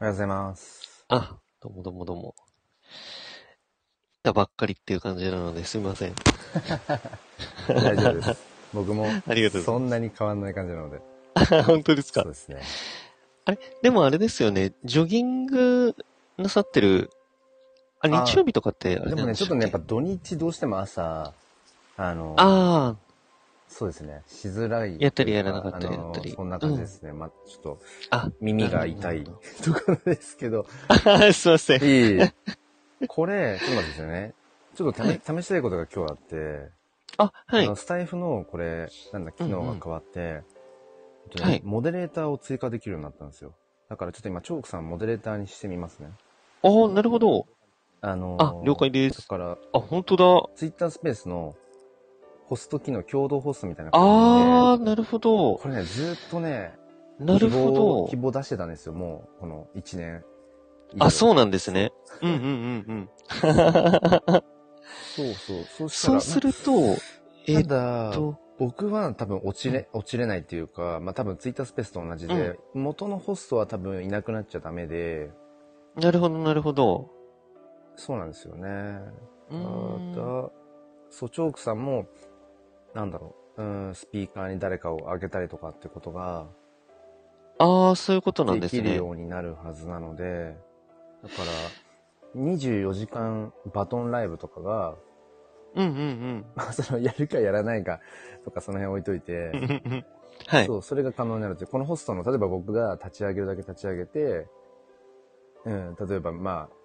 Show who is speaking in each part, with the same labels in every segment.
Speaker 1: おはようござい ます。
Speaker 2: あ、どうもどうもどうも。来たばっかりっていう感じなのですみません。
Speaker 1: 大丈夫です。僕も、
Speaker 2: ありがとうござい
Speaker 1: そんなに変わんない感じなので。
Speaker 2: ます。本当です
Speaker 1: そう
Speaker 2: か
Speaker 1: ですね。
Speaker 2: でもあれですよね、ジョギングなさってる、あ、
Speaker 1: あ
Speaker 2: 日曜日とかってあ
Speaker 1: で
Speaker 2: れ
Speaker 1: も
Speaker 2: なん
Speaker 1: ね、
Speaker 2: で
Speaker 1: ちょっ
Speaker 2: し
Speaker 1: と
Speaker 2: たっ
Speaker 1: ね、
Speaker 2: け
Speaker 1: やっぱ土日どうしても朝、あの、
Speaker 2: あ
Speaker 1: そうですね、しづらいというか。
Speaker 2: やったりやらなかったり
Speaker 1: あの
Speaker 2: やったり
Speaker 1: そんな感じですね。まあ、ちょっと、
Speaker 2: あ、あ、
Speaker 1: 耳が痛い
Speaker 2: なるほ
Speaker 1: とかですけ ど。
Speaker 2: どすいません。
Speaker 1: いい。これ、ちょっと待ってですよね。ちょっと試試したいことが今日あって、
Speaker 2: あ、は
Speaker 1: あの
Speaker 2: い。
Speaker 1: スタイフのこれ、なんだ、機能が変わって、えっとね
Speaker 2: はい
Speaker 1: モデレーターを追加できるようになったんですよ。だからちょっと今、チョークさんモデレーターにしてみますね。
Speaker 2: おー、なるほど。
Speaker 1: あの
Speaker 2: あ、了解で
Speaker 1: だ
Speaker 2: す。
Speaker 1: から、
Speaker 2: あ、本当だ。
Speaker 1: ツイッタースペースのホスト機能、共同ホストみたいな
Speaker 2: あ
Speaker 1: 感
Speaker 2: ー、
Speaker 1: じで、
Speaker 2: なるほど
Speaker 1: こ。れね、ずーっとね、
Speaker 2: なるほ
Speaker 1: 希望
Speaker 2: ど
Speaker 1: 希。望出してたんですよ、もう、この1年。
Speaker 2: あ、
Speaker 1: う
Speaker 2: そうなんですね。うんうんうんうん。
Speaker 1: そうそう。そうした
Speaker 2: そ
Speaker 1: ら
Speaker 2: うすると、え
Speaker 1: まあ
Speaker 2: ーった
Speaker 1: だ、
Speaker 2: と、
Speaker 1: 僕は多分落ちれ、落ちれないっていうか、まあ多分ツイッタースペースと同じで、元のホストは多分いなくなっちゃダメで、
Speaker 2: なるほどなるほど。
Speaker 1: そうなんですよね。
Speaker 2: う
Speaker 1: ただ
Speaker 2: ーん、
Speaker 1: そう、チョークさんも、なんだろう、うん、スピーカーに誰かをあげたりとかってことが、
Speaker 2: ああ、そういうことなん
Speaker 1: で
Speaker 2: です
Speaker 1: きる
Speaker 2: ね。
Speaker 1: ようになるはずなので、だから、24時間バトンライブとかが、
Speaker 2: うんうん
Speaker 1: まあその、やるかやらないかとかその辺置いといて、
Speaker 2: うん。はい。
Speaker 1: そう、それが可能になるという。このホストの、例えば僕が立ち上げるだけ立ち上げて、うん、例えばまあ、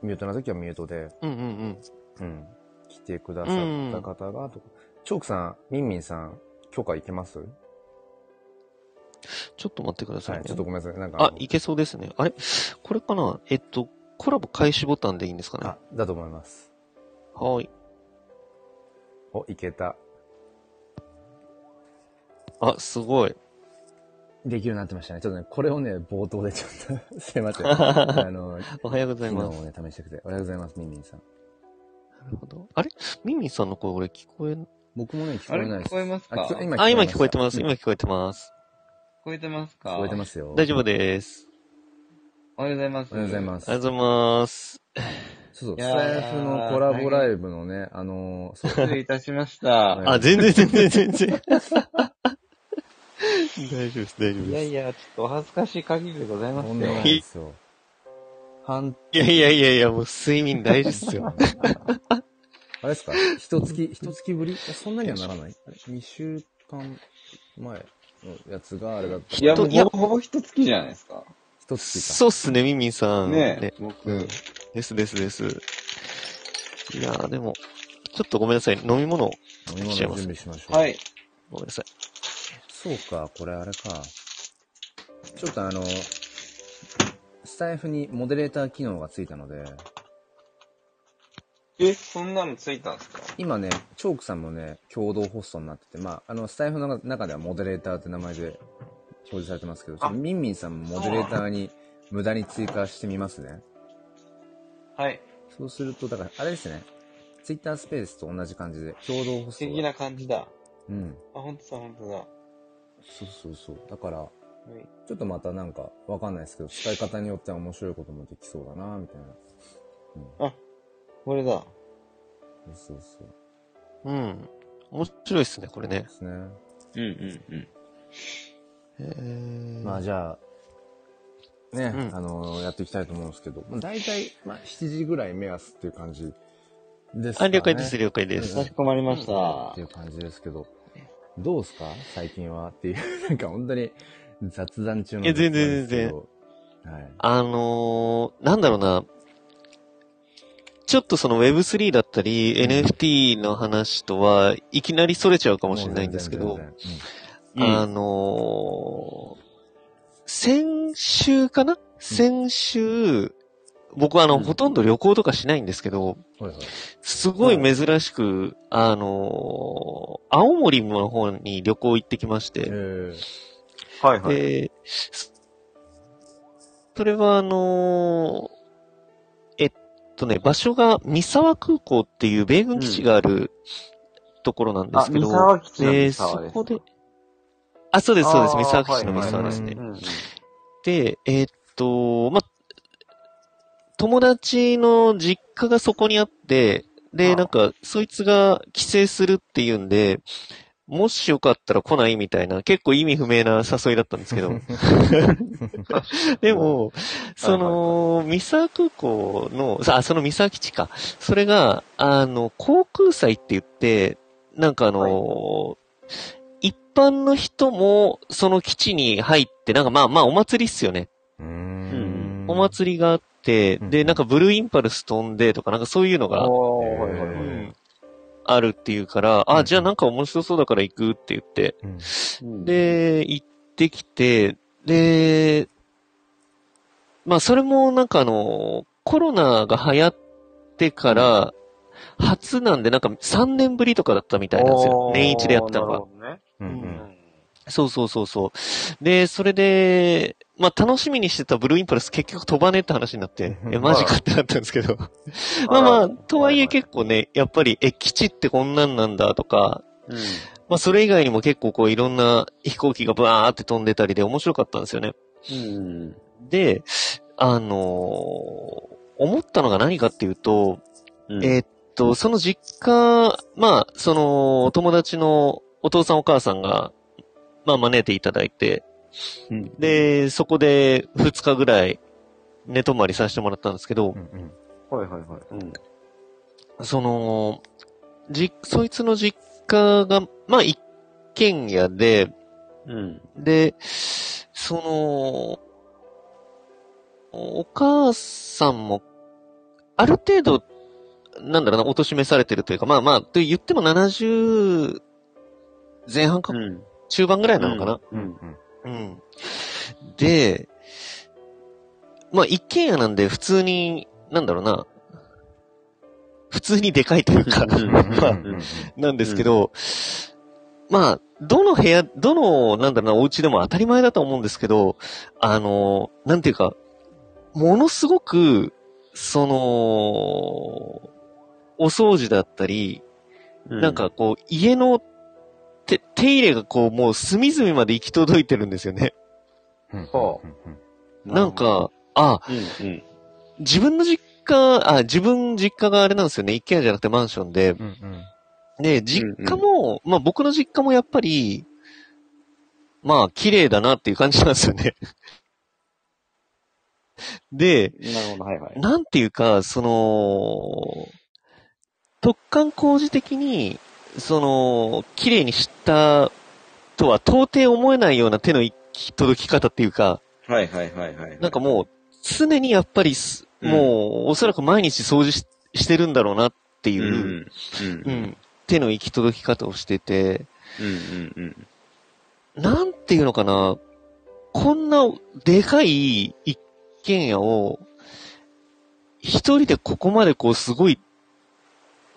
Speaker 1: ミュートな時はミュートで、
Speaker 2: うんうん
Speaker 1: うん、来てくださった方が、とか。チョークさん、ミンミンさん、許可いけます
Speaker 2: ちょっと待ってください
Speaker 1: は
Speaker 2: ね
Speaker 1: い、。ちょっとごめんなさい。なんか、
Speaker 2: あ、いけそうですね。あれこれかなえっと、コラボ開始ボタンでいいんですかね
Speaker 1: あ、だと思います。
Speaker 2: はーい。
Speaker 1: お、いけた。
Speaker 2: あ、すごい。
Speaker 1: できるようになってましたね。ちょっとね、これをね、冒頭でちょっと、すいま せん。あの、
Speaker 2: おはようござい
Speaker 1: 機能
Speaker 2: ま
Speaker 1: を
Speaker 2: す。
Speaker 1: ね、試したくて。おはようございます、ミンミンさん。
Speaker 2: なるほど。あれミミさんの声俺聞こえん、
Speaker 1: 僕もね、聞こ
Speaker 3: あれ
Speaker 1: えないで
Speaker 3: 聞
Speaker 1: す。
Speaker 3: こえますか
Speaker 1: あ
Speaker 3: 聞
Speaker 1: 聞
Speaker 3: こ
Speaker 1: こ今
Speaker 2: あ、今聞こえてま
Speaker 1: し
Speaker 2: す。
Speaker 1: た
Speaker 2: 今聞こえてます。
Speaker 3: えてますか
Speaker 1: 聞こえてますよ。
Speaker 2: 大丈夫です。
Speaker 3: おはようございます。。
Speaker 1: おはようございますす
Speaker 2: あ。りがとうございます。
Speaker 1: そうそう、
Speaker 3: い
Speaker 1: ス
Speaker 3: や
Speaker 1: タ
Speaker 3: ー
Speaker 1: イフのコラボライブのね、あのー、そう、
Speaker 3: 失礼いたしました。
Speaker 1: はい
Speaker 2: あ、全然全然 全然。 大丈夫です、大丈夫
Speaker 3: いや
Speaker 2: です。
Speaker 3: いや、ちょっとお恥ずかしい限りで ございます
Speaker 1: と
Speaker 3: よ。
Speaker 1: んでもないですよ。半、
Speaker 2: いやいやいやいや、もう睡眠大事っす よ。
Speaker 1: あれですか一月、一月ぶりえそんなにはならない二週間前のやつがあれだったから。
Speaker 3: いや、もう
Speaker 2: いや
Speaker 3: ほぼほぼ一月じゃないですか。
Speaker 1: 一月か。
Speaker 2: そうっすね、ミミさん。
Speaker 3: ねえ、僕。
Speaker 2: うんですですです。いやー、でも、ちょっとごめんなさい。飲み物を、
Speaker 1: 飲み物準備しましょう。
Speaker 3: は。い。
Speaker 2: ごめんなさい。
Speaker 1: そうか、これあれか。ちょっとあの、スタイフにモデレーター機能がついたので、
Speaker 3: え、そんなのついたんですか
Speaker 1: 今ね、チョークさんもね、共同ホストになってて、まあ、あの、スタイフの中ではモデレーターって名前で表示されてますけど、ちょっとミンミンさんもモデレーターに無駄に追加してみますね。
Speaker 3: はい。
Speaker 1: そうすると、だから、あれですね。ツイッタースペースと同じ感じで、共同ホス
Speaker 3: 素
Speaker 1: トが。
Speaker 3: 敵な感じだ。あ、
Speaker 1: うん。
Speaker 3: ほんとだ、ほんとだ。は
Speaker 1: そうそうそう。だから、
Speaker 3: い
Speaker 1: ちょっとまたなんか、わかんないですけど、使い方によっては面白いこともできそうだな、みたいな。
Speaker 3: これだ。
Speaker 1: そうそうそう。
Speaker 2: うん。面白いっすね、これね
Speaker 1: で。すね。
Speaker 3: うんうんうん。
Speaker 2: えー、
Speaker 1: まあじゃあ、ね、
Speaker 2: うん
Speaker 1: あのやっていきたいと思うんですけど、まあ、大体、まあ、7時ぐらい目安っていう感じですかね。
Speaker 2: あ、了解です、了解で
Speaker 1: う
Speaker 2: す
Speaker 1: ん
Speaker 3: か。しこまりました。
Speaker 1: っていう感じですけど、どうすか最近はっていう、なんか本当に雑談中の
Speaker 2: いや全然
Speaker 1: 雑談ですけど。はい。
Speaker 2: あのー、なんだろうな。ちょっとその Web3 だったり、
Speaker 1: うん
Speaker 2: NFT の話とはいきなりそれちゃうかもしれないんですけ
Speaker 1: もう
Speaker 2: ど、
Speaker 1: 全然全然
Speaker 3: うん
Speaker 2: あのー、先週かな先週、僕はあの、
Speaker 1: うん
Speaker 2: ほとんど旅行とかしないんですけど、
Speaker 1: うんはいはい
Speaker 2: すごい珍しく、あのー青森の方に旅行行ってきまし
Speaker 1: え
Speaker 2: て、
Speaker 1: ー
Speaker 3: はい。
Speaker 2: で、そそれはあのーえっとね、場所が三沢空港っていう米軍基地があるところなんで
Speaker 3: あ、
Speaker 2: すけ
Speaker 3: 三
Speaker 2: ど、
Speaker 3: 沢基地の
Speaker 2: で、
Speaker 3: 三
Speaker 2: そ
Speaker 3: 沢です。
Speaker 2: こで、あ、そうです、そうです、
Speaker 3: あー
Speaker 2: 三沢基地の三沢です
Speaker 1: はいはい
Speaker 2: ね
Speaker 3: う。んうん。
Speaker 2: で、えーっと、ま、友達の実家がそこにあって、
Speaker 3: ああ
Speaker 2: で、なんか、そいつが帰省するっていうんで、もしよかったら来ないみたいな、結構意味不明な誘いだったんです けど。でも、その、三沢空港の、さあ、その三沢基地か。それが、あの、航空祭って言って、なんかあのー、一般の人もその基地に入って、なんかまあまあお祭りっすよね。
Speaker 1: うーん。
Speaker 2: お祭りがあって、
Speaker 1: うん
Speaker 2: で、なんかブルーインパルス飛んでとか、なんかそういうのが、
Speaker 3: お
Speaker 1: ー
Speaker 3: はいはいは
Speaker 2: う
Speaker 3: い。
Speaker 2: んあるっていうから、
Speaker 1: う
Speaker 2: あ、
Speaker 1: ん
Speaker 2: じゃあなんか面白そうだから行くって言って、
Speaker 1: うん。
Speaker 2: で、行ってきて、で、まあそれもなんかあの、コロナが流行ってから、初なんで、なんか3年ぶりとかだったみたいなんですよ。年一でやったのが。
Speaker 3: おー。なる
Speaker 1: うんうん。
Speaker 3: ほどね。
Speaker 2: そうそうそうそう。で、それで、まあ楽しみにしてたブルーインパルス結局飛ばねえって話になって、え、マジかってなったんですけど。 まあまあ、とはいえ結構ね、やっぱり、え、基地ってこんなんなんだとか、
Speaker 3: うん。
Speaker 2: まあそれ以外にも結構こういろんな飛行機がバーって飛んでたりで面白かったんですよね。
Speaker 3: うん。
Speaker 2: で、あのー思ったのが何かっていうと、
Speaker 3: うん
Speaker 2: えーっと、その実家、まあ、その、お友達のお父さんお母さんが、まあ、招いていただいて、
Speaker 3: うん
Speaker 2: で、そこで2日ぐらい寝泊まりさせてもらったんですけ
Speaker 1: う、
Speaker 2: ど
Speaker 1: んうん
Speaker 3: はいはいはい。うん。
Speaker 2: その、じ、そいつの実家が、まあ、一軒家で、
Speaker 3: うん。
Speaker 2: で、その、お母さんも、ある程度、なんだろうな、おとしめされてるというか、まあまあ、と言っても70前半か、
Speaker 3: うん。
Speaker 2: 中盤ぐらいなのかな。
Speaker 3: う。
Speaker 1: うんん
Speaker 2: うん。で、まあ一軒家なんで普通に、なんだろうな、普通にでかいというか、
Speaker 3: うんうん
Speaker 1: う
Speaker 2: ま
Speaker 1: んう
Speaker 2: あ
Speaker 1: んうんうん
Speaker 2: なんですけど、まあ、どの部屋、どの、なんだろうな、お家でも当たり前だと思うんですけど、あの、なんていうか、ものすごく、その、お掃除だったり、
Speaker 3: う
Speaker 2: なん、かこう、家の手、手入れがこう、もう隅々まで行き届いてるんですよね。
Speaker 1: うん
Speaker 3: そ
Speaker 2: なん、か、あ、
Speaker 3: うんうん。
Speaker 2: 自分の実家、あ、自分実家があれなんですよね。一軒家じゃなくてマンションで。
Speaker 1: うんうん
Speaker 2: で、実家も、まあ僕の実家もやっぱり、まあ綺麗だなっていう感じなんですよね。 で、
Speaker 3: なるほど、はいはい。
Speaker 2: なんていうか、その、特貫工事的に、その、綺麗にしたとは到底思えないような手の行き届き方っていうか、
Speaker 3: はいはいはいはい。
Speaker 2: なんかもう、常にやっぱりす、
Speaker 3: うん
Speaker 2: もう、おそらく毎日掃除ししてるんだろうなっていうう、
Speaker 3: んうん。う。
Speaker 2: うんん、手の行き届き方をしてて、
Speaker 3: うんうんうん。
Speaker 2: なんていうのかな、こんなでかい一軒家を、一人でここまでこうすごい、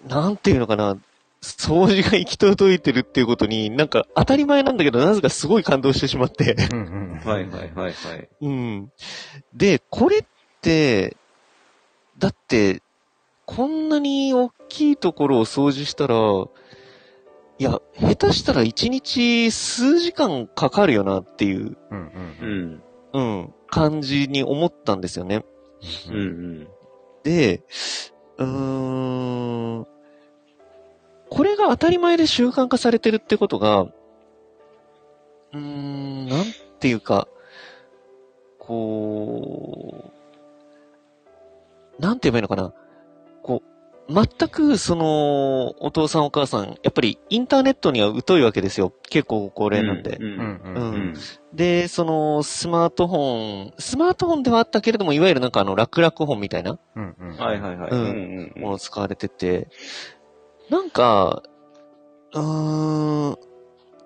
Speaker 2: なんていうのかな、掃除が行き届いてるっていうことに、なんか当たり前なんだけど、なぜかすごい感動してしまって。
Speaker 1: うんうんうん
Speaker 3: はいはいはいはい。
Speaker 2: うん。で、これって、だって、こんなに大きいところを掃除したら、いや、下手したら一日数時間かかるよなっていう、
Speaker 1: うん
Speaker 3: う
Speaker 1: うん
Speaker 3: ん。
Speaker 2: うん、感じに思ったんですよね。
Speaker 3: うんうん。
Speaker 2: で、うーん、これが当たり前で習慣化されてるってことが、うーん、なんていうか、こう、なんて言えばいいのかな。こう、全く、その、お父さんお母さん、やっぱりインターネットには疎いわけですよ。結構ご高齢なんで。
Speaker 3: う
Speaker 1: うん
Speaker 3: ん
Speaker 1: う
Speaker 2: うんん
Speaker 3: うん。
Speaker 2: で、その、スマートフォン、スマートフォンではあったけれども、いわゆるなんかあの、楽々本みたいな
Speaker 1: うんうん
Speaker 3: はいはいはい。
Speaker 2: うん
Speaker 3: ん
Speaker 2: もの使われてて、なんか、うーん、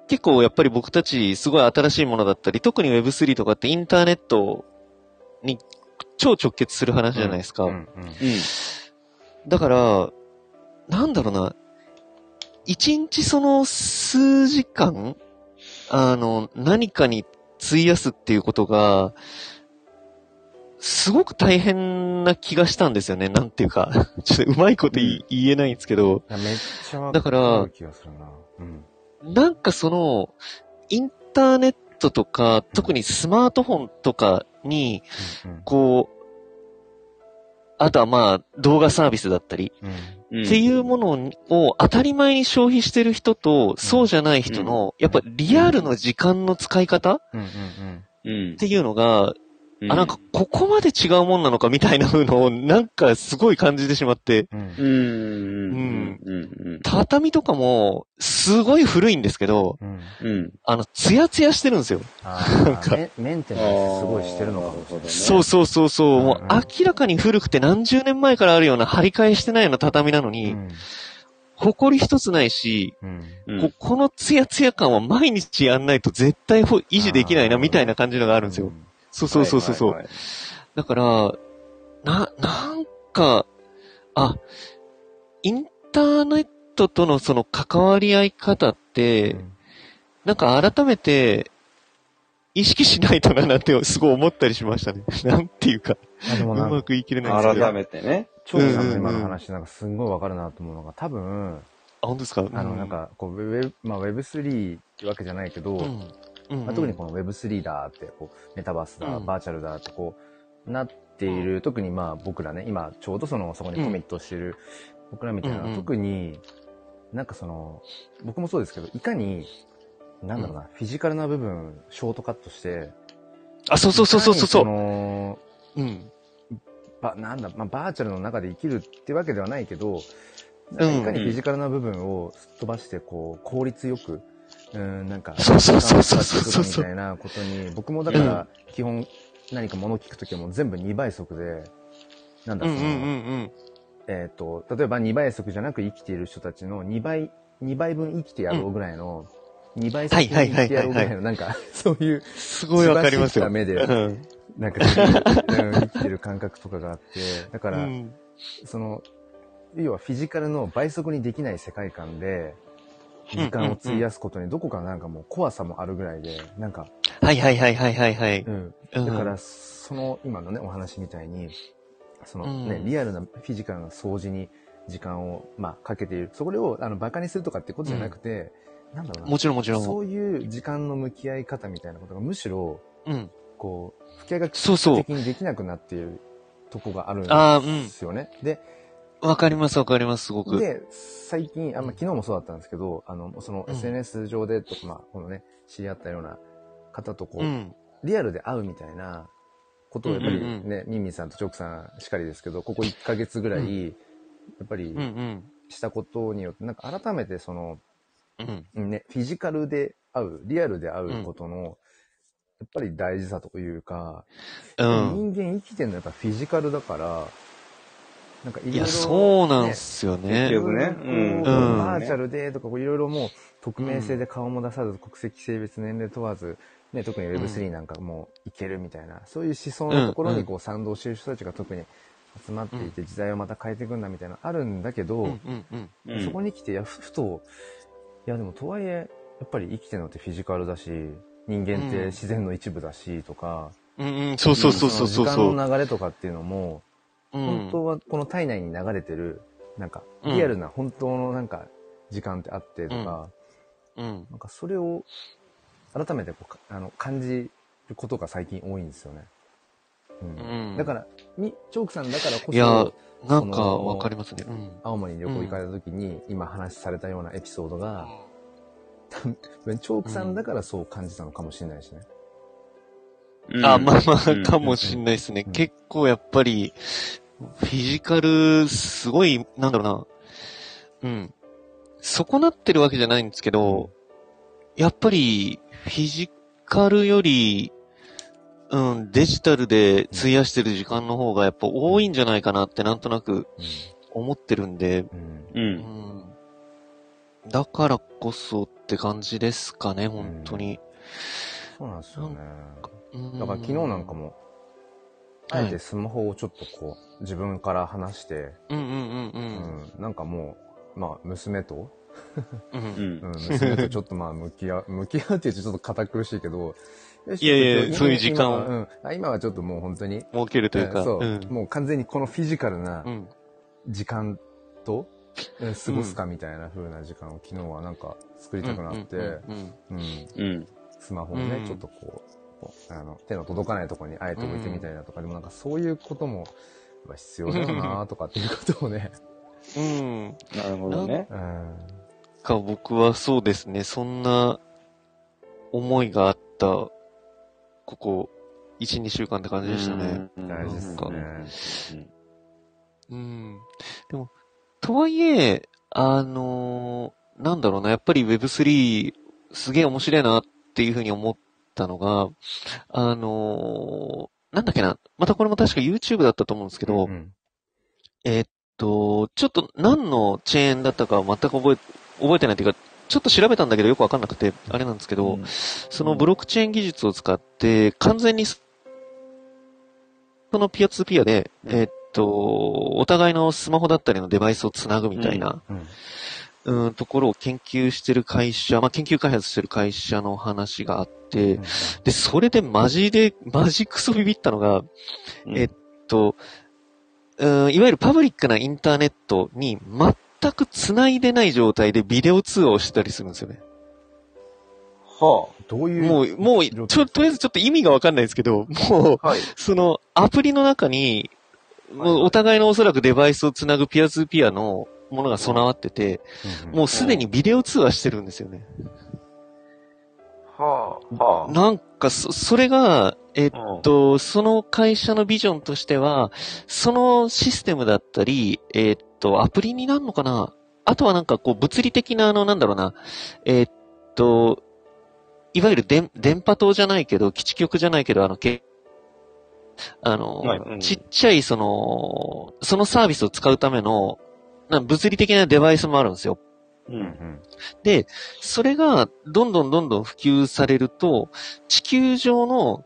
Speaker 2: 結構やっぱり僕たちすごい新しいものだったり、特に Web3 とかってインターネットに超直結する話じゃないですか。
Speaker 1: うんうん
Speaker 3: うん。
Speaker 2: だから、なんだろうな、一日その数時間、あの、何かに費やすっていうことが、すごく大変な気がしたんですよね。なんていうか、 ちょっとうまいこと言い言えないんですけど、
Speaker 1: いやめっちゃわ
Speaker 2: だから
Speaker 1: かる気がするな。うん。
Speaker 2: なんかその、インターネットとか、特にスマートフォンとかに、
Speaker 1: うんうん
Speaker 2: こあとはまあ、動画サービスだったり、
Speaker 1: うん。
Speaker 3: うん
Speaker 2: っていうものを当たり前に消費してる人と、そうじゃない人の、やっぱリアルの時間の使い方っ
Speaker 1: うんうん
Speaker 3: うん
Speaker 2: ていうのが、
Speaker 3: う
Speaker 2: あ、なんか、ここまで違うもんなのかみたいなのを、なんかすごい感じてしまって、
Speaker 1: うん。
Speaker 3: うん。うん。うん。
Speaker 2: 畳とかも、すごい古いんですけど、
Speaker 1: うん。
Speaker 3: うん。
Speaker 2: あの、ツヤツヤしてるんですよ。
Speaker 1: あ
Speaker 2: なん
Speaker 1: あ、
Speaker 2: か
Speaker 1: メンメンテナンスすごいしてるのかもしれない。
Speaker 2: そうそうそうそう、もう明らかに古くて何十年前からあるような張り替えしてないような畳なのに、埃一つないし、
Speaker 1: うん。うん。
Speaker 3: うん。
Speaker 2: ここのツヤツヤ感は毎日やんないと絶対ほ維持できないなみたいな感じのがあ
Speaker 1: あ
Speaker 2: るんですよ。。そうそうそうそう。う
Speaker 3: はいはいはい
Speaker 2: だから、な、なんか、あ、インターネットとのその関わり合い方って、なんか改めて、意識しないとななんてすごい思ったりしましたね。 なんていうか、
Speaker 1: あで
Speaker 2: う
Speaker 1: もなん
Speaker 2: ま
Speaker 1: か、
Speaker 2: くいけれないんですけど。
Speaker 3: 改めてね。
Speaker 1: 長さんの今
Speaker 2: うん
Speaker 1: の
Speaker 2: うんうん
Speaker 1: 話なんかすんごいわかるなと思うのが、多分、
Speaker 2: あ、本当ですか
Speaker 1: あの、なん、か、こう、ウェブ、まあ、Web3 ってわけじゃないけど、
Speaker 2: うんうん
Speaker 1: まあ、特にこの Web3 だって、こう、メタバースだ、
Speaker 2: うん
Speaker 1: バーチャルだって、こう、なっている、特にまあ僕らね、今ちょうどその、そこにコミットしてる、僕らみたいな、
Speaker 2: うんうん
Speaker 1: 特に、なんかその、僕もそうですけど、いかに、なんだろうな、フィジカルな部分、ショートカットして、
Speaker 2: あ、そうそうそうそうそう
Speaker 1: いかにの
Speaker 2: う。うん。
Speaker 1: ば、なんだ、まあ、バーチャルの中で生きるってわけではないけど、なんかいかにフィジカルな部分をすっ飛ばして、こう、効率よく、うん、なんか、
Speaker 2: そうそうそうそうそ
Speaker 1: 時間を使っていく
Speaker 2: う
Speaker 1: かみたいなことに、僕もだから、基本、何か物を聞くときはもう全部2倍速で、なんだ、
Speaker 2: う
Speaker 1: そ
Speaker 2: んうん
Speaker 1: の、
Speaker 2: うん
Speaker 1: えっ、と、例えば2倍速じゃなく生きている人たちの2倍、2倍分生きてやろうぐらいの、2倍速で
Speaker 2: はい
Speaker 1: 生
Speaker 2: はい
Speaker 1: きてやろうぐらい
Speaker 2: はい
Speaker 1: の、なんか、そういう、
Speaker 2: うん。すごいわかりますよ。
Speaker 1: 素晴らしい
Speaker 2: うん。
Speaker 1: なん か、うん生きてる感覚とかがあって、だか
Speaker 2: う
Speaker 1: ら、
Speaker 2: ん
Speaker 1: その、要はフィジカルの倍速にできない世界観で、時間を費やすことにどこかなんかもう怖さもあるぐらいで、なんか、
Speaker 2: はいはいはいはいはいはい。
Speaker 1: だか
Speaker 2: うん
Speaker 1: ら、その今のね、お話みたいに、その
Speaker 2: うん
Speaker 1: ね、リアルなフィジカルな掃除に時間を、まあ、かけている。そこを、あの、馬鹿にするとかってことじゃなくて、なんだろう
Speaker 2: もちろんもち
Speaker 1: な、
Speaker 2: ろ
Speaker 1: そ
Speaker 2: ん。
Speaker 1: ういう時間の向き合い方みたいなことがむしろ、
Speaker 2: うん。
Speaker 1: こう、付き合いが
Speaker 2: そうそう
Speaker 1: 的。にできなくなっているとこがあるん
Speaker 2: ああ、う
Speaker 1: で
Speaker 2: ん。
Speaker 1: すよね。で、
Speaker 2: わかりますわかります、すごく。
Speaker 1: で、最近、あまあ、昨日もそうだったんですけど、あの、その
Speaker 2: うん
Speaker 1: SNS 上でとか、まあ、このね、知り合ったような方とこう、
Speaker 2: うん。
Speaker 1: リアルで会うみたいなことをやっぱり
Speaker 2: うんうんうん
Speaker 1: ね、ミンミンさんとチョークさんしかりですけど、ここ1ヶ月ぐらい、
Speaker 2: う
Speaker 1: やっぱり
Speaker 2: うんうん。
Speaker 1: したことによって、なんか改めてその、
Speaker 2: うん。
Speaker 1: ね、フィジカルで会う、リアルで会うことの、やっぱり大事さというか、
Speaker 2: うん。
Speaker 1: 人間生きてるのはやっぱフィジカルだから、なんかいろい
Speaker 2: い
Speaker 1: ろ
Speaker 2: や、そうなん
Speaker 1: ね
Speaker 2: すよ
Speaker 3: 結
Speaker 2: ね。
Speaker 3: 局ね
Speaker 1: こう
Speaker 3: うん
Speaker 1: バーチャルでとか、こういろいろもう、匿名性で顔も出さず、国籍、性別、年齢問わず、ね、特に Web3 なんかもういけるみたいな、そういう思想のところにこう賛同してる人たちが特に集まっていて、時代をまた変えていくんだみたいな、あるんだけ
Speaker 2: うん
Speaker 1: ど、
Speaker 2: うんうん。
Speaker 3: うん
Speaker 1: そこに来て、いや、ふふと、いや、でもとはいえ、やっぱり生きてるのってフィジカルだし、人間って自然の一部だし、とか、
Speaker 2: うんうん、そうそうそうそうそう。
Speaker 1: 時
Speaker 2: そ
Speaker 1: 間
Speaker 2: う
Speaker 1: の流れとかっていうのも、
Speaker 2: うん
Speaker 1: 本当はこの体内に流れてる、なんか、リアルな本当のなんか、時間ってあってとか、
Speaker 2: うん。
Speaker 1: なんかそれを、改めてこうか、あの、感じることが最近多いんですよね。うん。
Speaker 2: うん
Speaker 1: だから、み、チョークさんだからこ
Speaker 2: いや
Speaker 1: そ、
Speaker 2: なんかわかりますね。うん。
Speaker 1: 青森に旅行行かれた時に、今話されたようなエピソードが、チョークさんだからそう感じたのかもしれないしね。
Speaker 2: あ、まあまあ、かも
Speaker 3: し
Speaker 2: しんないですね
Speaker 1: う。ん
Speaker 2: 結構やっぱり、フィジカル、すごい、なんだろうな。うん。損なってるわけじゃないんですけど、やっぱり、フィジカルより、うん、デジタルで費やしてる時間の方がやっぱ多いんじゃないかなってなんとなく思ってるんで、
Speaker 1: うん。
Speaker 3: う。
Speaker 2: うんん。だからこそって感じですかね、本当に。
Speaker 1: そうなんですよね。
Speaker 2: うん
Speaker 1: だから昨日なんか、も、あえてスマホをちょっとこう、自分から話して、
Speaker 2: うんうんうんう。
Speaker 1: うんん、なんかもう、まあ、娘と、
Speaker 2: うんうん
Speaker 3: うん
Speaker 1: う ん、娘とちょっとまあ、向き合う、 向き合うって言うとちょっと堅苦しいけど、
Speaker 2: いやいや
Speaker 1: ちょっと
Speaker 2: そういう時間を
Speaker 1: 今はうんあ今はちょっともう本当に、
Speaker 2: 設けるという
Speaker 1: え
Speaker 2: か。
Speaker 1: ーそう、
Speaker 2: ん
Speaker 1: もう完全にこのフィジカルな
Speaker 2: うん。
Speaker 1: 時間と、うん過ごすかみたいな風な時間を昨日はなんか作りたくなって、
Speaker 2: うんう
Speaker 1: う
Speaker 2: ん
Speaker 1: ん、
Speaker 3: うん。
Speaker 1: スマホをね、
Speaker 2: うん
Speaker 1: ちょっとこう、あの、手の届かないところにあえて置いてみたりだとか、でもなんかそういうこともまあ、必要だよなとかっていうことをね。
Speaker 2: うん。
Speaker 3: なるほどね。
Speaker 1: うん。
Speaker 2: か僕はそうですね、そんな思いがあった、ここ、1、2週間って感じでしたね。
Speaker 3: うん。
Speaker 1: 大事です
Speaker 2: か
Speaker 3: ね。
Speaker 2: うん。でも、とはいえ、あのーなんだろうな、やっぱり Web3 すげえ面白いなっていうふうに思ったのが、あのーなんだっけな、またこれも確か YouTube だったと思うんですけど、
Speaker 1: うん
Speaker 2: えーっと、ちょっと何のチェーンだったか全く覚え、覚えてないっていうか、ちょっと調べたんだけどよくわかんなくて、あれなんですけど、
Speaker 3: うん
Speaker 2: そのブロックチェーン技術を使って、完全にそ、そのピアツーピアで、えーっと、お互いのスマホだったりのデバイスをつなぐみたいな、
Speaker 1: うん。
Speaker 2: うん、ところを研究してる会社、まあ、研究開発してる会社の話があって、で、それでマジで、マジクソビビったのが、えっと、うん、いわゆるパブリックなインターネットに全く繋いでない状態でビデオ通話をしてたりするんですよね。
Speaker 3: は
Speaker 1: どういう。
Speaker 2: もう、もう、ちょ、とりあえずちょっと意味がわかんないですけど、もう、
Speaker 3: あ。はい。
Speaker 2: そのアプリの中に、もうお互いのおそらくデバイスを繋ぐピアツーピアのものが備わってて、
Speaker 1: うん、
Speaker 2: もうすでにビデオ通話してるんですよね。
Speaker 3: はあ。はあ。
Speaker 2: なんか、そ、それが、えっ
Speaker 3: うん
Speaker 2: えっと、その会社のビジョンとしては、そのシステムだったり、えっと、アプリになるのかなあとはなんかこう、物理的な、あの、なんだろうな、えっと、いわゆる電、電波塔じゃないけど、基地局じゃないけど、あの、けあの、
Speaker 3: はいうん
Speaker 2: ちっちゃい、その、そのサービスを使うための、なん物理的なデバイスもあるんですよ。
Speaker 3: う。
Speaker 1: うんん
Speaker 2: で、それがどんどんどんどん普及されると、地球上の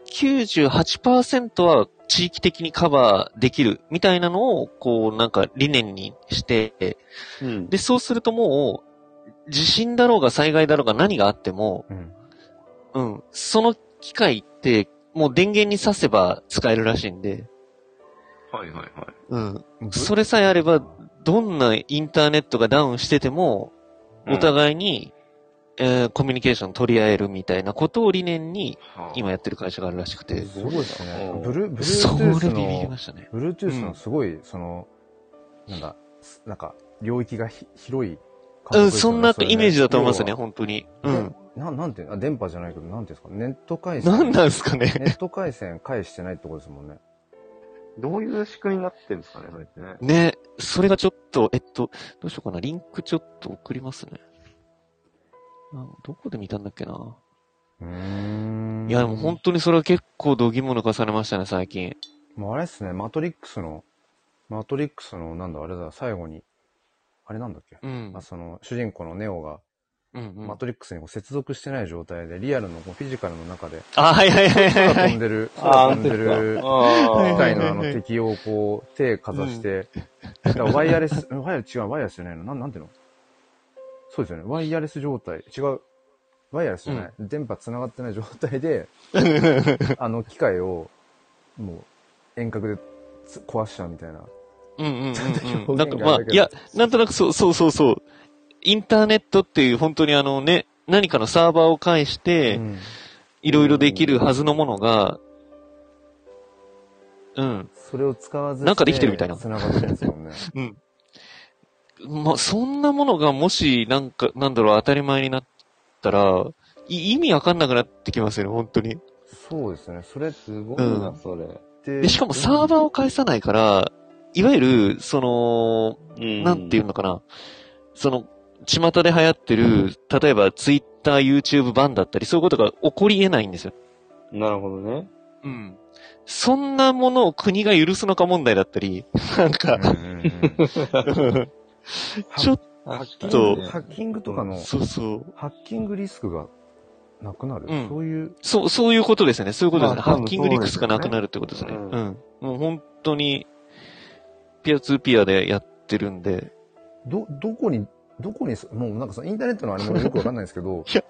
Speaker 2: 98%は地域的にカバーできるみたいなのを、こうなんか理念にして、
Speaker 3: うん。
Speaker 2: で、そうするともう、地震だろうが災害だろうが何があっても、
Speaker 1: うんうん。
Speaker 2: うん、その機械って、もう電源に挿せば使えるらしいんで、
Speaker 3: はいはいはい。
Speaker 2: うん。
Speaker 1: うん。
Speaker 2: それさえあれば、どんなインターネットがダウンしてても、お
Speaker 3: い。
Speaker 2: 互いに、えーコミュニケーション取り合えるみたいなことを理念に、今やってる会社があるらしくて、
Speaker 1: すごいです
Speaker 3: う
Speaker 1: ね
Speaker 3: ん。
Speaker 1: ブル、ブルー
Speaker 2: そ
Speaker 1: トゥース
Speaker 2: れビビり
Speaker 1: の
Speaker 2: ま、したね。
Speaker 1: ブルートゥース
Speaker 2: うん
Speaker 1: のすごい、その、なんだ、すなんか、領域がひ広い感覚です
Speaker 2: う
Speaker 1: よね。
Speaker 2: ん、そんなイメージだと思いますね、
Speaker 1: 要は
Speaker 2: 本当に。うん。
Speaker 1: でな、なんて、あ、電波じゃないけど、なんていうんですか、ネット回線。
Speaker 2: なんなんですかね。
Speaker 1: ネット回線返してないってことですも んね。
Speaker 4: どういう仕組みになってるんですかね、それってね。
Speaker 2: ね、それがちょっと、えっと、どうしようかな、リンクちょっと送りますね。あどこで見たんだっけな。
Speaker 1: うーん。
Speaker 2: いや、でも本当にそれは結構度肝抜かされましたね、最近。
Speaker 1: もうあれっすね、マトリックスの、マトリックスの、なんだ、あれだ、最後に、あれなんだっけ、
Speaker 2: うん
Speaker 1: まあ、。その、主人公のネオが、
Speaker 2: うんうん
Speaker 1: マトリックスにこう接続してない状態で、リアルのこうフィジカルの中で、
Speaker 2: あ、はいはいはい はい
Speaker 1: 空
Speaker 2: は
Speaker 1: 飛ん
Speaker 2: い。
Speaker 1: でる、
Speaker 3: あ
Speaker 1: 空
Speaker 3: あ、
Speaker 1: 飛んでる、
Speaker 3: あ
Speaker 2: ー
Speaker 1: 機
Speaker 2: はい
Speaker 1: 械
Speaker 2: は
Speaker 1: の
Speaker 2: い
Speaker 1: あの敵をこう、手かざして、だからワイヤレス、 ワイヤレス違う、ワイヤレスじゃないのなん、なんていうのそうですよね。ワイヤレス状態。違う。ワイヤレスじゃない。電波繋がってない状態 で、あの機械を、もう、遠隔でつ壊しちゃうみたいな。
Speaker 2: うんうんうん
Speaker 1: 表現
Speaker 2: う
Speaker 1: が
Speaker 2: ん。なんかま
Speaker 1: だ
Speaker 2: あ
Speaker 1: け、ど
Speaker 2: いや、なんとなくそうそうそうそう。インターネットっていう本当にあのね、何かのサーバーを介して、
Speaker 1: うん
Speaker 2: いろいろできるはずのものが、うん。
Speaker 1: それを使わず
Speaker 2: なんかできてるみたいな
Speaker 1: 繋がってるんですもんね。
Speaker 2: まあ、そんなものがもし、なんか、なんだろう、当たり前になったら、い意味わかんなくなってきますよね、本当に。
Speaker 1: そうですね。それっ
Speaker 3: すごい
Speaker 2: うん
Speaker 3: な、それ。
Speaker 1: て。
Speaker 2: で、しかもサーバーを返さないから、いわゆる、その、
Speaker 3: うん
Speaker 2: なんていうのかな。その、巷で流行ってる、例えばツイッター、YouTube 版だったり、そういうことが起こり得ないんですよ。
Speaker 3: なるほどね。
Speaker 2: うん。そんなものを国が許すのか問題だったり、なんか、
Speaker 1: うんうんうん
Speaker 2: ちょっ
Speaker 3: はっ
Speaker 2: きと
Speaker 1: ハッキングとかの
Speaker 2: と、、そうそう。
Speaker 1: ハッキングリスクがなくなる。
Speaker 2: うん
Speaker 1: そういう、
Speaker 2: そう、そういうことですね。そういうことです
Speaker 4: ま
Speaker 2: ね。
Speaker 4: あ多
Speaker 2: ハ
Speaker 4: 分
Speaker 2: ッキングリックスがなくなるってことですね。
Speaker 4: そううです
Speaker 2: ん。もう本当に、ピアツーピアでやってるんで、、
Speaker 1: ど、どこに、どこにそ、もうなんかそのインターネットのあれもよくわかんないですけど
Speaker 2: いや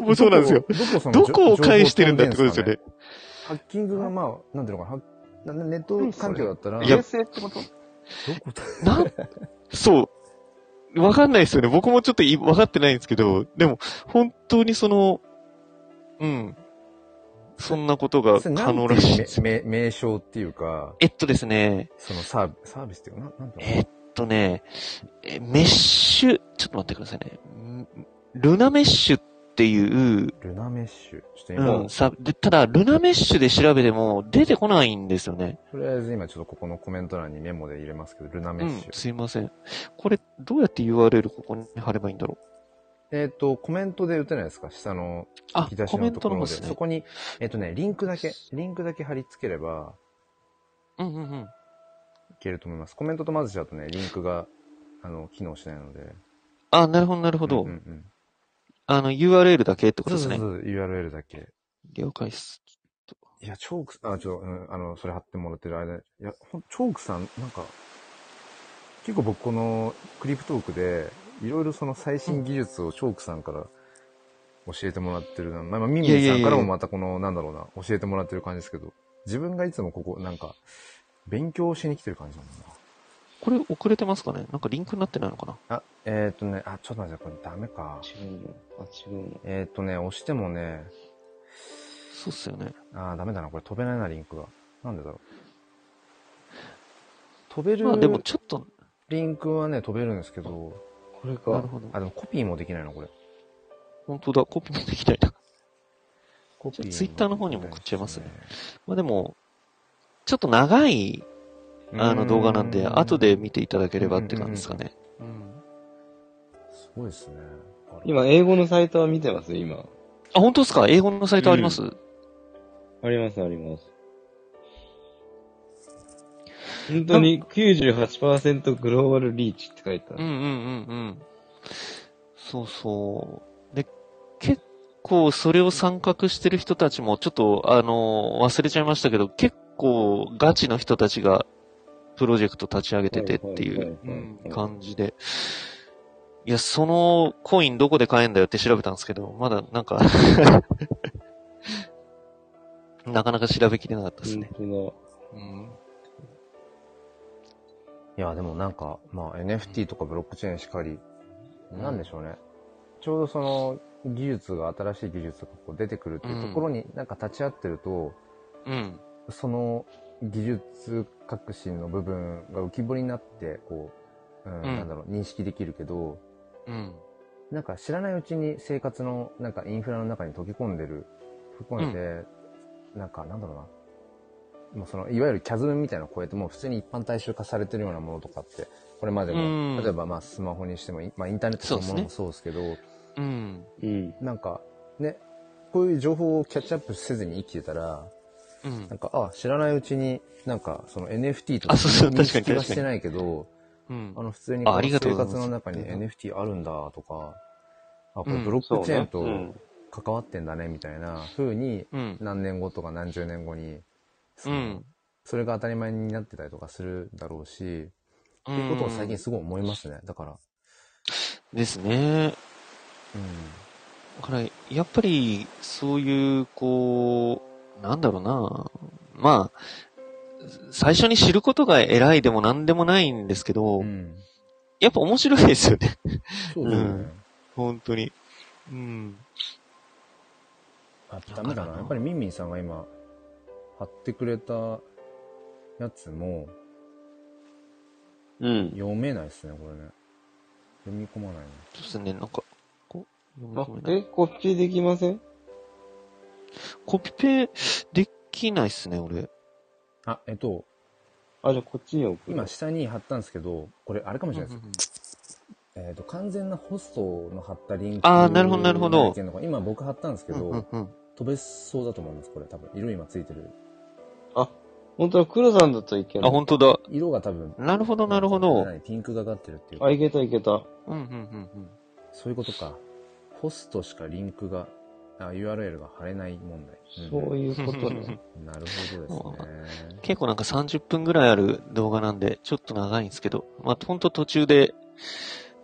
Speaker 1: ど
Speaker 2: もそうなんですよ。。
Speaker 1: どこどこその
Speaker 2: どこを返してるんだってことですよね。。
Speaker 1: 情報飛んでんすかハッキングがまあ、なんていうのかな、はネット環境だったら、
Speaker 2: いや
Speaker 4: 衛星ってこと
Speaker 1: どこだ
Speaker 2: なん、そう。わかんないですよね。僕もちょっといわかってないんですけど、でも、本当にその、うん。そんなことが
Speaker 1: それな
Speaker 2: 可
Speaker 1: んてい
Speaker 2: 能
Speaker 1: う
Speaker 2: らしいです。
Speaker 1: めめ名称っていうか、
Speaker 2: えっとですね、
Speaker 1: そのサービサービスっていうかななんだろう
Speaker 2: えっとね、えメッシュ、ちょっと待ってくださいね。んルナメッシュっていう、
Speaker 1: ルナメッシュ。ちょっと今、
Speaker 2: うん、さ、で、ただ、ルナメッシュで調べても出てこないんですよね。
Speaker 1: とりあえず今ちょっとここのコメント欄にメモで入れますけど、ルナメ
Speaker 2: う
Speaker 1: ッ
Speaker 2: ん
Speaker 1: シ、ュ。
Speaker 2: すいません。これ、どうやって URL ここに貼ればいいんだろう
Speaker 1: えっ、と、コメントで打てないですか下の
Speaker 2: あ
Speaker 1: 引き出、し
Speaker 2: コメ
Speaker 1: の
Speaker 2: ン
Speaker 1: と
Speaker 2: ト
Speaker 1: こ
Speaker 2: の
Speaker 1: ろ
Speaker 2: 方
Speaker 1: で。
Speaker 2: です
Speaker 1: そ
Speaker 2: ね。
Speaker 1: こに、えっ、とね、リンクだけ、リンクだけ貼り付ければ
Speaker 2: うんうんうん。
Speaker 1: いけると思います。コメントと混ぜちゃうとね、リンクが、あの、機能しないので。
Speaker 2: あ、なるほど、なるほど。
Speaker 1: うんうんうん
Speaker 2: あの、URL だけってこ
Speaker 1: そ
Speaker 2: と
Speaker 1: う
Speaker 2: です
Speaker 1: そう
Speaker 2: ね。
Speaker 1: そう、URL だけ。
Speaker 2: 了解です。
Speaker 1: いや、チョークさん、あ、ちょっと、うん、あの、それ貼ってもらってる間、いや、ほん、チョークさん、なんか、結構僕このクリプトークで、いろいろその最新技術をチョークさんから教えてもらってるな。まあ、まあミミ
Speaker 2: いやい
Speaker 1: ィ
Speaker 2: や
Speaker 1: さ
Speaker 2: い
Speaker 1: ん
Speaker 2: や
Speaker 1: からもまたこの、なんだろうな、教えてもらってる感じですけど、自分がいつもここ、なんか、勉強しに来てる感じなんだ
Speaker 2: これ遅れてますかねなんかリンクになってないのかな
Speaker 1: な。あ、えっ、ー、とね、あ、ちょっと待って、これダメか。
Speaker 3: 違うの。あ、違うの。
Speaker 1: えっ、ー、とね、押してもね、
Speaker 2: そうっすよね。
Speaker 1: あーダメだな、これ飛べないな、リンクが。なんでだろう。飛べる。
Speaker 2: まあでもちょっと、
Speaker 1: リンクはね、飛べるんですけど、
Speaker 3: これ
Speaker 2: なる
Speaker 3: か。
Speaker 2: ほど。
Speaker 1: あ、でもコピーもできないの、これ。
Speaker 2: 本当だ、コピーもできないな。
Speaker 1: コピーもできないですね。
Speaker 2: ツイッターの方にも送っちゃいますねまあでも、ちょっと長い、あの動画なんで、
Speaker 1: う
Speaker 2: 後で見ていただければって感じですかね。
Speaker 3: うん。
Speaker 1: すごいですね。
Speaker 3: 今、英語のサイトは見てます今。
Speaker 2: あ、本当ですか英語のサイトあります、
Speaker 3: あります、あります。本当に98%グローバルリーチって書いてあ
Speaker 2: うん
Speaker 3: る。
Speaker 2: うんうんうん。そうそう。で、結構それを参画してる人たちも、ちょっとあの、忘れちゃいましたけど、結構ガチの人たちがプロジェクト立ち上げててっていう
Speaker 3: はいはいはいはい
Speaker 2: 感じで。いや、そのコインどこで買えんだよって調べたんですけど、まだなんか、なかなか調べきれなかったですね。
Speaker 3: 本
Speaker 2: うん。
Speaker 1: いや、でもなんか、まあ NFT とかブロックチェーンしかり、
Speaker 2: うん
Speaker 1: なんでしょうね。ちょうどその、技術が、新しい技術がこう出てくるっていうところになんか立ち会ってると、
Speaker 2: うん。
Speaker 1: その技術革新の部分が浮き彫りになって、こう、うん、
Speaker 2: うん
Speaker 1: なんだろう、認識できるけど、
Speaker 2: うん。
Speaker 1: なんか知らないうちに生活の、なんかインフラの中に溶け込んでる、含めて、なんかなんだろうな。もうその、いわゆるキャズムみたいなのを超えて、もう普通に一般大衆化されてるようなものとかって、これまでも、
Speaker 2: うん
Speaker 1: 例えばまあスマホにしてもいい、まあインターネットそのものもそうですけど、
Speaker 2: うん。
Speaker 3: 当だ。うん。
Speaker 1: なんか、ね、こういう情報をキャッチアップせずに生きてたら、
Speaker 2: うん
Speaker 1: なんか、あ、知らないうちに、なんか、その NFT とか、
Speaker 2: あそうそう確か
Speaker 1: 認
Speaker 2: に
Speaker 1: 識は
Speaker 2: 確かに
Speaker 1: してないけど、
Speaker 2: うん
Speaker 1: あ。の、普通に
Speaker 2: あ
Speaker 1: こ
Speaker 2: あ
Speaker 1: の
Speaker 2: りが
Speaker 1: 生
Speaker 2: とうございます
Speaker 1: 活の中に NFT あるんだとか、あ、こ
Speaker 2: う
Speaker 1: れ
Speaker 2: ん
Speaker 1: ブロックチェーン
Speaker 3: そうね
Speaker 1: と関わってんだねみたいな風に、
Speaker 2: うん。
Speaker 1: 何年後とか何十年後に、そうの
Speaker 2: ん。
Speaker 1: それが当たり前になってたりとかするだろうし、って
Speaker 2: と
Speaker 1: いうことを最近すごい思いますね。だから、
Speaker 2: ですね。
Speaker 1: う
Speaker 2: だから、やっぱり、そういう、こう、なんだろうな。まあ、最初に知ることが偉いでも何でもないんですけど、
Speaker 1: ん。うん。
Speaker 2: やっぱ面白いですよね。
Speaker 1: そうですね。
Speaker 2: うん本当に。うん。
Speaker 1: あ、ダメだ
Speaker 2: だから
Speaker 1: な。
Speaker 2: な
Speaker 1: やっぱりミンミンさんが今、貼ってくれたやつも、
Speaker 3: うん。
Speaker 1: 読めないですね、これね。読み込まないね。
Speaker 2: そうですね、なんか、こう、
Speaker 3: あ
Speaker 2: 読み込、めない
Speaker 3: え、コピーできません
Speaker 2: コピペできないっすね、俺。
Speaker 1: あ、えっと、
Speaker 3: あ、じゃあこっちに置く。
Speaker 1: 今下に貼ったんですけど、これあれかもしれないですよ。
Speaker 2: う
Speaker 1: えっと、完全なホストの貼ったリンク
Speaker 2: あーなるほどなるほど
Speaker 1: にっていうのが今僕貼ったんですけ
Speaker 2: んうん
Speaker 1: ど、
Speaker 2: うん。
Speaker 1: 飛べそうだと思います、これ多分。色今ついてる。
Speaker 3: あ、本当だ、黒さんだといけ
Speaker 2: あ、
Speaker 3: ない。
Speaker 2: 本当だ。
Speaker 1: 色が多分。
Speaker 2: なるほど、なるほど。
Speaker 1: ピンクがかってるっていうか
Speaker 3: あ、いけたいけた。
Speaker 2: うん、うん、うん、うん。
Speaker 1: そういうことか。ホストしかリンクが、あ URL が貼れない問題。ん
Speaker 3: そういうこ とね。
Speaker 1: なるほどですね。
Speaker 2: 結構なんか30分ぐらいある動画なんで、ちょっと長いんですけど、まあ、ほんと途中で、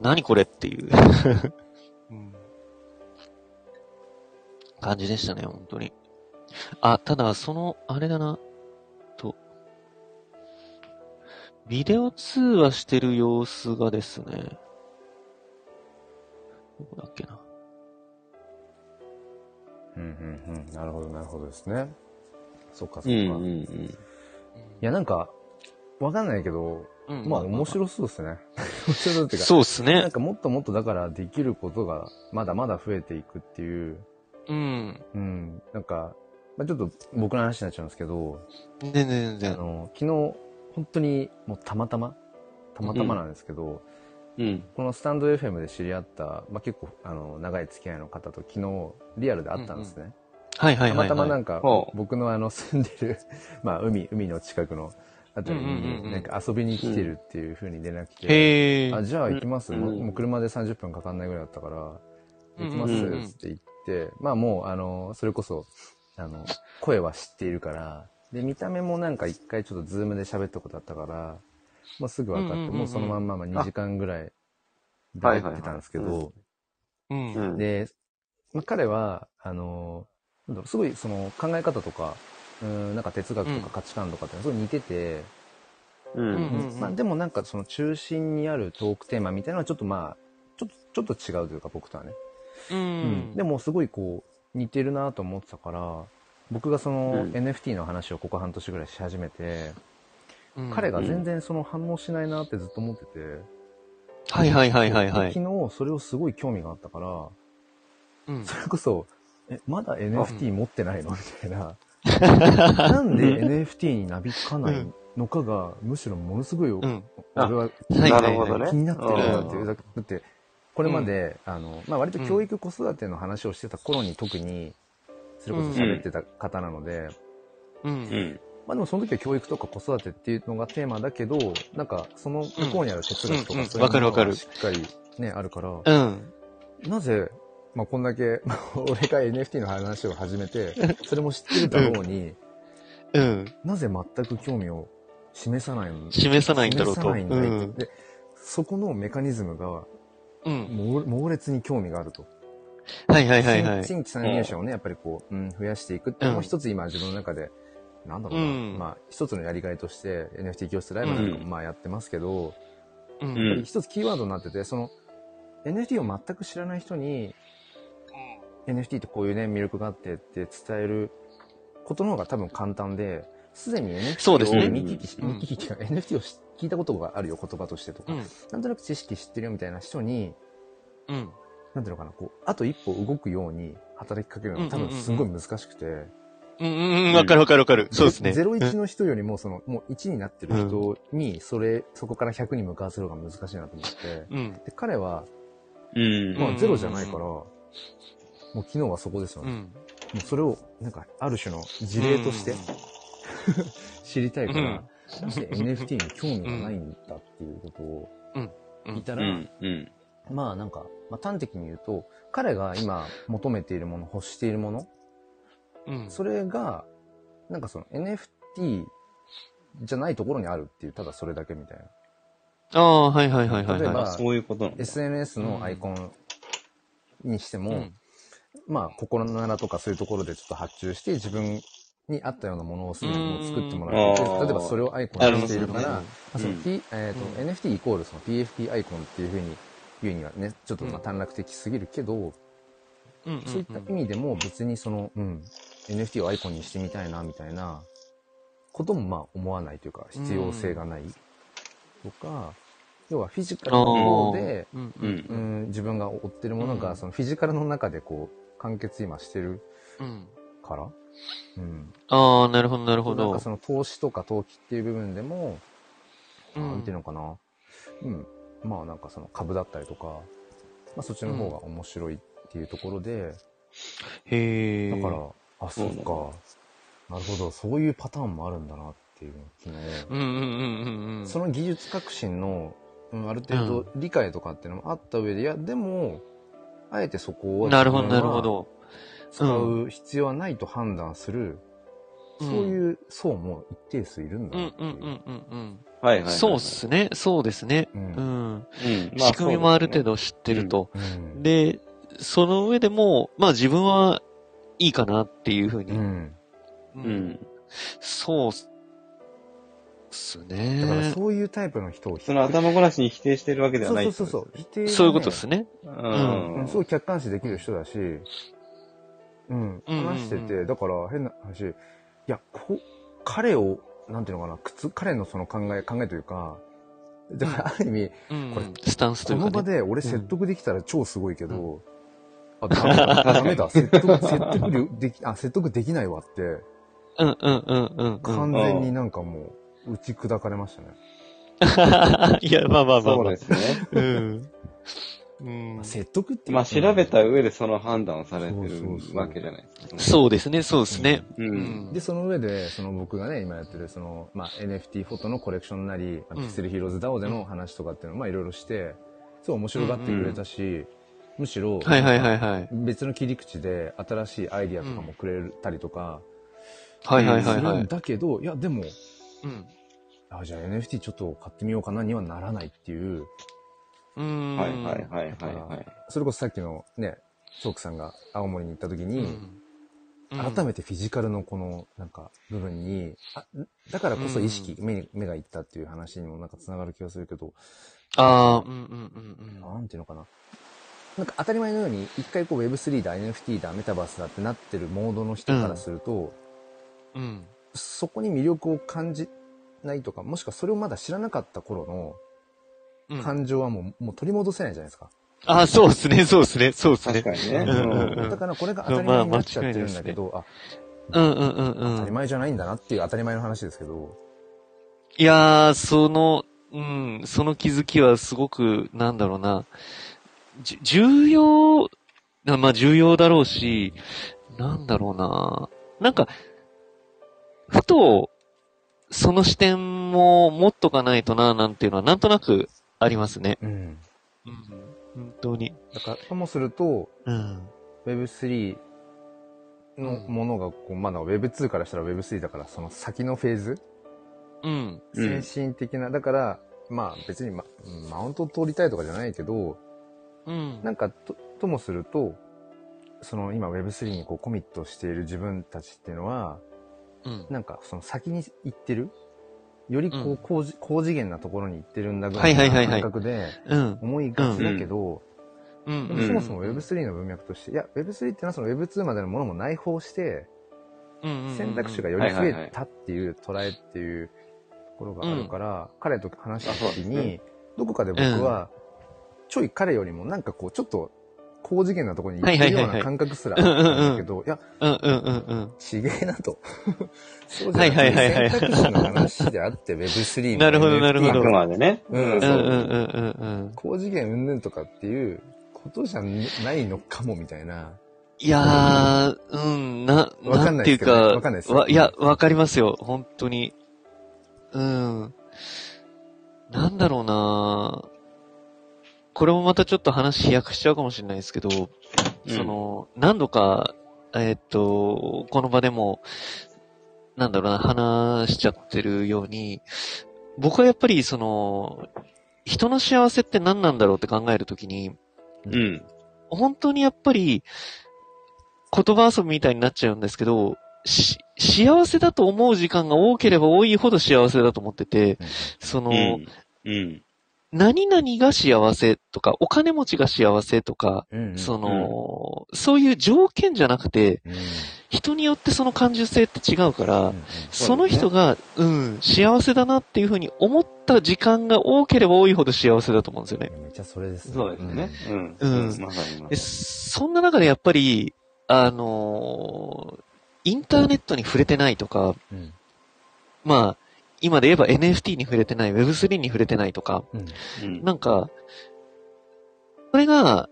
Speaker 2: 何これっていう、うん感じでしたね、本当に。あ、ただ、その、あれだな、と、ビデオ通話してる様子がですね、どこだっけな。
Speaker 1: うんうんうん。なるほど、なるほどですね。そっかそっか。
Speaker 3: うんうん
Speaker 1: い
Speaker 3: うん。
Speaker 1: や、なんか、わかんないけど、
Speaker 2: うん
Speaker 1: まあ面白そうです ね。面白そうっていうか、
Speaker 2: そうです
Speaker 1: な
Speaker 2: ね
Speaker 1: ん。かもっともっとだからできることがまだまだ増えていくっていう、
Speaker 2: うん。
Speaker 1: うん、なんか、まあ、ちょっと僕の話になっちゃうんですけど、
Speaker 2: 全然全
Speaker 1: あ
Speaker 2: 然。
Speaker 1: の、昨日、本当にもうたまたま、たまたまなんですけど、
Speaker 3: うん。
Speaker 1: このスタンド FM で知り合った、まあ、結構、あの、長い付き合いの方と昨日、リアルで会ったんですね。
Speaker 2: はいはい
Speaker 1: た
Speaker 2: は
Speaker 1: ま
Speaker 2: い。
Speaker 1: たまな
Speaker 2: はい
Speaker 1: んか
Speaker 3: ほ、う
Speaker 1: 僕のあの、住んでる、 まあ、海、海の近くのあたり
Speaker 2: うんうんうんうん
Speaker 1: に、なんか遊びに来てるっていう風に連絡来て、
Speaker 2: へえ。
Speaker 1: あ、じゃあ行きます。
Speaker 3: うん
Speaker 1: もうもう車で30分かかんないぐらいだったから、
Speaker 2: うん
Speaker 1: 行きます
Speaker 3: うんうん
Speaker 2: うん
Speaker 1: って言って、まあもう、あの、それこそ、あの、声は知っているから、で、見た目もなんか一回ちょっとズームで喋ったことあったから、もうすぐ分かって、
Speaker 2: うんうんうんうん
Speaker 1: もうそのまんままあ2時間ぐらいで会ってたんですけど、
Speaker 4: はいはいは
Speaker 2: うん。
Speaker 4: うん。
Speaker 1: で、まあ、彼は、あの、なんだろうすごいその考え方とか、うん、なんか哲学とか価値観とかってすごい似てて、
Speaker 4: うん。
Speaker 2: うん
Speaker 1: まあ、でもなんかその中心にあるトークテーマみたいなのはちょっとまあちょっとちょっと違うというか僕とはね、
Speaker 2: う
Speaker 1: うん
Speaker 2: ん。
Speaker 1: でもすごいこう似てるなと思ってたから僕がそ
Speaker 4: う
Speaker 1: の
Speaker 4: ん
Speaker 1: NFT の話をここ半年ぐらいし始めて、
Speaker 2: うん
Speaker 1: 彼が全然その反応しないなってずっと思ってて、
Speaker 2: はいはいはいはいは
Speaker 1: で
Speaker 2: い。
Speaker 1: 昨日それをすごい興味があったから
Speaker 2: うん
Speaker 1: それこそ「えまだ NFT 持ってないの?」みたい ななんで NFT になびかないのかがむしろものすごい
Speaker 2: うん。
Speaker 1: 俺は
Speaker 2: はいはい
Speaker 4: なるほどね
Speaker 1: 気になってるなっていう。
Speaker 4: うん
Speaker 1: だって、これまで、あの、まあ、割と教育子育ての話をしてた頃に特に、それこそ喋ってた方なので、
Speaker 2: う。
Speaker 3: うんん。
Speaker 1: まあでもその時は教育とか子育てっていうのがテーマだけど、なんかその向こうにある哲学と
Speaker 2: うん
Speaker 1: か
Speaker 2: うん
Speaker 1: そういうもの
Speaker 2: わかるわか
Speaker 1: が
Speaker 2: る
Speaker 1: しっかりね、あるから、
Speaker 2: うん。
Speaker 1: なぜ、まあこんだけ、 まあ俺が NFT の話を始めて、それも知ってるだろうに、
Speaker 2: うん。
Speaker 1: なぜ全く興味を示さないの
Speaker 2: 示さないんだろう
Speaker 1: 示さ
Speaker 2: と。う
Speaker 1: ないんだいって
Speaker 2: ん。
Speaker 1: で、そこのメカニズムが、
Speaker 2: うん。
Speaker 1: 猛猛烈に興味があると。
Speaker 2: はいはいはいは
Speaker 1: 新
Speaker 2: い。
Speaker 1: 新規参入者をね、やっぱりこう、うん、増やしていくっていうのも
Speaker 2: うん
Speaker 1: 一つ今自分の中で、なんだろうな、
Speaker 2: うん
Speaker 1: まあ一つのやりがいとして NFT 教室ライブなんかもまあやってますけど、
Speaker 2: う
Speaker 1: や
Speaker 2: ん
Speaker 1: っぱり一つキーワードになってて、その NFT を全く知らない人に、NFT ってこういうね、魅力があってって伝えることの方が多分簡単で、すでに
Speaker 2: そうです
Speaker 1: NFT
Speaker 2: ね
Speaker 1: を見聞きし、
Speaker 2: うん
Speaker 1: 見聞きが NFT をし聞いたことがあるよ、言葉としてとか、
Speaker 2: うん
Speaker 1: なんとなく知識知ってるよみたいな人に、
Speaker 2: うん。
Speaker 1: なんていうのかな、こう、あと一歩動くように働きかけるのが多分すごい難しくて、
Speaker 2: うんうんうん。わかるわかるわかる。そうですね。
Speaker 1: 01の人よりも、その、もう1になってる人に、それ、そこから100に向かわせるのが難しいなと思って、
Speaker 2: うん。
Speaker 1: で、彼は、
Speaker 3: うん。
Speaker 1: まあ
Speaker 2: うん
Speaker 1: 0じゃないから、もう昨日はそこですよ
Speaker 2: う
Speaker 1: ね。
Speaker 2: ん。
Speaker 1: もうそれを、なんか、ある種の事例として
Speaker 2: うん
Speaker 1: 知りたいか
Speaker 2: うん
Speaker 1: ら、なぜ NFT に興味がないんだっていうことを
Speaker 2: うん
Speaker 1: 聞いた
Speaker 3: う
Speaker 1: ら、
Speaker 3: ん。うん。
Speaker 1: まあなんか、まあ端的に言うと、彼が今求めているもの、欲しているもの、
Speaker 2: うん。
Speaker 1: それが、なんかその NFT じゃないところにあるっていう、ただそれだけみたいな。
Speaker 2: ああ、はいはいはいはい
Speaker 1: 例え
Speaker 2: は
Speaker 1: ば
Speaker 3: あ、そういうことなの
Speaker 1: SNS のアイコンにして
Speaker 2: い。
Speaker 1: も、
Speaker 2: うん
Speaker 1: まあ、心ならとかそういうところでちょっと発注して、自分に合ったようなものをすでにもう作ってもらってて、
Speaker 3: うんうん
Speaker 1: 例えばそれをアイコンにしているから、
Speaker 2: なるほどね
Speaker 1: まあその P えーと
Speaker 2: う
Speaker 1: NFT イコールその PFP アイコンっていうふうに言うにはね、ちょっとまあ短絡的すぎるけど、
Speaker 2: うんうん。
Speaker 1: そういった意味でも別にその、うん、NFT をアイコンにしてみたいな、みたいなこともまあ思わないというか、必要性がないとか、要はフィジカルの方で、
Speaker 2: うんう。
Speaker 3: うんん
Speaker 1: う。ん、自分が追ってるもの
Speaker 2: う
Speaker 1: が、
Speaker 2: ん
Speaker 1: そのフィジカルの中でこう、完結今してる
Speaker 2: うん。
Speaker 1: から、うん。
Speaker 2: ああ、なるほどなるほ
Speaker 1: なん
Speaker 2: ど
Speaker 1: か。その投資とか投機っていう部分でも、
Speaker 2: うん
Speaker 1: なんていうのかな、うん。まあなんかその株だったりとか、まあそっちの方が面白いっていうところで、
Speaker 2: へえ。
Speaker 1: だから、あ、そ
Speaker 3: そう
Speaker 1: う
Speaker 3: なんだ
Speaker 1: か。なるほど。そういうパターンもあるんだなっていうのを昨
Speaker 2: うんうんうんうんうん。
Speaker 1: 日、その技術革新の、うん、ある程度理解とかっていうのもあった上で、いや、でも、あえてそこを
Speaker 2: なるほどなるほど。
Speaker 1: 使う必要はないと判断する、
Speaker 2: う
Speaker 1: そ
Speaker 2: ん
Speaker 1: ういう層も一定数いるんだ
Speaker 2: う
Speaker 1: なっ
Speaker 2: ん
Speaker 1: て
Speaker 2: う
Speaker 1: い
Speaker 2: ん
Speaker 1: う。
Speaker 2: うんうん
Speaker 3: は
Speaker 2: う
Speaker 3: いはいはい
Speaker 2: ん。
Speaker 3: はい。
Speaker 2: そうっすね。そうですね。うん。
Speaker 3: うん。まあ
Speaker 2: 仕組みもある程。度知ってると。
Speaker 1: うん。
Speaker 2: で、その上でも、まあ自分はいいかなっていうふう
Speaker 1: う
Speaker 2: に。
Speaker 1: ん。
Speaker 3: そ
Speaker 2: そう
Speaker 3: うですね。
Speaker 2: っす
Speaker 1: だから
Speaker 2: ね。
Speaker 1: そういうタイプの人を
Speaker 3: うん。その頭ごなしに否定してるわけではない。
Speaker 1: そうそうそうそう。否定がね
Speaker 2: そういうことですね。
Speaker 3: う。う
Speaker 1: うん
Speaker 3: ん。
Speaker 1: すごい客観視できる人だし、うん、
Speaker 2: うんうんうん
Speaker 1: 話してて、だから変な話、いや、こう、彼を、なんていうのかな、くつ、彼のその考え、考えというか、だからある意味、
Speaker 2: うん
Speaker 1: これ
Speaker 2: スタンス
Speaker 1: こ
Speaker 2: という
Speaker 1: の場
Speaker 2: かね。
Speaker 1: で俺説得できたら超すごいけど、あ、ダメだ、ダメだ、説得、説得力でき、あ、説得できないわって、
Speaker 2: うんうんうんうんう
Speaker 1: 完
Speaker 2: ん。
Speaker 1: 全になんかもう、打ち砕かれましたね。
Speaker 2: いや、まあまあまあま
Speaker 3: そう
Speaker 2: あ
Speaker 3: で。すね。
Speaker 2: うん。うん。
Speaker 1: 説得っていう
Speaker 3: まあ
Speaker 1: か
Speaker 3: 調べた上でその判断をされて
Speaker 1: そうそう
Speaker 3: る
Speaker 1: そう
Speaker 3: わけじゃないですか。う。
Speaker 2: そうですね、そうですね。
Speaker 3: う。
Speaker 2: うんん
Speaker 1: で、。その上で、その僕がね、今やってる、その、まあ、NFT フォトのコレクションなり、まあ
Speaker 2: うん
Speaker 1: ピクセルヒーローズ DAO での話とかっていうのを、まあ、いろいろして、そう面白がってくれたし、むしろ、
Speaker 2: はいはいはいはい。
Speaker 1: 別の切り口で新しいアイディアとかもくれたりとか、
Speaker 2: はいはい
Speaker 1: す
Speaker 2: はい
Speaker 1: る
Speaker 2: は
Speaker 1: ん
Speaker 2: い。
Speaker 1: だけど、いや、でも、
Speaker 2: うん。
Speaker 1: あ、じゃあ NFT ちょっと買ってみようかなにはならないっていう、
Speaker 2: うん。
Speaker 3: はいはいはいはいはい。
Speaker 1: それこそさっきのね、チョークさんが青森に行った時
Speaker 2: う
Speaker 1: に、
Speaker 2: ん。
Speaker 1: 改めてフィジカルのこの、なんか、部分に、あだからこそ意識、目に、目がいったっていう話にもなんか繋がる気がするけど、
Speaker 2: ああ、うんうんうん
Speaker 1: なんていうのかな。なんか当たり前のように、一回こう Web3 だ、NFT だ、メタバースだってなってるモードの人からすると、
Speaker 2: うん。うん。
Speaker 1: そこに魅力を感じないとか、もしくはそれをまだ知らなかった頃
Speaker 2: う
Speaker 1: の
Speaker 2: ん。
Speaker 1: 感情はもう、もう取り戻せないじゃないですか。
Speaker 2: ああ、そうですね、そうですね、そうです
Speaker 3: 確
Speaker 2: ね。
Speaker 3: かにね。
Speaker 2: うんうんうん
Speaker 1: だからこれが当たり前になっちゃってるんだけど、あ、
Speaker 2: うんうんうんうん。
Speaker 1: 当たり前じゃないんだなっていう当たり前の話ですけど、
Speaker 2: いやー、その、うん、その気づきはすごく、なんだろうな、じ重要、なまあ重要だろうし、なんだろうな、なんか、ふと、その視点も持っとかないとな、なんていうのは、なんとなくありますね。
Speaker 1: うん。
Speaker 2: うん、本当に。
Speaker 1: だから、ともすると、
Speaker 2: うん。
Speaker 1: Web3 のものがこう、まだ Web2 からしたら Web3 だから、その先のフェーズ、
Speaker 2: うん。
Speaker 3: うん
Speaker 1: 先進的な、だから、まあ別にママウントを取りたいとかじゃないけど、
Speaker 2: うん。
Speaker 1: なんかと、ともすると、その今 Web3 にこうコミットしている自分たちっていうのは、
Speaker 2: うん。
Speaker 1: なんかその先に行ってるよりこう高,、高次元なところに行ってるんだぐら
Speaker 2: はいいはいはい
Speaker 1: な感
Speaker 2: はい
Speaker 1: 覚で
Speaker 2: うん。
Speaker 1: 思いがちだけど、
Speaker 2: う
Speaker 1: で
Speaker 2: ん。
Speaker 1: も
Speaker 3: う
Speaker 1: そ
Speaker 3: ん
Speaker 1: もそも Web3 の文脈として、いや Web3 っていうのはその Web2 までのものも内包して、
Speaker 2: うん。
Speaker 1: 選択肢がより増えたっていう捉えっていうところがあるから、彼と話した時
Speaker 3: あそう
Speaker 1: に、どこかで僕は、ちょい彼よりもなんかこう、ちょっと高次元なところに行ってるよう
Speaker 2: はいはいはいは
Speaker 1: ない感覚すらあったんだけ ど、いや、
Speaker 2: うんうんうんうん。
Speaker 1: ちげえな と。そうじゃなく
Speaker 2: はい
Speaker 1: て
Speaker 2: はいはいはい
Speaker 1: 選択肢の話であって、Web3 も
Speaker 2: なるほど
Speaker 1: NFT
Speaker 2: なるほ
Speaker 3: あ
Speaker 2: ど
Speaker 3: くまでね。
Speaker 1: うん
Speaker 2: う
Speaker 1: そ
Speaker 2: んうんうんうんうん。
Speaker 1: 高次元云々とかっていうことじゃないのかもみたいな。
Speaker 2: いやー、うん、な、
Speaker 1: わかんな
Speaker 2: な
Speaker 1: んい
Speaker 2: てい
Speaker 1: ですけ
Speaker 2: う
Speaker 1: ど
Speaker 2: か、
Speaker 1: ねわかんないですよ
Speaker 2: わいや、わかりますよ、本当に。うん。なんだろうなこれもまたちょっと話飛躍しちゃうかもしれないですけど、
Speaker 3: うん
Speaker 2: その、何度か、えーっと、この場でも、なんだろうな、話しちゃってるように、僕はやっぱりその、人の幸せって何なんだろうって考えるときに、
Speaker 3: うん。
Speaker 2: 本当にやっぱり、言葉遊びみたいになっちゃうんですけど、し、幸せだと思う時間が多ければ多いほど幸せだと思ってて、その、
Speaker 3: うん。うん。
Speaker 2: 何々が幸せとか、お金持ちが幸せとか、
Speaker 1: うん
Speaker 2: その、そういう条件じゃなくて、
Speaker 1: うん。
Speaker 2: 人によってその感受性って違うから、
Speaker 1: うん
Speaker 2: その人が、うん、幸せだなっていうふうに思った時間が多ければ多いほど幸せだと思うんですよね。
Speaker 1: めっちゃそれですね。
Speaker 3: そうですね。うん。
Speaker 2: うん
Speaker 3: まさにまさ
Speaker 2: で
Speaker 3: に。
Speaker 2: そんな中でやっぱり、あのーインターネットに触れてないとか、
Speaker 1: うん。うん
Speaker 2: まあ、今で言えば NFT に触れてない、Web3 に触れてないとか、
Speaker 1: うん
Speaker 3: うん
Speaker 2: なんか、それが、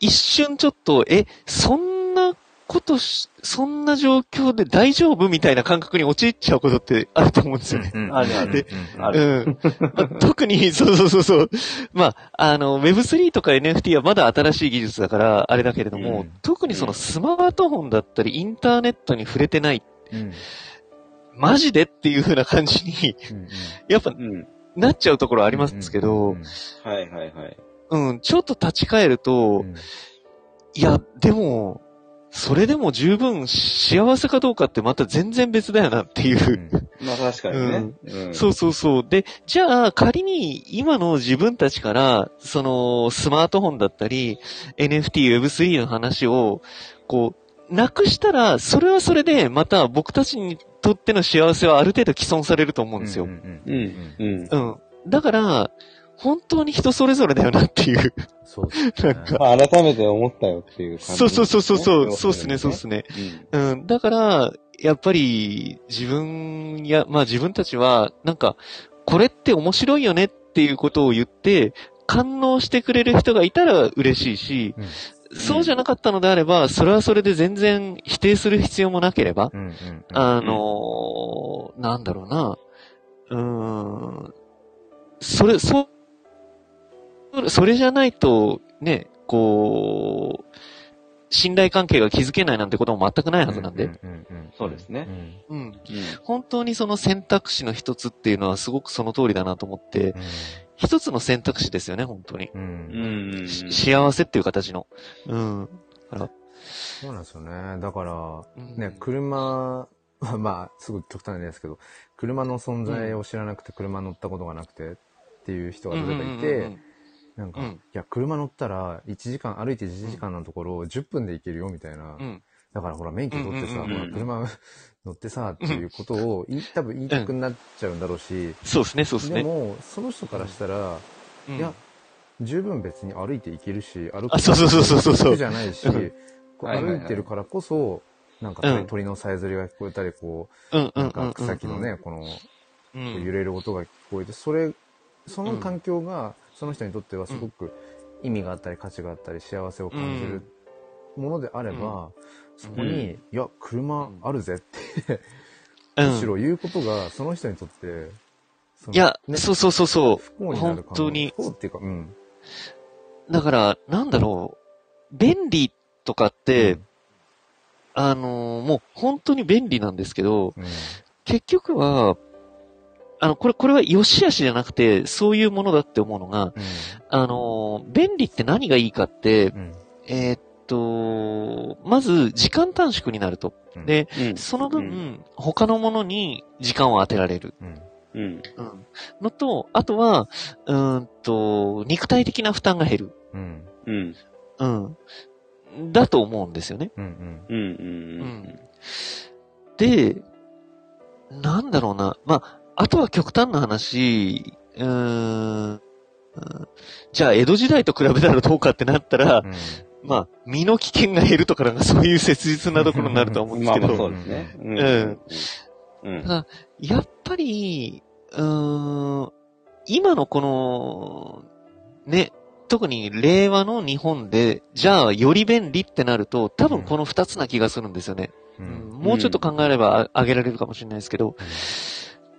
Speaker 2: 一瞬ちょっと、え、そんなことし、そんな状況で大丈夫みたいな感覚に陥っちゃうことってあると思うんですよね。
Speaker 1: うん
Speaker 3: あるある
Speaker 1: で
Speaker 3: ある
Speaker 2: うん。まあ特に、 そうそうそうそう。まあ、あの、Web3 とか NFT はまだ新しい技術だから、あれだけれども、
Speaker 1: うん
Speaker 2: 特にそのスマートフォンだったり、インターネットに触れてない、
Speaker 1: うん
Speaker 2: マジでっていう風な感じに、
Speaker 1: うん
Speaker 2: やっぱ
Speaker 3: うん。
Speaker 2: なっちゃうところありますけ
Speaker 1: う
Speaker 2: ど
Speaker 1: ん、
Speaker 3: はいはいはい。
Speaker 2: うん、ちょっと立ち返る
Speaker 1: う
Speaker 2: と
Speaker 1: ん、
Speaker 2: いや、でも、それでも十分幸せかどうかってまた全然別だよなっていうう。
Speaker 1: ん
Speaker 3: まあ確かにね。うん
Speaker 2: そうそうそう。で、じゃあ仮に今の自分たちから、そのスマートフォンだったり、NFT、Web3 の話を、こう、なくしたら、それはそれで、また僕たちにとっての幸せはある程度毀損されると思うんですよ。
Speaker 1: う
Speaker 2: うんん。
Speaker 1: うん
Speaker 3: う
Speaker 1: うん
Speaker 3: ん。うん。
Speaker 2: だから、本当に人それぞれだよなっていう。
Speaker 1: そうですね。
Speaker 2: なんか
Speaker 3: まあ改めて思ったよっていう感じ、
Speaker 2: そうそうそうそうそう。そうですね、
Speaker 3: 要
Speaker 2: そうです
Speaker 3: る
Speaker 2: ね。
Speaker 3: に
Speaker 2: うん。だから、やっぱり、自分や、まあ自分たちは、なんか、これって面白いよねっていうことを言って、感応してくれる人がいたら嬉しいし、
Speaker 1: うん
Speaker 2: そうじゃなかったのであれば、それはそれで全然否定する必要もなければ、
Speaker 1: うんうんうん
Speaker 2: あのーなんだろうな、うーん、それ、そう、それじゃないと、ね、こう、信頼関係が築けないなんてことも全くないはずなんで、。
Speaker 1: うううん
Speaker 3: そうですね。
Speaker 2: うん。
Speaker 3: うん。
Speaker 2: 本当にその選択肢の一つっていうのはすごくその通りだなと思って、一つの選択肢ですよね、本当に。
Speaker 1: うんうん
Speaker 3: うん。うんうん。
Speaker 2: し幸せっていう形の。うん。
Speaker 1: そうなんですよね。だから、
Speaker 2: うん
Speaker 1: ね、車は、まあ、すごい極端な例ですけど、車の存在を知らなくて、車乗ったことがなくてっていう人が例えばいて、なんか、
Speaker 2: うん
Speaker 1: いや、車乗ったら、1時間、歩いて1時間のところを10分で行けるよ、みたいな。
Speaker 2: うん。
Speaker 1: だからほら、免許取ってさ、
Speaker 2: うん
Speaker 3: うんうんうん
Speaker 1: ほら、車乗ってさ、っていうことを、い多分言いたくなっちゃうんだろうし、
Speaker 2: そうですね、そうです
Speaker 1: で
Speaker 2: ね。
Speaker 1: も、その人からしたら、
Speaker 2: うん
Speaker 1: いや、十分別に歩いて行けるし、歩
Speaker 2: あそうそうそうそうそう
Speaker 1: 苦じゃないし、
Speaker 2: うん
Speaker 1: こう
Speaker 3: はいはいは
Speaker 1: 歩
Speaker 3: い
Speaker 1: いてるからこそ、なんか
Speaker 2: うん
Speaker 1: 鳥のさえずりが聞こえたり、こ
Speaker 2: うん
Speaker 1: う、
Speaker 2: う
Speaker 1: な
Speaker 2: んうん
Speaker 1: ん
Speaker 2: うんう
Speaker 1: か
Speaker 2: ん。
Speaker 1: 草木のね、この
Speaker 2: う、
Speaker 1: こうん揺れる音が聞こえて、それ、その環境が、その人にとってはすごく意味があったり価値があったり幸せを感じるものであれば、そこに、いや、車あるぜって、
Speaker 2: うん
Speaker 1: むしろ言うことが、その人にとって、その
Speaker 2: いや、
Speaker 1: ね
Speaker 2: そうそうそうそ
Speaker 1: 不幸になる可能
Speaker 2: 本当に
Speaker 1: 不幸っていうか、うん。
Speaker 2: う。だから、なんだろう。便利とかって、あのーもう本当に便利なんですけど、
Speaker 1: うん、
Speaker 2: 結局は、あの、これ、これは良し悪しじゃなくて、そういうものだって思うのが、あのー便利って何がいいかって
Speaker 1: う、ん。
Speaker 2: えーっと、まず、時間短縮になると。
Speaker 1: うん
Speaker 2: で、
Speaker 3: うん
Speaker 2: その分、他のものに時間を当てられる。
Speaker 1: うん。
Speaker 3: うん。
Speaker 2: うん。のと、あとは、うーんと、肉体的な負担が減る。
Speaker 1: うん。
Speaker 3: うん。
Speaker 2: うん。だと思うんですよね。
Speaker 1: うん。うん。
Speaker 3: うん。
Speaker 2: う
Speaker 3: うん。。
Speaker 2: で、なんだろうな。まあ、あとは極端な話、うーん、うんじゃあ江戸時代と比べたらどうかってなったら、まあ、身の危険が減るとかなんかそういう切実なところになるとは思うんです
Speaker 3: ま
Speaker 2: け
Speaker 3: あま
Speaker 2: ど、
Speaker 3: あそうですね。うんん。うん。
Speaker 2: やっぱり、うーん、今のこの、ね、特に令和の日本で、じゃあより便利ってなると、多分この二つな気がするんですよね。
Speaker 1: うん。うん。
Speaker 2: もうちょっと考えればあ上げられるかもしれないですけど、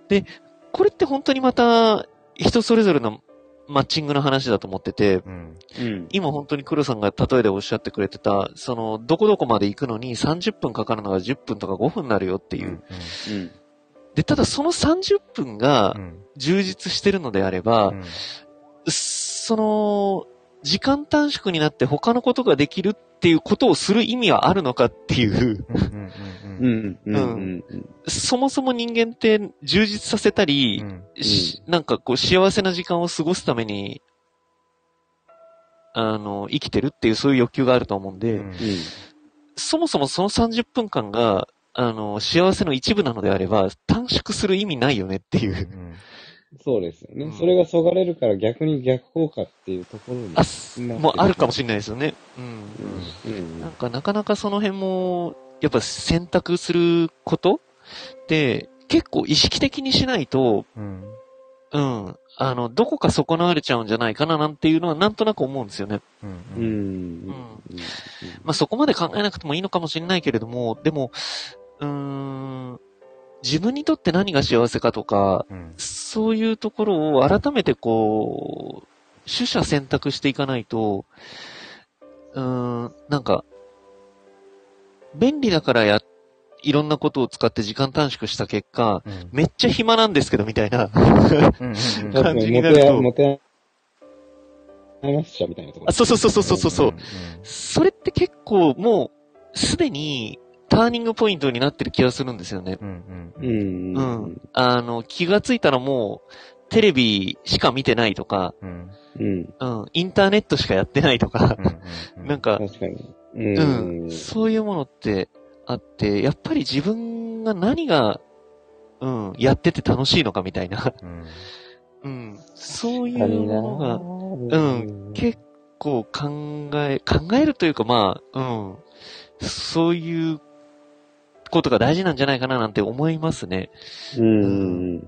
Speaker 2: で、これって本当にまた人それぞれのマッチングの話だと思ってて、
Speaker 1: うん。
Speaker 3: うん。
Speaker 2: 今本当に黒さんが例えでおっしゃってくれてた、その、どこどこまで行くのに30分かかるのが10分とか5分になるよっていう。
Speaker 3: うん。
Speaker 2: で、ただその30分が充実してるのであれば、その、時間短縮になって他のことができるっていうことをする意味はあるのかっていう、
Speaker 3: うん。うん。うん。
Speaker 2: そもそも人間って充実させたり、しなんかこう幸せな時間を過ごすために、あの、生きてるっていうそういう欲求があると思うんで、そもそもその30分間が、あの、幸せの一部なのであれば、短縮する意味ないよねっていう。
Speaker 3: そうですよ
Speaker 2: うん
Speaker 3: ね。それがそがれるから逆に逆効果っていうところに。
Speaker 2: あ、すもうあるかもしれないですよね。うん。
Speaker 3: うん。うん
Speaker 2: なんかなかなかその辺も、やっぱ選択することって、結構意識的にしないと、うん、あの、どこか損なわれちゃうんじゃないかななんていうのはなんとなく思うんですよね。
Speaker 3: うん。うん。
Speaker 2: まあ、そこまで考えなくてもいいのかもしれないけれども、でも、うーん、自分にとって何が幸せかとか、そういうところを改めてこう、取捨選択していかないと、うーん、なんか、便利だからや、いろんなことを使って時間短縮した結果、めっちゃ暇なんですけど、みたい な。
Speaker 3: 確かに、モテや、モテや、話しちゃうみたいなところ
Speaker 2: あ。そうそうそうそうそうそう。
Speaker 1: う
Speaker 2: それって結構もう、すでにターニングポイントになってる気がするんですよね。
Speaker 1: うん
Speaker 3: う
Speaker 1: うん。
Speaker 3: ん。
Speaker 2: うん。あの、気がついたらもう、テレビしか見てないとか、
Speaker 1: うん。
Speaker 3: うん。
Speaker 2: うん、インターネットしかやってないとか
Speaker 1: う、んう
Speaker 2: なん、か、
Speaker 3: 確かに。
Speaker 2: う
Speaker 3: うん
Speaker 2: ん、。そういうものってあって、やっぱり自分が何が、うん、やってて楽しいのかみたいな、
Speaker 1: うん
Speaker 2: うん、そうい
Speaker 3: 他
Speaker 2: う
Speaker 3: にな
Speaker 2: ものがうん結構考え、考えるというかまあ、うん、そういうことが大事なんじゃないかななんて思いますね。
Speaker 3: うん。
Speaker 1: い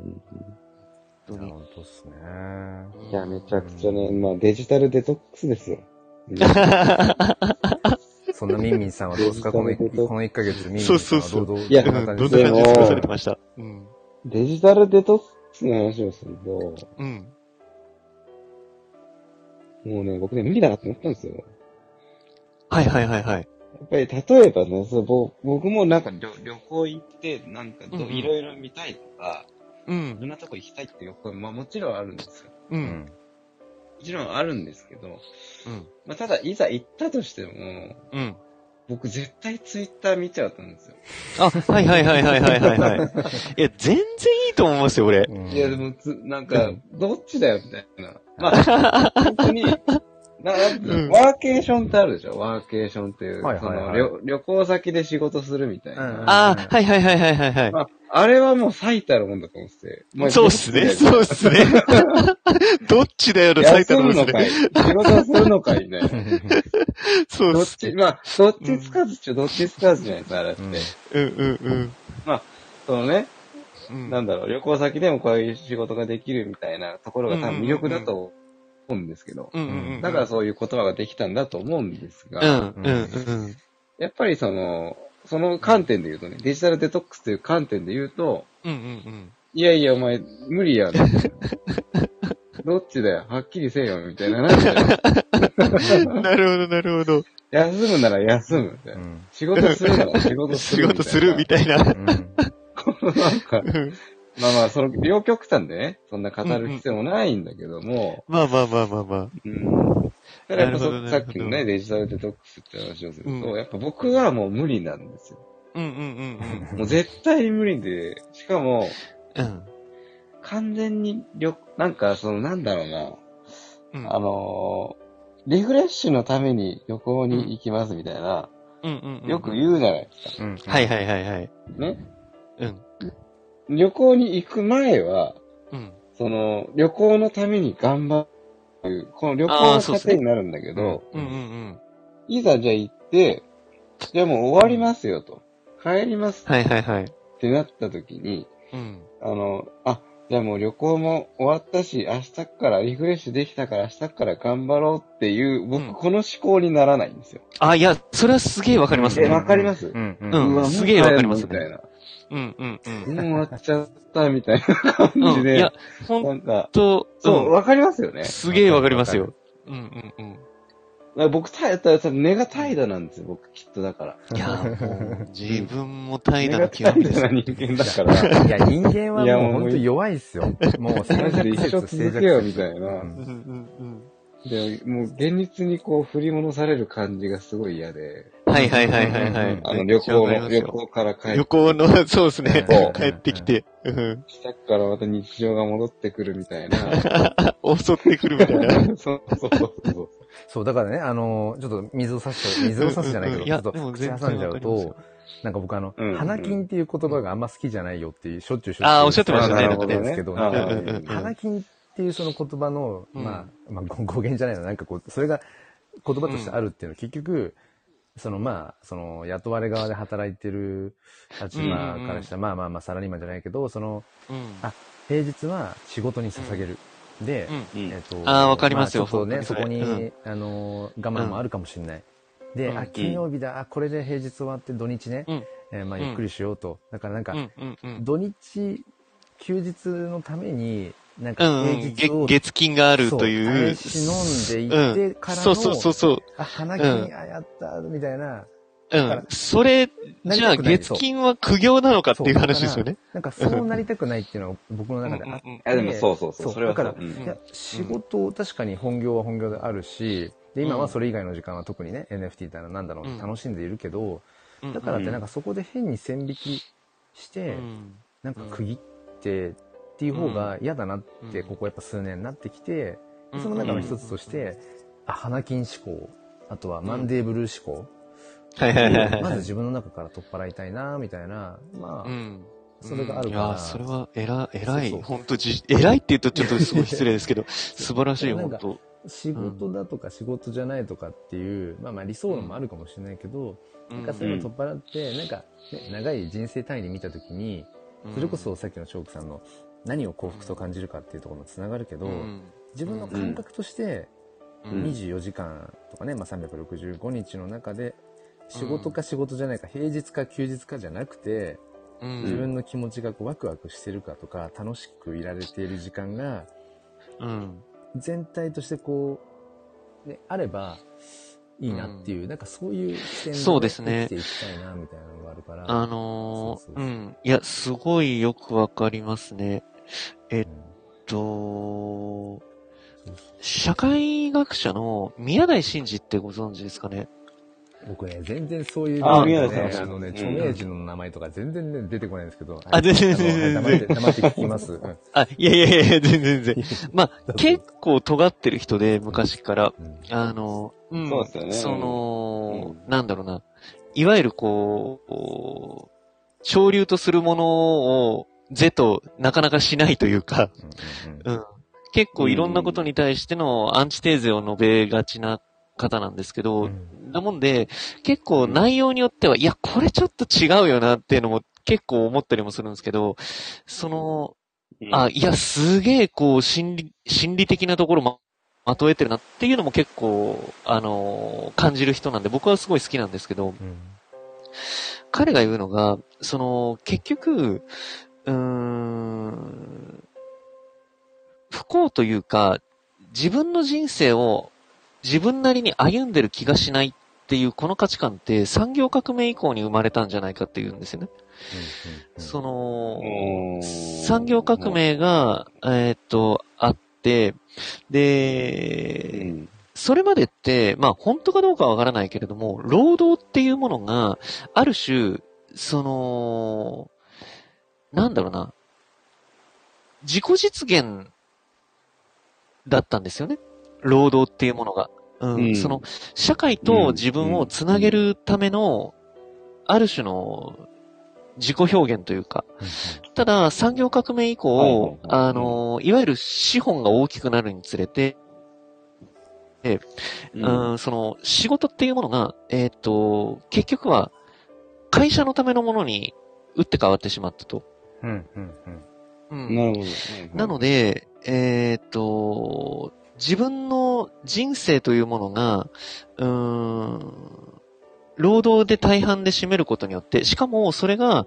Speaker 1: や
Speaker 2: 本
Speaker 1: 本当っすね。
Speaker 2: 当
Speaker 3: い
Speaker 2: に
Speaker 3: や、めちゃくちゃね、まあデジタルデトック スですよ。
Speaker 1: そんなミンミンさんはどうですかこの一この1ヶ月、ミンミンさんはどうどう
Speaker 3: いや
Speaker 1: どんな
Speaker 2: うん
Speaker 1: 感
Speaker 2: ど
Speaker 1: じ
Speaker 2: んな
Speaker 1: で
Speaker 2: 感じで過ごされてましたうん。
Speaker 3: デジタルデトックスの話をすると、も
Speaker 2: うん。
Speaker 3: うね、僕ね、無理だなって思ったんですよ。
Speaker 2: はいはいはいはい。
Speaker 3: やっぱり例えばね、そうぼ僕もなんか旅旅行行って、なんかど
Speaker 2: うんうん
Speaker 3: いろいろ見たいとか、
Speaker 2: う
Speaker 3: いろ
Speaker 2: ん。
Speaker 3: んなとこ行きたいっていう欲は、まあもちろんあるんですよ。
Speaker 2: う。
Speaker 1: うんん
Speaker 3: もちろんあるんですけど、
Speaker 2: うん。
Speaker 3: まあただいざ行ったとしても、
Speaker 2: うん。
Speaker 3: 僕絶対ツイッター見ちゃうと思うんですよ。
Speaker 2: あ、はいはいはいはいはいはい はい。いや、全然いいと思いますよ、俺。
Speaker 1: うん
Speaker 3: いやでもつ、なんか、どっちだよみたい な。まあ、本当に、ななんていう
Speaker 2: うん
Speaker 3: のワーケーションってあるでしょワーケーションっていう、
Speaker 1: はいはいはい
Speaker 3: その旅旅行先で仕事するみたいな。
Speaker 1: うん
Speaker 2: あーはいはいはいはいはいはい。
Speaker 3: まあ、あれはもう最たるもんだと思ってて。まあ
Speaker 2: そうっすね、そうっすね。どっちだよの最多
Speaker 3: 休
Speaker 2: の
Speaker 3: む
Speaker 2: で
Speaker 3: の
Speaker 2: す
Speaker 3: かい
Speaker 2: ね。
Speaker 3: 仕事するのかいね。
Speaker 2: そう
Speaker 3: ど
Speaker 2: っ
Speaker 3: っ
Speaker 2: す
Speaker 3: ち、
Speaker 2: ね。
Speaker 3: まあ、どっちつかずっちゃどっちつかずじゃないですか、あれって。
Speaker 1: うん
Speaker 2: うんうん
Speaker 3: そのね、
Speaker 2: うん。
Speaker 3: なんだろう、旅行先でもこういう仕事ができるみたいなところが多分魅力だと思うんですけど、
Speaker 2: うんうんうん。
Speaker 3: だからそういう言葉ができたんだと思うんです
Speaker 2: う
Speaker 3: が、
Speaker 2: んうん
Speaker 3: やっぱりその、その観点で言うとね、デジタルデトックスという観点で言うと、
Speaker 2: うん。うんうん
Speaker 3: いやいや、お前、無 理やん。どっちだよ、はっきりせえよ、みたいな話じゃない。
Speaker 2: うん。なるほどなるほど。
Speaker 3: 休むなら休む、みたいな。
Speaker 1: うん
Speaker 3: 仕事するなら仕事す
Speaker 2: 仕
Speaker 3: る。
Speaker 2: 事するみたいな。
Speaker 1: うん
Speaker 3: いな。なんか、
Speaker 2: うん
Speaker 3: まあまあ、その、両極端でね、そんな語る必要もないんだけども、
Speaker 2: まあまあまあまあまあ。
Speaker 3: うん。だからやっぱそ
Speaker 2: なるほど
Speaker 3: さっきの
Speaker 2: なるほど
Speaker 3: ね、デジタルデトックスって話をすると、
Speaker 2: うん
Speaker 3: やっぱ僕はもう無理なんですよ。
Speaker 2: うんうんうん
Speaker 3: もう絶対無理で、しかも、
Speaker 2: うん。うん
Speaker 3: 完全に旅、なんかその、なんだろう
Speaker 2: うん
Speaker 3: な、あのーリフレッシュのために旅行に行きますみたいな、
Speaker 2: うんうんうん。
Speaker 3: よく言うじゃないですか。
Speaker 1: うん
Speaker 2: はいはいはいはい。
Speaker 3: ね。
Speaker 2: うん。
Speaker 3: 旅行に行く前は、
Speaker 2: うん。
Speaker 3: その、旅行のために頑張るっていう、この旅行
Speaker 2: あー
Speaker 3: の
Speaker 2: そうっす
Speaker 3: 糧
Speaker 2: ね
Speaker 3: になるんだけど、
Speaker 2: うんうんうん。
Speaker 3: いざじゃあ行って、じゃあもう終わりますよと。帰ります
Speaker 2: はいはいはい。
Speaker 3: ってなった時に、
Speaker 2: うん。
Speaker 3: あの、あ、じゃあもう旅行も終わったし、明日からリフレッシュできたから明日から頑張ろうっていう、
Speaker 2: うん
Speaker 3: 僕この思考にならないんですよ。
Speaker 2: あ、いや、それはすげえわかります
Speaker 3: え、
Speaker 2: ね。
Speaker 3: わかります
Speaker 1: うんうん
Speaker 2: うん
Speaker 3: わ
Speaker 2: すげえわかります
Speaker 3: もう帰るの
Speaker 2: うんうんう
Speaker 3: み
Speaker 2: ん。
Speaker 3: たいな。もう終わっちゃったみたいな感
Speaker 2: う
Speaker 3: じ
Speaker 2: ん。いや
Speaker 3: で、、
Speaker 2: ほん
Speaker 3: なんか、
Speaker 2: と、
Speaker 3: そう、わかりますよ
Speaker 2: う
Speaker 3: ね
Speaker 2: ん。。すげえわかりますよ。うんうんうん。
Speaker 3: だから僕、ただ、ただ根が怠惰なんですよ、僕、きっとだから。
Speaker 2: いや、もう、自分も怠惰な
Speaker 3: 根が
Speaker 2: 極みで
Speaker 3: 怠惰
Speaker 2: す。
Speaker 3: な人間だ から。
Speaker 1: いや、人間はい
Speaker 3: や
Speaker 1: もう
Speaker 3: もう
Speaker 1: 本当弱いっすよ。もう
Speaker 3: マ
Speaker 1: 静
Speaker 3: ジで
Speaker 1: 寂
Speaker 3: 一生
Speaker 1: 説
Speaker 3: 続けよみたいな
Speaker 2: うんうん
Speaker 3: で、もう現実にこう振り戻される感じがすごい嫌で、
Speaker 2: うん。はいはいはいはいはい。
Speaker 3: あの
Speaker 2: め
Speaker 3: 旅
Speaker 2: っちゃわ
Speaker 3: 行
Speaker 2: かりま
Speaker 3: の、
Speaker 2: すよ
Speaker 3: 旅行から帰
Speaker 2: 旅
Speaker 3: って
Speaker 2: 行の、 そうですね
Speaker 1: そう。
Speaker 2: 帰ってきて、うん
Speaker 3: きたからまた日常が戻ってくるみたいな。
Speaker 2: 襲ってくるみたいな。
Speaker 3: そうそうそうそう。
Speaker 1: そう、だからね、あのー、ちょっと水を差しと、 水を差すじゃないけ
Speaker 2: うんうん
Speaker 1: ど、
Speaker 2: うん
Speaker 1: ちょっと
Speaker 2: いやでも
Speaker 1: 口
Speaker 2: 全然
Speaker 1: 挟んじゃう
Speaker 2: わかりま
Speaker 1: と、なんか僕あの
Speaker 3: うんうん、
Speaker 1: 花金っていう言葉があんま好きじゃないよっていう、しょっちゅうしょっちゅう。
Speaker 2: あーおっしゃってましたね
Speaker 1: なですけど、
Speaker 3: なんかね
Speaker 1: なんか
Speaker 2: うんうんうん
Speaker 1: 花金っていうその言葉の、
Speaker 2: うん
Speaker 1: まあ、まあ、語語源じゃないの、なんかこう、それが言葉としてあるっていうのは、結局、そのまあ、その雇われ側で働いてる立場からしたら、まあまあまあ、サラリーマンじゃないけど、その、
Speaker 2: うん
Speaker 1: あ平日は仕事に捧げる。で、
Speaker 2: うん
Speaker 3: うん
Speaker 1: えっと
Speaker 2: あーわかりますよ
Speaker 1: あちょっとね、
Speaker 2: 本
Speaker 1: そ
Speaker 2: 当
Speaker 1: こ
Speaker 2: に
Speaker 1: に、
Speaker 2: それ
Speaker 1: あのー、我慢もあるかもしれない。で、
Speaker 2: うん
Speaker 1: あ、金曜日だ、あ、これで平日終わって土日ね、
Speaker 2: うん
Speaker 1: えーまあ、
Speaker 2: うん
Speaker 1: ゆっくりしようと。だからなんか、
Speaker 2: うんうんうん。
Speaker 1: 土日、休日のために、なんか
Speaker 2: うんう
Speaker 1: 平
Speaker 2: ん、
Speaker 1: 日を、
Speaker 2: 月月金があるという。
Speaker 1: そう耐え忍んでいってからの
Speaker 2: うんそうそうそうそう。
Speaker 1: あ、花金、あ、やった、みたいな。
Speaker 2: う
Speaker 1: だか
Speaker 2: ん
Speaker 1: ら。
Speaker 2: それ、
Speaker 1: なり
Speaker 2: じゃあ
Speaker 1: たくない
Speaker 2: 月金は苦行なのかっていう話ですよね。
Speaker 1: なんかそうなりたくないっていうのは僕の中であって。
Speaker 2: うんうんうん
Speaker 3: あ、でもそうそうそう。
Speaker 1: そう
Speaker 3: それはそう
Speaker 1: だか
Speaker 3: うん
Speaker 1: いや、仕事を確かに本業は本業であるし、で、今はそれ以外の時間は特にね、NFT だな、なんだろう、楽しんでいるけど、
Speaker 2: うん
Speaker 1: だからってなんかそこで変に線引きして、
Speaker 2: うん
Speaker 1: なんか区切ってっていう方が嫌だなって、ここやっぱ数年なってきて、その中の一つとして、あ、花金思考、あとはマンデーブルー思考、
Speaker 2: はいはいはいはい。
Speaker 1: まず自分の中から取っ払いたいな、みたいな、ま
Speaker 2: う
Speaker 1: あ、
Speaker 2: ん。
Speaker 1: それがある
Speaker 2: い
Speaker 1: から。
Speaker 2: やー、それは、えら、えらい。
Speaker 1: そうそう
Speaker 2: 本当じ、えらいって言うとちょっとすごい失 礼ですけど、素晴らしい、
Speaker 1: なん
Speaker 2: 本
Speaker 1: か
Speaker 2: 当
Speaker 1: 仕事だとか仕事じゃないとかっていう、まあまあ理想論もあるかもしれないけど、なんかそういうの取っ払って、なんか、ね、長い人生単位で見たときに、それこそ、さっきのチョークさんの何を幸福と感じるかっていうところにつながるけど、
Speaker 2: うん
Speaker 1: 自分の感覚として
Speaker 2: うん
Speaker 1: 24時間とかね、まあ、365日の中で仕事か仕事じゃないか、平日か休日かじゃなくて、
Speaker 2: うん
Speaker 1: 自分の気持ちがこうワクワクしてるかとか、楽しくいられている時間が、
Speaker 2: うん。
Speaker 1: 全体としてこう、ね、あればいいなっていう、なんかそういう視点
Speaker 2: そうです
Speaker 1: 生
Speaker 2: ね
Speaker 1: きていきたいなみたいなのがあるから。
Speaker 2: あの
Speaker 1: そうそう
Speaker 2: ー、。
Speaker 1: そううん
Speaker 2: いや、すごいよくわかりますね。えっ
Speaker 1: うん
Speaker 2: と、
Speaker 1: そう
Speaker 2: 社会学者の宮台真司ってご存知ですかね
Speaker 1: 僕ね、全然そういう、
Speaker 3: あ
Speaker 1: ね、
Speaker 3: 宮根さん
Speaker 1: あのね、
Speaker 3: うん
Speaker 1: 著名人の名前とか全然、ね、出てこないんですけど。
Speaker 2: あ全
Speaker 1: は
Speaker 2: 然
Speaker 1: い
Speaker 2: 全然
Speaker 1: あのはい黙って、黙って聞きます。うん
Speaker 2: あ、いやいやいやいや、全然全然。まあ、結構尖ってる人で、昔から。
Speaker 1: うん
Speaker 2: あの、うん
Speaker 3: そうですよね
Speaker 2: その、
Speaker 3: う
Speaker 2: なんだろうな。いわゆるこうこう、潮流とするものを、是となかなかしないというか、
Speaker 1: うんうんうん
Speaker 2: 結構いろんなことに対してのアンチテーゼを述べがちな方なんですけど、
Speaker 1: うん
Speaker 2: なもんで、結構内容によっては、いや、これちょっと違うよなっていうのも結構思ったりもするんですけど、その、
Speaker 3: うん
Speaker 2: あ、いや、すげえ、こう、心理、心理的なところも、まとえてるなっていうのも結構、あのー感じる人なんで、僕はすごい好きなんですけど、彼が言うのが、その、結局、うーん、不幸というか、自分の人生を自分なりに歩んでる気がしないっていうこの価値観って産業革命以降に生まれたんじゃないかっていうんですよね。その、
Speaker 3: うん
Speaker 2: 産業革命が、えーっと、あって、で、
Speaker 3: うん
Speaker 2: それまでって、まあ本当かどうかはわからないけれども、労働っていうものが、ある種、その、なんだろうな、自己実現だったんですよね。労働っていうものが。うん。
Speaker 3: うん
Speaker 2: その、社会と自分をつなげるための、ある種の自己表現というか、ただ、産業革命以降、
Speaker 3: はいはいはい
Speaker 2: あの、いわゆる資本が大きくなるにつれて、うん、その、仕事っていうものが、えーっ、と、結局は、会社のためのものに打って変わってしまったと。
Speaker 1: うんうんうんうん
Speaker 2: うん
Speaker 3: なるほど。
Speaker 2: なので、えーっと、自分の人生というものが、うーん、労働で大半で占めることによって、しかもそれが、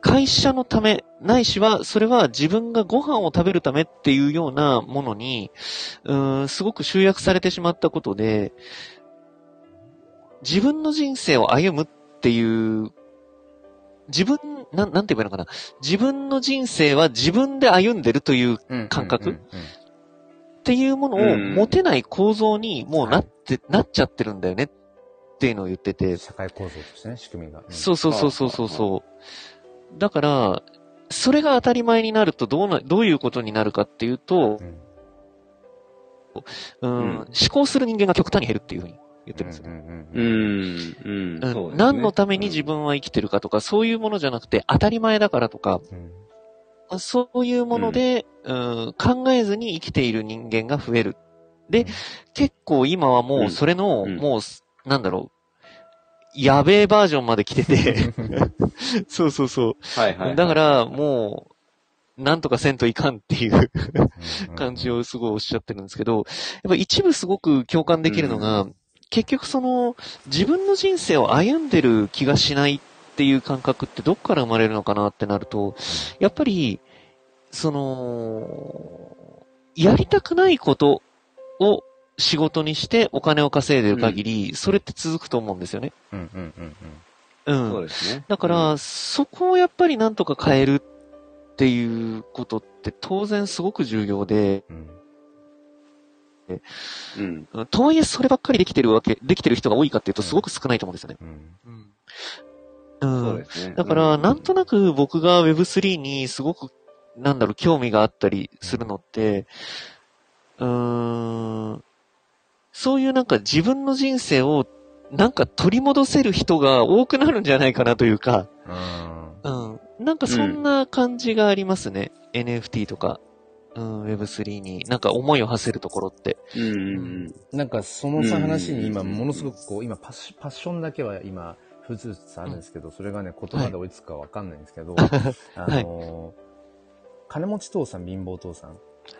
Speaker 2: 会社のため、ないしは、それは自分がご飯を食べるためっていうようなものに、うーん、すごく集約されてしまったことで、自分の人生を歩むっていう、自分、なん、なんて言えばいいのかな。自分の人生は自分で歩んでるという、
Speaker 1: うんうん
Speaker 2: 感覚
Speaker 1: うん
Speaker 2: っていうものを
Speaker 3: うん
Speaker 2: 持てない構造にもうなって、なっちゃってるんだよねっていうのを言って
Speaker 1: うん
Speaker 2: て。
Speaker 1: 社会構造としてね、仕組みが。うん
Speaker 2: そうそうそうそうそうそう。だから、それが当たり前になるとどうな、どういうことになるかっていうと
Speaker 1: う、ん。
Speaker 2: うん
Speaker 3: うん
Speaker 2: 思考する人間が極端に減るっていうふうに言ってるんですよ。
Speaker 1: うんうん
Speaker 3: う
Speaker 1: うん
Speaker 3: ん。うん。
Speaker 2: うん
Speaker 3: そうですね
Speaker 2: 何のために自分は生きてるかとか、そういうものじゃなくて当たり前だからとか、
Speaker 1: うん
Speaker 2: そういうもので、うん、考えずに生きている人間が増える。で、
Speaker 1: うん
Speaker 2: 結構今はもうそれの、
Speaker 3: うんうん
Speaker 2: もうす、なんだろう、やべえバージョンまで来て て、そうそうそ
Speaker 3: はいは
Speaker 2: う。
Speaker 3: い。
Speaker 2: だからもう、なんとかせんといかんっていう
Speaker 1: うん
Speaker 2: 感じをすごいおっしゃってるんですけど、やっぱ一部すごく共感できるのが、結局その、自分の人生を歩んでる気がしないっていう感覚ってどっから生まれるのかなってなると、やっぱり、その、やりたくないことを仕事にしてお金を稼いでる限り、それって続くと思うんですよね。
Speaker 1: うんうんうんうん
Speaker 2: うん。
Speaker 3: そうですね。
Speaker 2: だから、そこをやっぱりなんとか変えるっていうことって当然すごく重要で、
Speaker 1: うん
Speaker 3: うん。
Speaker 2: うんとはいえそればっかりできてるわけ、できてる人が多いかっていうとすごく少ないと思うんですよね。
Speaker 1: うん。
Speaker 4: うん。
Speaker 2: うん。
Speaker 3: そうですね。
Speaker 2: だから、
Speaker 3: うん
Speaker 2: なんとなく僕が Web3 にすごく、なんだろう、興味があったりするのって、うーん、そういうなんか自分の人生をなんか取り戻せる人が多くなるんじゃないかなというか、
Speaker 1: うん。
Speaker 2: うん、なんかそんな感じがありますね。NFT とか、うん、Web3 になんか思いを馳せるところって。
Speaker 3: うんうん
Speaker 1: なんかそのさ
Speaker 3: うん
Speaker 1: 話に今ものすごくこう、今パッシパッションだけは今、ふつふつあるんですけど、それがね、言葉で追いつくかわかんないんですけど、あのー、金持ち父さん、貧乏父さん。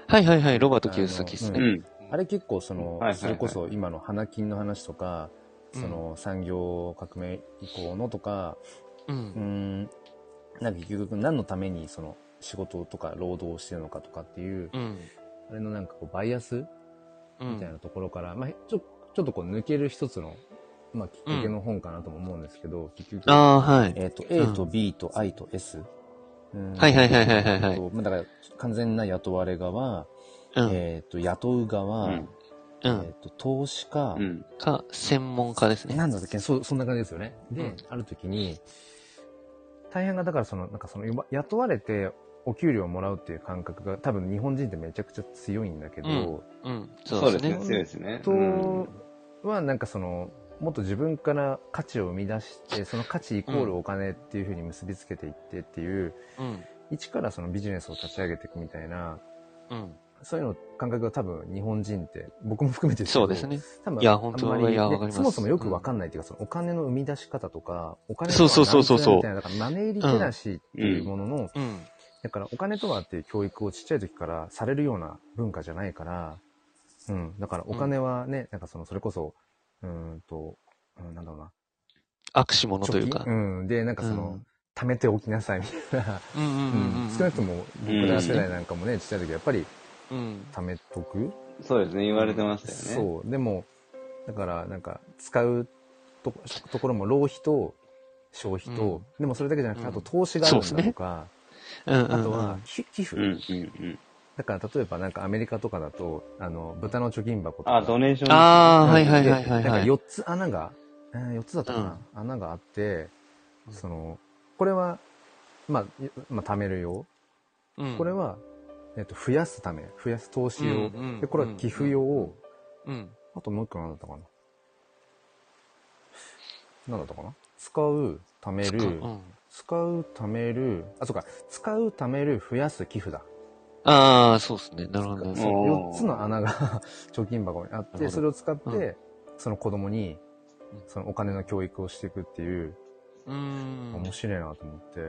Speaker 2: はいはいはい、ロバート清崎です
Speaker 3: う。
Speaker 1: うん
Speaker 2: ね。
Speaker 3: うん。
Speaker 1: あれ結構その
Speaker 4: はいはいは、い
Speaker 1: それこそ今の花金の話とか、
Speaker 2: うん
Speaker 1: その産業革命以降のとか、
Speaker 2: う。
Speaker 1: うんん、なんか結局何のためにその仕事とか労働をしてるのかとかっていう、
Speaker 2: うん。
Speaker 1: あれのなんかこうバイアス
Speaker 2: う
Speaker 1: みたい
Speaker 2: ん。
Speaker 1: なところから、まあ、ちょちょっとこう抜ける一つの、まあ、きっかけの本かなとも思うんですけど、結局、
Speaker 2: ああ、はい。
Speaker 1: えっ、と、
Speaker 2: うん
Speaker 1: A と B と I と S。うん
Speaker 2: はいはいはいはいはいはい
Speaker 1: えっとまあだから、完全な雇われ側、
Speaker 2: うん。
Speaker 1: えっ、と、雇う側、
Speaker 3: うん
Speaker 2: う
Speaker 1: えっ
Speaker 2: ん。
Speaker 1: と、投資家、
Speaker 3: うん。
Speaker 2: か、専門家ですね。
Speaker 1: なんだっけ、そう、そんな感じですよね。で、
Speaker 2: うん
Speaker 1: ある時に、大変が、だからその、なんかその、雇われてお給料をもらうっていう感覚が、多分日本人ってめちゃくちゃ強いんだけど、
Speaker 2: うんうん。
Speaker 3: そうですね。
Speaker 1: そうですね
Speaker 3: 強いですね。うん
Speaker 1: 人はなんかそのもっと自分から価値を生み出してその価値イコールお金っていうふうに結びつけていってっていう、
Speaker 2: うん。
Speaker 1: 一からそのビジネスを立ち上げていくみたいな
Speaker 2: うん。
Speaker 1: そういうの感覚が多分日本人って僕も含めてけど
Speaker 2: そうですね。
Speaker 1: 多分
Speaker 2: いや本当
Speaker 1: あんまり
Speaker 2: いや
Speaker 1: ね
Speaker 2: わかります
Speaker 1: そもそもよくわかんないっていうか、そのお金の生み出し方とかお金と
Speaker 2: そう
Speaker 1: は
Speaker 2: そうそうそ
Speaker 1: 何
Speaker 2: うそう
Speaker 1: ぞやみたいなだからマネーリテラシーっていうものの、
Speaker 2: うん。
Speaker 1: だからお金とはっていう教育をちっちゃい時からされるような文化じゃないから、うん。だからお金はね、なんかその、それこそ、うーんと、うん、なんだろうな。
Speaker 2: 握手ものという
Speaker 1: 貯
Speaker 2: か。
Speaker 1: 金うん。で、なんかその、貯めておきなさいみたいな。
Speaker 2: うんうんうん
Speaker 1: う。
Speaker 2: うんん。
Speaker 1: 少なくとも僕ら世代なんかもね、ちっちゃい時はやっぱり
Speaker 2: うん。
Speaker 1: 貯めとく。
Speaker 3: そうですね。言われてましたよね。
Speaker 1: そう。でも、だからなんか使うとこところも浪費と消費と、でもそれだけじゃなくて、あと投資があるんだとか、
Speaker 2: うんうんうん。
Speaker 1: あとは寄寄付。
Speaker 3: うんうんうん。
Speaker 1: だから例えばなんかアメリカとかだと、あの、豚の貯金箱とか。
Speaker 3: あ、ドネーション。
Speaker 2: ああ、
Speaker 1: うん
Speaker 2: はいはいはいはい
Speaker 1: でなん
Speaker 2: は
Speaker 1: か
Speaker 2: い。
Speaker 1: 4つ穴が、えー4つだったかな、穴があって、
Speaker 2: うん
Speaker 1: その、これは、まあ、いまあ、貯める用。
Speaker 2: うん
Speaker 1: これ、は、えっと、増やすため、増やす投資用。
Speaker 2: うんうん
Speaker 1: で、これは寄付用。
Speaker 2: うん。
Speaker 1: あともう一個何だったかな何だったかな使う、貯める、
Speaker 2: 使ううん
Speaker 1: 使う、貯める、あ、そうか、使う、貯める、増やす、寄付だ。
Speaker 2: ああ、そうですね。なるほど
Speaker 1: そ
Speaker 2: ね。
Speaker 1: う
Speaker 3: おー
Speaker 1: 4つの穴が 貯金箱にあっ
Speaker 2: なるほ
Speaker 1: て、
Speaker 2: ど
Speaker 1: それを使って、
Speaker 2: うん
Speaker 1: その子供に
Speaker 2: うん、
Speaker 1: そのお金の教育をしていくっていう、
Speaker 2: うーん。
Speaker 1: 面白いなと思って、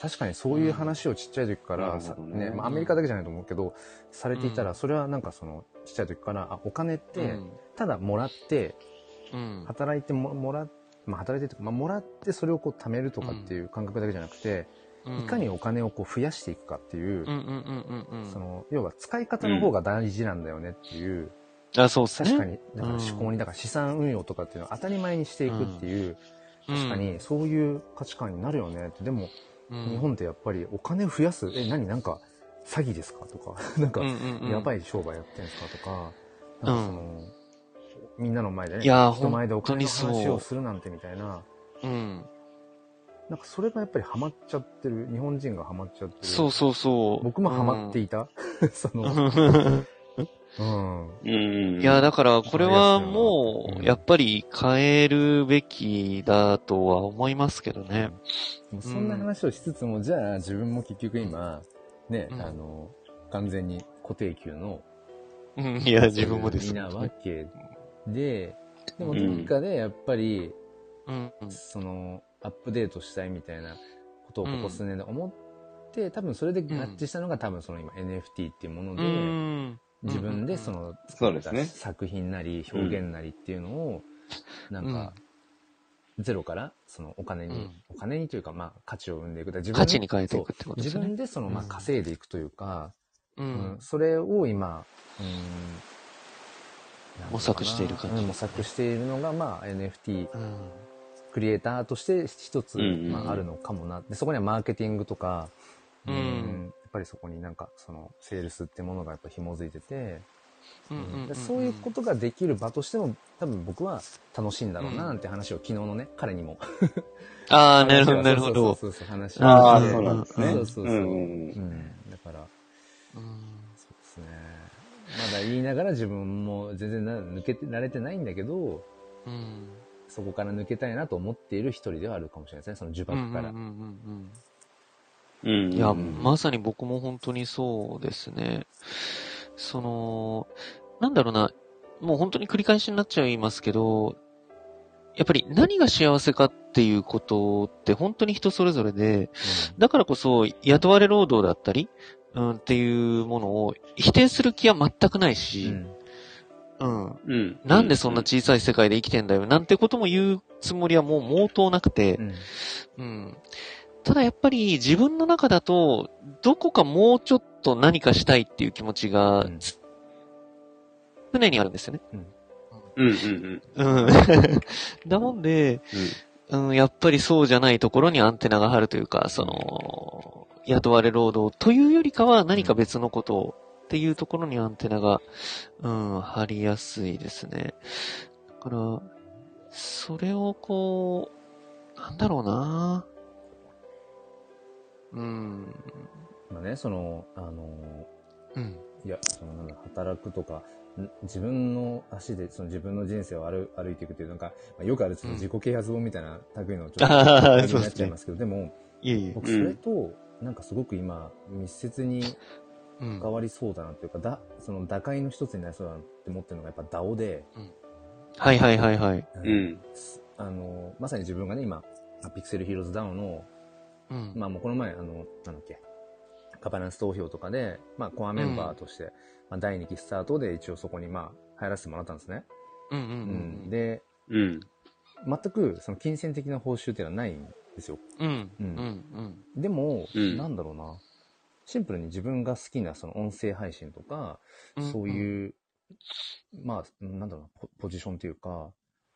Speaker 1: 確かにそういう話をちっちゃい時か
Speaker 3: う
Speaker 1: ら、
Speaker 3: ん
Speaker 1: さ
Speaker 3: なるほどね
Speaker 1: ね、まあアメリカだけじゃないと思うけど、されていた
Speaker 2: う
Speaker 1: ら、
Speaker 2: ん
Speaker 1: それはなんかその、ちっちゃい時から、あ、お金って
Speaker 2: う、ん
Speaker 1: ただもらって、
Speaker 2: うん。
Speaker 1: 働いてももら、まあ働いてとか、まあもらってそれをこう貯めるとかっていう感覚だけじゃなくて、
Speaker 2: うん
Speaker 1: いかにお金をこう増やしていくかっていう
Speaker 2: う、んうんうんうんうん。
Speaker 1: その、要は使い方の方が大事なんだよねっていう、
Speaker 2: あ、そうですね。
Speaker 1: 確かに、だから
Speaker 2: うん
Speaker 1: 思考に、だから資産運用とかっていうのは当たり前にしていくっていう、
Speaker 2: うん
Speaker 1: 確かにそういう価値観になるよねって。でも、
Speaker 2: うん
Speaker 1: 日本ってやっぱりお金増やす、え、何なんか詐欺ですかとか、 なんか
Speaker 2: う、んうんうん
Speaker 1: やばい商売やってんすかとか、なんかその、みんなの前でね、
Speaker 2: いやー
Speaker 1: 人前でお金の
Speaker 2: 本当に
Speaker 1: 話
Speaker 2: そう
Speaker 1: をするなんてみたいな、
Speaker 2: うん。
Speaker 1: なんかそれがやっぱりハマっちゃってる、日本人がハマっちゃってる。
Speaker 2: そうそうそう。
Speaker 1: 僕もハマって
Speaker 2: い
Speaker 1: いた。 その、
Speaker 2: る。
Speaker 1: うん。
Speaker 3: うんうんうん。
Speaker 2: いや、だから、これはもう、やっぱり変えるべきだとは思いますけどね。
Speaker 1: もうそんな話をしつつも、じゃあ自分も結局今、ね、
Speaker 2: うん
Speaker 1: あの、完全に固定給の、
Speaker 2: うん、いや、自分もで
Speaker 1: い
Speaker 2: す。
Speaker 1: なわけで、でも
Speaker 3: うん
Speaker 1: どっかでやっぱり、
Speaker 2: うん、うん
Speaker 1: その、アップデートしたいみたいなことをここ数年で思って、多分それで合致したのが、多分その今 NFT っていうもの
Speaker 2: う
Speaker 1: で、
Speaker 2: ん。
Speaker 1: 自分でその
Speaker 3: そ
Speaker 1: 作
Speaker 3: うで
Speaker 1: っ
Speaker 3: す
Speaker 1: た
Speaker 3: ね
Speaker 1: 作品なり表現なりっていうのを、なんか、ゼロからそのお金に、
Speaker 2: うん
Speaker 1: お金にというかまあ価値を生んでいく。だから自分の
Speaker 2: 価値に変えていくってことで
Speaker 1: 自
Speaker 2: すね
Speaker 1: 分。でそのまあ
Speaker 2: うん
Speaker 1: 稼いでいくというか、
Speaker 2: う
Speaker 1: うん
Speaker 2: ん。
Speaker 1: それを今、うんなんていうのかな
Speaker 2: 模索している感じ
Speaker 1: うん模索しているのが、まあ、NFT
Speaker 2: うん。
Speaker 1: クリエイターとして一つ、
Speaker 3: うんうんうん
Speaker 1: まあ、あるのかもなでそこにはマーケティングとか、
Speaker 2: うん
Speaker 1: やっぱりそこになんかそのセールスってものがやっぱ紐づいてて、
Speaker 2: うんうんうんうん
Speaker 1: でそういうことができる場としても、多分僕は楽しいんだろうな、なんて話を昨日のね、彼にも。
Speaker 2: ああ、なるほど、なるほ
Speaker 1: そう
Speaker 2: ど。
Speaker 1: そうそうそう、話を。
Speaker 3: ああ、
Speaker 2: うん
Speaker 3: そうなんですね。
Speaker 1: そうそうそう。
Speaker 3: んん
Speaker 1: うんん、だから、
Speaker 2: うん
Speaker 1: そうですね。まだ言いながら自分も全然な抜けて、慣れてないんだけど、
Speaker 2: うん
Speaker 1: そこから抜けたいなと思っている一人ではあるかもしれないですね、その呪
Speaker 2: うん
Speaker 1: 縛
Speaker 2: う
Speaker 1: か
Speaker 2: ん
Speaker 1: ら。
Speaker 2: うん
Speaker 3: うん。
Speaker 2: うん。いや、
Speaker 3: うん
Speaker 2: まさに僕も本当にそうですね。その、なんだろうな、もう本当に繰り返しになっちゃいますけど、やっぱり何が幸せかっていうことって本当に人それぞれで、だからこそ雇われ労働だったり、うん、っていうものを否定する気は全くないうし、
Speaker 1: ん。
Speaker 2: うん。
Speaker 3: うん。
Speaker 2: なんでそんな小さい世界で生きてんだよ、なんてことも言うつもりはもう毛頭なくて
Speaker 1: う、ん。
Speaker 2: うん。ただやっぱり自分の中だと、どこかもうちょっと何かしたいっていう気持ちが
Speaker 1: うん
Speaker 2: つ、常にあるんですよね。
Speaker 3: うんうんうん。
Speaker 2: うん。 だもんで、うん、やっぱりそうじゃないところにアンテナが張るというか、その、雇われ労働というよりかは何か別のことを、っていうところにアンテナが、うん、張りやすいですね。だから、それをこう、なんだろうなうん、
Speaker 1: まあね、その、あの、
Speaker 2: うん、
Speaker 1: いや、そのなんだ、働くとか、ん自分の足で、その自分の人生を歩歩いていくっていう、なんか、まあ、よくある、ちょっと自己啓発本みたいな類のちょっと、
Speaker 2: あー
Speaker 1: あれ
Speaker 2: そう
Speaker 1: にな
Speaker 2: で
Speaker 1: っ
Speaker 2: すね
Speaker 1: ちゃいますけど、でも、
Speaker 2: いえいえ。
Speaker 1: 僕、それと、なんかすごく今、密接に
Speaker 2: うん
Speaker 1: 関わりそうだなっていうか、だ、その打開の一つになりそうだなって思ってるのが、やっぱ DAO で、
Speaker 2: はいはいはいはい。
Speaker 1: あの
Speaker 3: うん。
Speaker 1: あの、まさに自分がね、今、ピクセルヒーローズダウンの、
Speaker 2: うん。
Speaker 1: まあもうこの前、あの、なんだっけ、ガバナンス投票とかで、まあコアメンバーとして、まあ第2期スタートで一応そこにまあ入らせてもらったんですね。
Speaker 2: うんう
Speaker 1: うん
Speaker 2: うん。、
Speaker 1: で、
Speaker 3: うん。
Speaker 1: 全くその金銭的な報酬っていうのはないんですよ。
Speaker 2: うん、う、
Speaker 1: うんん
Speaker 2: うん。
Speaker 1: でも、
Speaker 3: うん
Speaker 1: なんだろうな。シンプルに自分が好きなその音声配信とか、
Speaker 2: うん
Speaker 1: そういう、まあ、なんだろうなポ、ポジションというか、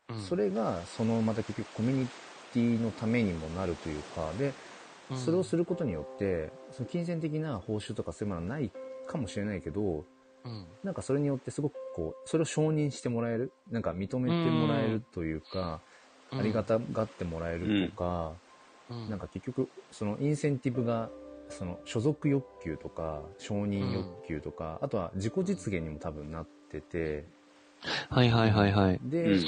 Speaker 2: うん
Speaker 1: それが、その、また結局コミュニティのためにもなるというか、で、それをすることによって、その金銭的な報酬とかそういうものはないかもしれないけど、
Speaker 2: うん
Speaker 1: なんかそれによってすごくこう、それを承認してもらえる、なんか認めてもらえるというか、
Speaker 2: うん
Speaker 1: ありがたがってもらえるとか、
Speaker 2: うん
Speaker 1: なんか結局、そのインセンティブが、その所属欲求とか、承認欲求とか、あとは自己実現にも多分なってて、
Speaker 2: はいはいはいはい。
Speaker 1: で、
Speaker 3: うん。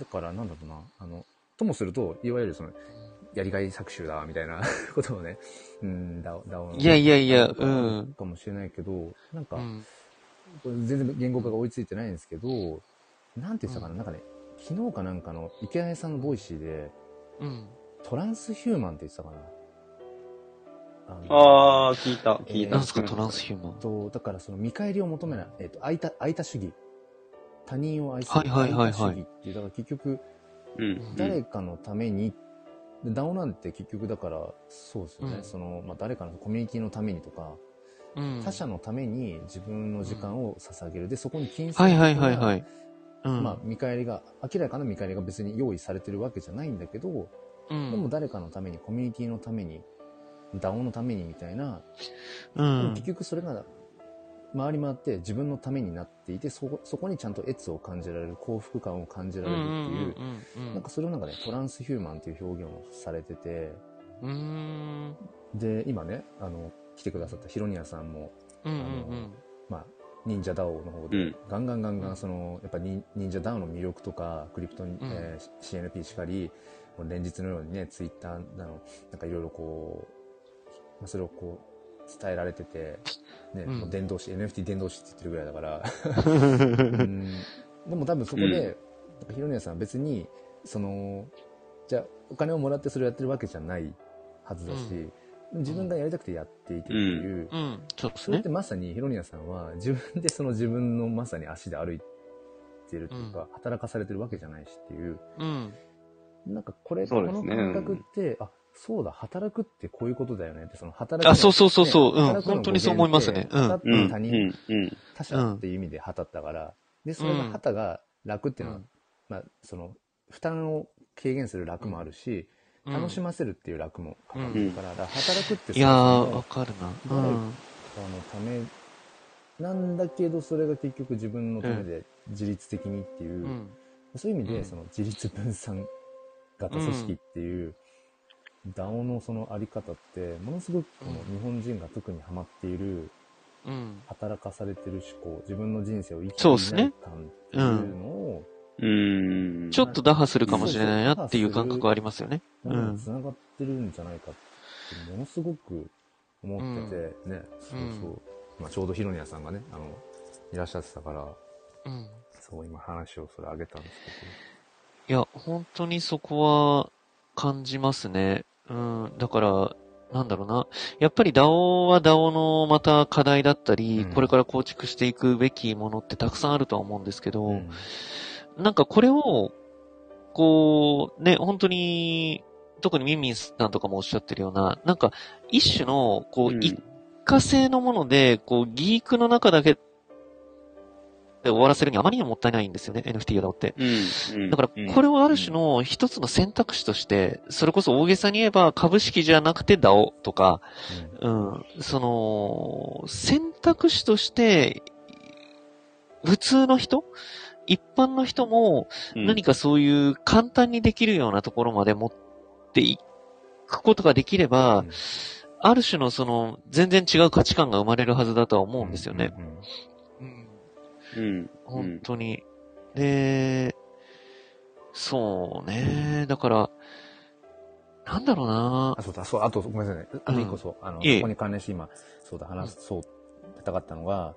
Speaker 1: だからなんだろうな、あの、ともすると、いわゆるその、やりがい搾取だ、みたいな ことをね、うん、だ、だお
Speaker 2: いやいやいや、
Speaker 1: なん
Speaker 2: う
Speaker 1: か
Speaker 2: ん。
Speaker 1: かもしれないけど、なんか
Speaker 2: う、ん
Speaker 1: これ全然言語化が追いついてないんですけど、なんて言ってたかな、なんかね、昨日かなんかの池谷さんのボイシーで、
Speaker 2: うん。
Speaker 1: トランスヒューマンって言ってたかな。あ
Speaker 4: ああ、聞いた、聞いた。
Speaker 2: なんすかトランスヒューマ
Speaker 1: え
Speaker 2: ン
Speaker 1: っ。と、だからその見返りを求めない、えっと、相いた、相いた主義。他人を愛する。
Speaker 2: はいはいはいはい
Speaker 1: 相いた主義っていう、だから結局、
Speaker 3: うん。
Speaker 1: 誰かのために、でダオなんて結局だから、そうですよね。
Speaker 2: うん
Speaker 1: その、まあ、誰かのコミュニティのためにとか、
Speaker 2: うん
Speaker 1: 他者のために自分の時間を捧げる。で、そこに金銭
Speaker 2: はいはい
Speaker 1: 的な
Speaker 2: はいはい。うん。
Speaker 1: まあ、見返りが、明らかな見返りが別に用意されてるわけじゃないんだけど、
Speaker 2: う
Speaker 1: でも
Speaker 2: ん。
Speaker 1: 誰かのために、コミュニティのために、ダオのためにみたいな、
Speaker 2: う
Speaker 1: でも
Speaker 2: ん
Speaker 1: 結。局それが回り回って自分のためになっていてそこそこにちゃんと悦を感じられる幸福感を感じら
Speaker 2: う
Speaker 1: れ
Speaker 2: ん
Speaker 1: るっていう,、
Speaker 2: うんうん
Speaker 1: なんかそれをなんかねトランスヒューマンっていう表現をされてて
Speaker 2: うんうん
Speaker 1: で今ねあの来てくださったヒロニアさんも、
Speaker 2: うんうん
Speaker 1: まあ、忍者ダオの方
Speaker 3: う
Speaker 1: で、
Speaker 3: ん。
Speaker 1: ガンガンガンガ
Speaker 2: うん
Speaker 1: ンそのやっぱ忍忍者ダオの魅力とかクリプト、えー CNP しかりもう連日のようにねツイッターなのなんかいろいろこうまあそれをこう伝えられてて、ね
Speaker 2: うん
Speaker 1: もう伝道師 NFT 伝道師って言ってるぐらいだから。
Speaker 2: うん
Speaker 1: うんでも多分そこで、
Speaker 3: うん
Speaker 1: なんかヒロネさんは別に、その、じゃあお金をもらってそれをやってるわけじゃないはずだし、自分がやりたくてやっていてっていう、
Speaker 2: うん。そうです
Speaker 1: それっ
Speaker 2: ね
Speaker 1: て。まさにヒロニアさんは自分でその自分のまさに足で歩いてるっていうか、
Speaker 2: うん
Speaker 1: 働かされてるわけじゃないしっていう、
Speaker 2: うん。
Speaker 1: なんかこれ、
Speaker 4: そうで
Speaker 1: こ
Speaker 4: す
Speaker 1: の
Speaker 4: ね
Speaker 1: 感覚って、あ、そうだ、働くってこういうことだよねって、その働くの。
Speaker 2: あ、そうそうそうそう。
Speaker 1: ね
Speaker 2: うん。
Speaker 1: 働くの
Speaker 2: 本当にそう思いますね。う
Speaker 1: 語
Speaker 2: ん
Speaker 1: っ。
Speaker 3: うん。うん。
Speaker 1: 他人他者っていう意味で旗ったから、で、それが旗が楽っていうのは、
Speaker 2: うん
Speaker 1: まあ、その、負担を軽減する楽もあるし、楽し
Speaker 2: む。
Speaker 1: ませるっていう楽もかかってるから、だから働くって
Speaker 2: いやー、
Speaker 1: そ
Speaker 2: わ
Speaker 1: の
Speaker 2: かるな。う
Speaker 1: 人
Speaker 2: ん。
Speaker 1: のためなんだけど、それが結局自分のためで自律的にっていう、
Speaker 2: うん。
Speaker 1: そういう意味
Speaker 2: う
Speaker 1: で、
Speaker 2: ん
Speaker 1: その自立分散型組織っていう、DAO のそのあり方って、ものすごくこの
Speaker 2: う
Speaker 1: 日本人が特にハマっている、
Speaker 2: うん。
Speaker 1: 働かされてる思考、自分の人生を生き
Speaker 2: そうってす
Speaker 1: いない
Speaker 2: ね
Speaker 1: 感っていうのを、
Speaker 3: うん。
Speaker 2: ちょっと打破するかもしれないなっていう感覚はありますよね。う
Speaker 1: なん
Speaker 2: ん
Speaker 1: か繋がってるんじゃないかって、ものすごく思ってて、ね、そうそう。まあ、ちょうどヒロニアさんがね、あの、いらっしゃってたから、
Speaker 2: うん。
Speaker 1: そう、今話をそれあげたんです
Speaker 2: いや、本当にそこは感じますね。うん。だから、なんだろうな。やっぱり DAO は DAO のまた課題だったり、
Speaker 1: うん
Speaker 2: これから構築していくべきものってたくさんあるとは思うんですけど、
Speaker 1: けど。
Speaker 2: なんかこれを、こう、ね、本当に、特にミンミンさんとかもおっしゃってるような、なんか一種の、こう、一過性のもので、こう、ギークの中だけで終わらせるにあまりにももったいないんですよね、NFT や DAO って。
Speaker 3: うん。
Speaker 2: だから、これをある種の一つの選択肢として、それこそ大げさに言えば株式じゃなくて DAO とか、うん、その、選択肢として、普通の人一般の人も
Speaker 3: うん、
Speaker 2: 何かそういう簡単にできるようなところまで持っていくことができれば、
Speaker 1: うん
Speaker 2: ある種のその全然違う価値観が生まれるはずだとは思うんですよね。
Speaker 1: うん。うん
Speaker 3: うん。
Speaker 2: 本当に。で、そうね。だから、なんだろうな
Speaker 1: あ、。そうだ、そう、あと、ごめんなさいね。あと一個そう、あの、
Speaker 2: いえいえ
Speaker 1: ここに関連して今、そうだ、話そう、したかったのが、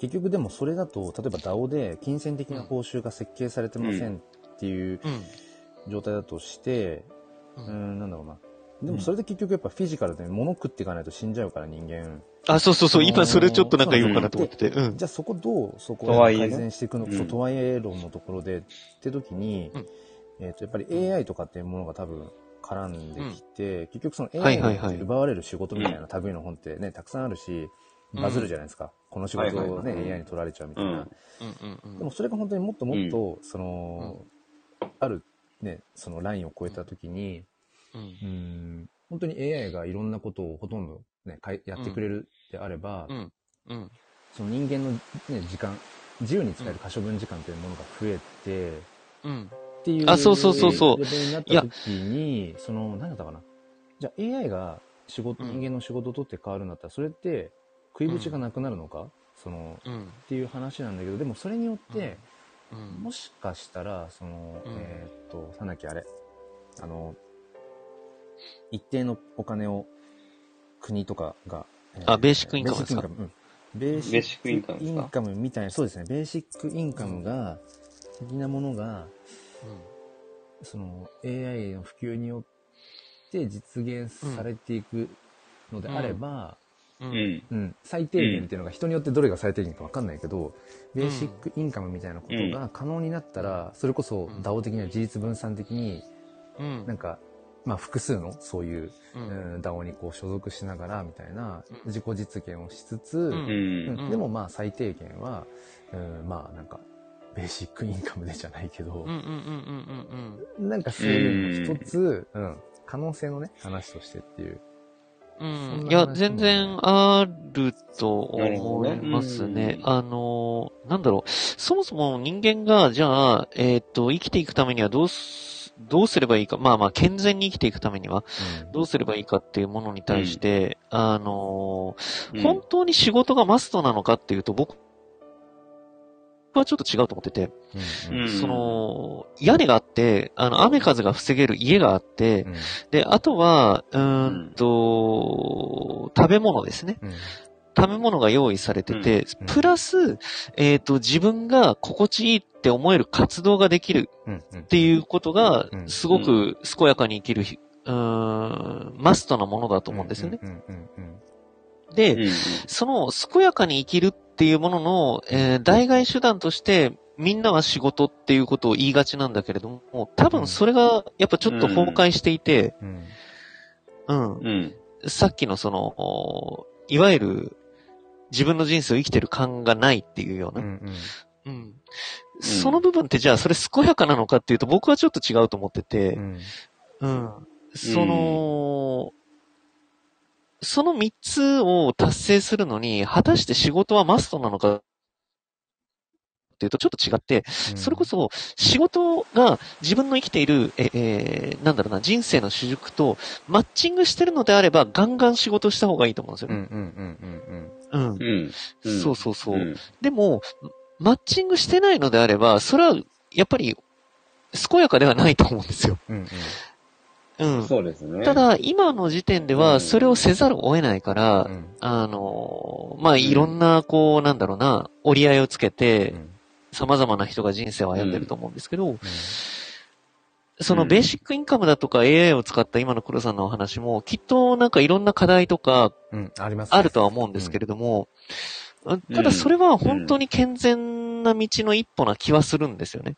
Speaker 1: 結局でもそれだと、例えば DAO で金銭的な報酬が設計されてませんっていう
Speaker 2: うん。
Speaker 1: 状態だとして、
Speaker 2: う
Speaker 1: うんん、なんだろうな。でもそれで結局やっぱフィジカルで物食っていかないと死んじゃうから人間。
Speaker 2: あ、そうそうそう。
Speaker 1: あ
Speaker 2: 今
Speaker 1: の
Speaker 2: それちょっとなんか言おうかなと思ってて。うん。
Speaker 1: じゃあそこどう、そことを
Speaker 4: はいえね
Speaker 1: 改善していくのか、
Speaker 3: うん
Speaker 1: そうとはいえ論のところでって時に、
Speaker 2: うん
Speaker 1: えっ、と、やっぱり AI とかっていうものが多分絡んできて、結局その
Speaker 2: はいは
Speaker 1: AI
Speaker 2: いはい
Speaker 1: に奪われる仕事みたいな類の本ってね、たくさんあるし、バズるじゃないですか。この仕事
Speaker 4: はい
Speaker 1: を
Speaker 4: はい
Speaker 1: ね、
Speaker 3: はい
Speaker 1: AI に取られちゃうみたいな。
Speaker 3: うん
Speaker 2: うんうん
Speaker 1: で
Speaker 2: う
Speaker 1: も
Speaker 2: ん。
Speaker 1: それが本当にもっともっと、その、ある、ね、そのラインを超えた時に、
Speaker 2: うん
Speaker 1: うん本当に AI がいろんなことをほとんど、ね、かいやってくれるであれば、
Speaker 2: うんうん。
Speaker 1: その人間の、ね、時間、自由に使える可処分時間というものが増えて、
Speaker 2: うん。
Speaker 1: っていう
Speaker 2: あそうそうそうそ
Speaker 1: レ
Speaker 2: う
Speaker 1: ベルになった時に、その、何だったかな。じゃあ AI が仕事、
Speaker 2: うん
Speaker 1: 人間の仕事を取って変わるんだったら、それって食いぶちがなくなるのか、その、
Speaker 2: うん。
Speaker 1: っていう話なんだけど、でもそれによって、
Speaker 2: うん。
Speaker 1: もしかしたら、その、
Speaker 2: うん
Speaker 1: えーっと、なんだっけ、あれ、あの、一定のお金を国とかが、え
Speaker 2: あベーシックインカムですか
Speaker 1: ベー
Speaker 3: ベー
Speaker 1: シ
Speaker 3: シ
Speaker 1: ッ
Speaker 3: ッ
Speaker 1: ク
Speaker 3: ク
Speaker 1: イ
Speaker 3: イ
Speaker 1: ン
Speaker 3: ン
Speaker 1: カ
Speaker 3: カ
Speaker 1: ム
Speaker 3: ム
Speaker 1: でかインカ
Speaker 3: ですすか
Speaker 1: ムみたいな、そうですね、ベーシックインカムが、的なものが、その AI の普及によって実現されていくのであれば、
Speaker 2: う。
Speaker 3: うんん。
Speaker 1: うん、最低限っていうのが人によってどれが最低限かわかんないけど、
Speaker 2: ん
Speaker 1: ベーシックインカムみたいなことが可能になったら、それこそ
Speaker 2: うん
Speaker 1: DAO 的には自立分散的に、
Speaker 2: うん。
Speaker 1: なんか、まあ複数のそういう、
Speaker 2: う。
Speaker 1: うんん、DAO にこう所属しながらみたいな
Speaker 2: うん
Speaker 1: 自己実現をしつつ、
Speaker 2: ん
Speaker 3: うん。
Speaker 1: うん
Speaker 2: うん
Speaker 1: でもまあ最低限は、うん、まあなんか、ベーシックインカムでじゃないけど
Speaker 2: うんう、んうんうんうん
Speaker 1: なんかそういうのも一つ、うん、可能性のね、話としてっていう。
Speaker 2: うん。
Speaker 1: そん
Speaker 2: うん。
Speaker 1: ない
Speaker 2: や、
Speaker 1: 話
Speaker 2: 全然あると
Speaker 3: なるほ
Speaker 2: 思
Speaker 3: ど
Speaker 2: い
Speaker 3: ね
Speaker 2: ますね。
Speaker 3: うん
Speaker 2: あの、なんだろう。そもそも人間が、じゃあ、えーっと、生きていくためにはどうす、どうすればいいか。まあまあ、健全に生きていくためには、どうすればいいかっていうものに対して、あの、本当に仕事がマストなのかっていうと、僕はちょっと違うと思ってて、
Speaker 1: うん
Speaker 3: うん
Speaker 2: その、屋根があって、あの、雨風が防げる家があって、
Speaker 1: うん
Speaker 2: で、あとは、うーんと、食べ物ですね。
Speaker 1: うん
Speaker 2: 食べ物が用意されてて、
Speaker 1: うん
Speaker 2: プラス、えっ、と、自分が心地いいって思える活動ができる
Speaker 1: うんうん
Speaker 2: っていうことが
Speaker 1: う、ん
Speaker 2: すごく健やかに生きるひ、うーん、マストなものだと思うんですよね。
Speaker 1: うんうんうん
Speaker 2: で、
Speaker 3: うん。
Speaker 2: その健やかに生きるっていうものの、えー代替手段として、みんなは仕事っていうことを言いがちなんだけれども、多分それがやっぱちょっと崩壊していて、
Speaker 1: うんうん
Speaker 2: うん、
Speaker 3: うん。
Speaker 2: さっきのその、おいわゆる自分の人生を生きてる感がないっていうよう
Speaker 1: う
Speaker 2: な、
Speaker 1: んうん
Speaker 2: うんその部分ってじゃあそれ健やかなのかっていうと僕はちょっと違うと思ってて、
Speaker 1: うん
Speaker 2: うんその、その3つを達成するのに、果たして仕事はマストなのかっていうとちょっと違って、それこそ仕事が自分の生きている、え、えーなんだろうな、人生の主軸とマッチングしてるのであれば、ガンガン仕事した方がいいと思うんです
Speaker 1: うんう
Speaker 2: よ。
Speaker 1: んうん
Speaker 2: うん。
Speaker 3: うん。うん
Speaker 2: そうそうそう。
Speaker 3: うん
Speaker 2: でも、マッチングしてないのであれば、それはやっぱり健やかではないと思うんですよ。
Speaker 1: うんうん。うん
Speaker 2: うん。
Speaker 3: そうですね。
Speaker 2: た、だ、今の時点で
Speaker 3: う
Speaker 2: は、
Speaker 3: ん
Speaker 2: それをせざるを得ないか
Speaker 1: う
Speaker 2: ら、
Speaker 1: ん。
Speaker 2: あのー、まあ、いろんな、こう、なんだろうな、折り合いをつけて
Speaker 1: う、ん
Speaker 2: 様々な人が人生を歩んでると思うんですけど、
Speaker 1: う
Speaker 2: そのベーシックインカムだとか AI を使った今の黒さんのお話も、きっとなんかいろんな課題とか
Speaker 1: んうん。ありますね
Speaker 2: あるとは思うんですけれども、ただそれは本当に健全な道の一歩な気はするんですよね。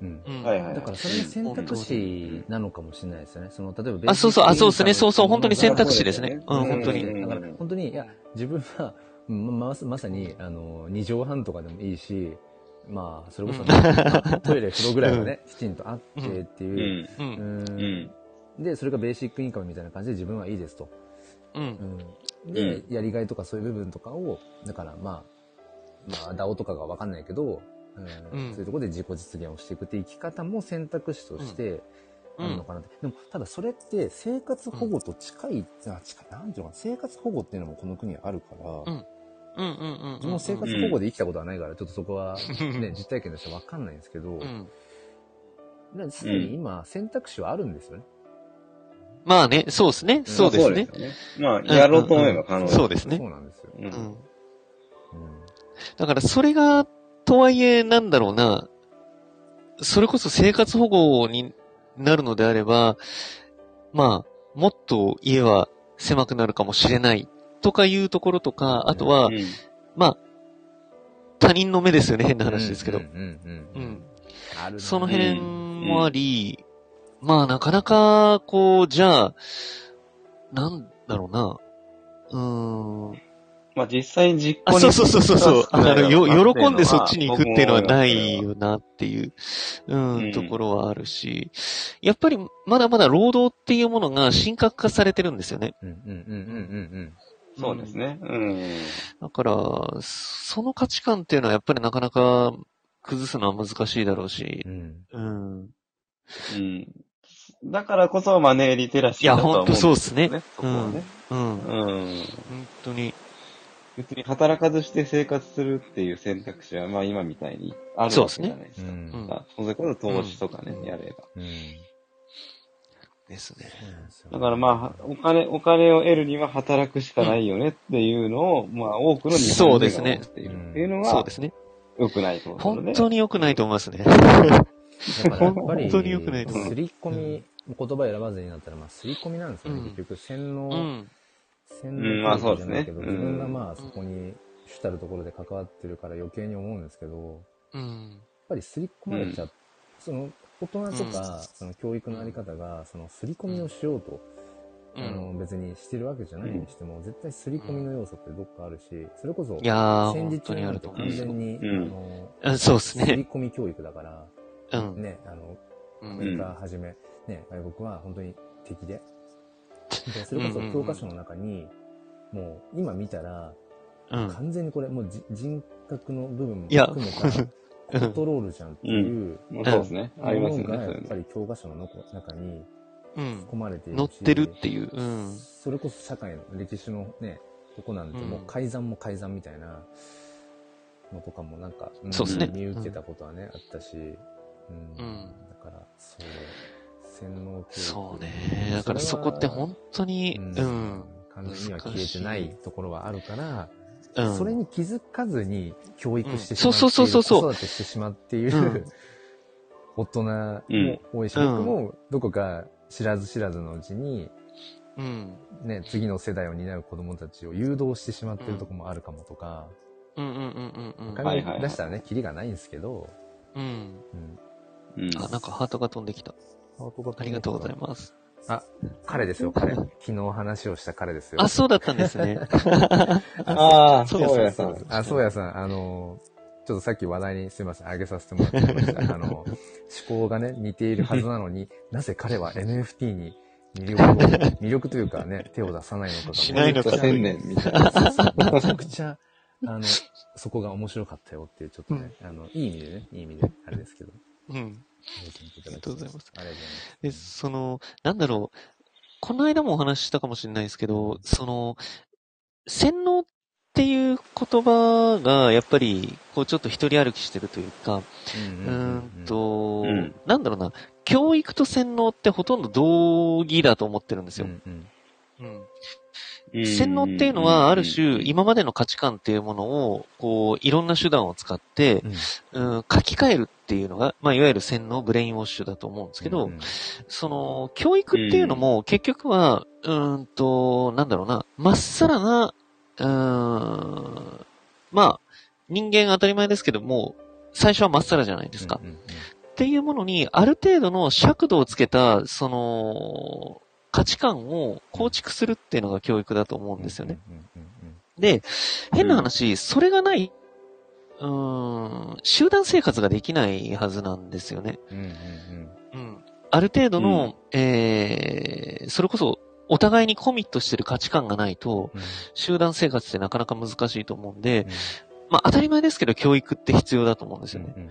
Speaker 1: うん
Speaker 2: うん
Speaker 3: はいはい
Speaker 1: だからそれが選択肢なのかもしれないですよね。その、例えばベーシックインカム、
Speaker 2: あ、そうそう、あ、そうですね、そうそう、本当に選択肢ですね。、
Speaker 3: そううんですね
Speaker 2: 本当に。
Speaker 1: だから、本当に、いや、自分は、うんまままさに、あの、2畳半とかでもいいし、まあ、それこそ、
Speaker 2: うん
Speaker 1: まあトイレ、風呂ぐらいはね、きちんとあってって
Speaker 3: う
Speaker 1: いう。
Speaker 2: う、
Speaker 3: ん。
Speaker 1: うんん
Speaker 3: うん。
Speaker 1: で、それがベーシックインカムみたいな感じで自分はいいですと。
Speaker 2: うん
Speaker 1: う。ん、で、
Speaker 3: う
Speaker 1: やりがいとかそういう部分とかを、だからまあ、まあ、ダオとかがわかんないけど、うん
Speaker 2: うん
Speaker 1: そういうところで自己実現をしていくっていう生き方も選択肢としてあ
Speaker 2: うん
Speaker 1: るのかなって。でも、ただそれって生活保護と近い、あ近い、なんていうのかな、生活保護っていうのもこの国あるから、
Speaker 2: んうん、うん、うん。
Speaker 1: 自分も生活保護で生きたことはないから、ちょっとそこは、ね、実体験としてわかんないんですけど
Speaker 2: う、ん。
Speaker 1: で既に今選択肢はあるんですよね。
Speaker 2: まあね、そうですね、そうですね。
Speaker 3: そうですよね。まあ、やろうと思えば可能
Speaker 2: そうですね
Speaker 1: そうなんですよ。
Speaker 2: う
Speaker 3: う
Speaker 2: んん。
Speaker 1: うん
Speaker 2: だからそれが、とはいえ、なんだろうな、それこそ生活保護になるのであれば、まあ、もっと家は狭くなるかもしれないとかいうところとか、あとは、
Speaker 3: うん
Speaker 2: まあ、他人の目ですよね、変な話ですけど
Speaker 1: うん。うん
Speaker 2: う
Speaker 1: うんうん
Speaker 2: ん。
Speaker 1: あるな
Speaker 2: その辺もあり、まあなかなか、こう、じゃあ、なんだろうな、うーん、
Speaker 3: まあ実際に実
Speaker 2: あ、
Speaker 3: 行に
Speaker 2: そうそうそうそう そう。あの、よ、喜んでそっちに行くっていうのはな
Speaker 3: よ
Speaker 2: いよなっていう、うん、
Speaker 3: うん
Speaker 2: ところはあるし、やっぱりまだまだ労働っていうものが深刻化されてるんですよね。
Speaker 1: うんうんうん
Speaker 3: そうですね。うん。
Speaker 2: だから、その価値観っていうのはやっぱりなかなか崩すのは難しいだろうし
Speaker 1: うんう、ん。
Speaker 2: うん。
Speaker 3: うん。だからこそマネーリテラシ
Speaker 2: い
Speaker 3: ーだ
Speaker 2: や、
Speaker 3: とは
Speaker 2: ほ
Speaker 3: 思うんんで
Speaker 2: と
Speaker 3: す
Speaker 2: そ
Speaker 3: よ
Speaker 2: う
Speaker 3: ね。
Speaker 2: ですね。
Speaker 3: こはね。
Speaker 2: うん。本
Speaker 3: うん。
Speaker 2: 当に。
Speaker 3: 別に働かずして生活するっていう選択肢は、まあ今みたいにあるわけじゃないです
Speaker 1: う
Speaker 3: か。
Speaker 1: ん
Speaker 2: うん
Speaker 3: あそれこそ投資とかね、
Speaker 1: うん
Speaker 3: やれば。
Speaker 1: うん。
Speaker 2: ですね。
Speaker 3: だからまあ、お金、お金を得るには働くしかないよねっていうのを、まあ多くの日
Speaker 2: そう
Speaker 3: 本
Speaker 2: で
Speaker 3: 人
Speaker 2: す
Speaker 3: が
Speaker 2: ね
Speaker 3: 思っているっていうの
Speaker 2: そ
Speaker 3: は
Speaker 2: うで、すね。
Speaker 3: 良くないと思うので。
Speaker 2: 本当に良くないと思いますね。
Speaker 1: だからやっぱり、
Speaker 2: 本当に良くないです
Speaker 1: すり込み、言葉選ばずになったら、まあ、すり込みなんですよね。
Speaker 2: うん
Speaker 1: 結局、洗
Speaker 2: う
Speaker 1: 脳、
Speaker 2: ん。
Speaker 1: 洗
Speaker 3: うんま
Speaker 1: 脳
Speaker 3: あそう
Speaker 1: じゃ
Speaker 3: です
Speaker 1: な
Speaker 3: ね
Speaker 1: いけど、自分が
Speaker 3: うん
Speaker 1: まあ、そこに主たるところで関わってるから余計に思うんですけど、やっ
Speaker 2: うん。
Speaker 1: ぱりすり込まれちゃう。その、大人と
Speaker 2: うん
Speaker 1: か、その教育のあり方が、その、すり込みをしようと、
Speaker 2: う
Speaker 1: あ
Speaker 2: ん。
Speaker 1: の、別にしてるわけじゃないにしても、絶対すり込みの要素ってどっかあるし、それこそ、
Speaker 2: いやー、
Speaker 1: 戦
Speaker 2: 本
Speaker 1: 時
Speaker 2: 当
Speaker 1: 中
Speaker 2: にあ
Speaker 1: な
Speaker 2: る
Speaker 1: ん
Speaker 2: と
Speaker 1: て
Speaker 2: 思い
Speaker 1: 完
Speaker 2: ます。
Speaker 1: 全に、あ
Speaker 3: うん
Speaker 1: の、
Speaker 2: うんそうです
Speaker 1: 刷り
Speaker 2: ね。
Speaker 1: 込み教育だから、
Speaker 2: うん。
Speaker 1: ね、あの、
Speaker 2: う
Speaker 1: ア
Speaker 2: ん
Speaker 1: メリカはじめ、ね、外国は本当に敵 で。でそれこ
Speaker 2: うんうんう
Speaker 1: そ
Speaker 2: ん
Speaker 1: 教科書の中に、もう今見たら、
Speaker 2: うん。
Speaker 1: 完全にこれもうじ人格の部分も
Speaker 2: いや
Speaker 1: 含めた、
Speaker 2: うん
Speaker 1: コントロールじゃんっていう、
Speaker 3: まあそうですね。ありますよ
Speaker 1: が
Speaker 3: ね。そう
Speaker 1: や
Speaker 3: いう
Speaker 1: っ
Speaker 3: の
Speaker 1: ぱり教科書の中に
Speaker 2: うん。
Speaker 1: 含まれているし
Speaker 2: 乗ってるっていう。うん。
Speaker 1: それこそ社会の歴史のね、とこなんて、
Speaker 2: うん
Speaker 1: もう改ざんも改ざんみたいなのとかもなんか、ん
Speaker 2: そう
Speaker 3: っすね
Speaker 1: 見受けたことはね、あったし、うん。
Speaker 2: うん
Speaker 1: だから、そう、洗脳教育
Speaker 2: そうね。だからそこって本当に、
Speaker 1: う
Speaker 2: うんん。
Speaker 1: 完全には消えてないところはあるから、
Speaker 2: うん。
Speaker 1: それに気づかずに教育してし
Speaker 2: う
Speaker 1: まっている、
Speaker 2: んそうそうそうそう
Speaker 1: 子育てしてしまっている、
Speaker 2: うん
Speaker 1: 大人も多いし、
Speaker 2: うん
Speaker 1: 僕もどこか知らず知らずのうちに、
Speaker 2: うん。
Speaker 1: ね、次の世代を担う子供たちを誘導してしまってるとこもあるかもとか、
Speaker 2: うんうんうんうん
Speaker 1: お
Speaker 2: うん。
Speaker 1: 金
Speaker 3: はいはいはい
Speaker 1: 出したらね、キリがないんですけど、
Speaker 2: うん。
Speaker 1: うん、
Speaker 3: うん
Speaker 2: あ、なんかハートが飛んできた。ありがとうございます。
Speaker 1: 彼ですよ、 彼。昨日話をした彼ですよ。
Speaker 2: あ、そうだったんです ね。
Speaker 3: ああ、
Speaker 2: そ
Speaker 3: そう
Speaker 2: です
Speaker 3: うやさん。
Speaker 1: あ、そうやさん、あの、ちょっとさっき話題にすいません、あげさせてもらってました。あの、思考がね、似ているはずなのに、なぜ彼は NFT に魅力を、魅力というかね、手を出さないのかが。
Speaker 2: しないのか
Speaker 1: めちゃくちゃ
Speaker 3: 千年みたいな。
Speaker 1: そうそうめちゃくちゃ、あの、そこが面白かったよっていう、ちょっとね、あの、いい意味でね、いい意味で、あれですけど。
Speaker 2: うん。
Speaker 1: あ
Speaker 2: ありがとうございます。
Speaker 1: ありがとうござい
Speaker 2: で、その、なんだろう。この間もお話ししたかもしれないですけど、その、洗脳っていう言葉が、やっぱり、こうちょっと一人歩きしてるというか、
Speaker 1: ます。
Speaker 2: う
Speaker 1: うん
Speaker 2: ーん、と、
Speaker 3: うん
Speaker 2: なんだろうな、教育と洗脳ってほとんど同義だと思ってるんですよ。
Speaker 1: うん
Speaker 2: うん
Speaker 3: うん
Speaker 2: 洗脳っていうのは、ある種、、今までの価値観っていうものを、こう、いろんな手段を使って、
Speaker 1: うん
Speaker 2: うん、書き換えるっていうのが、まあ、いわゆる洗脳、ブレインウォッシュだと思うんですけど、
Speaker 1: うん
Speaker 2: その、教育っていうのも、結局は、うーんと、なんだろうな、まっさらな、うーん、まあ、人間当たり前ですけども、最初はまっさらじゃないですか。
Speaker 1: うんうん
Speaker 2: っていうものに、ある程度の尺度をつけた、その、価値観を構築するっていうのが教育だと思うんですよね。。
Speaker 1: うんうんうん
Speaker 2: で、変な話、それがない、うーん、集団生活ができないはずなんですよね。
Speaker 1: うんうん
Speaker 2: うん。ある程度の、えー、それこそ、お互いにコミットしてる価値観がないと、
Speaker 1: うん
Speaker 2: 集団生活ってなかなか難しいと思うんで、
Speaker 1: う
Speaker 2: まあ当たり前ですけど教育って必要だと思うんですよ
Speaker 1: ん
Speaker 2: ね。
Speaker 1: うんうん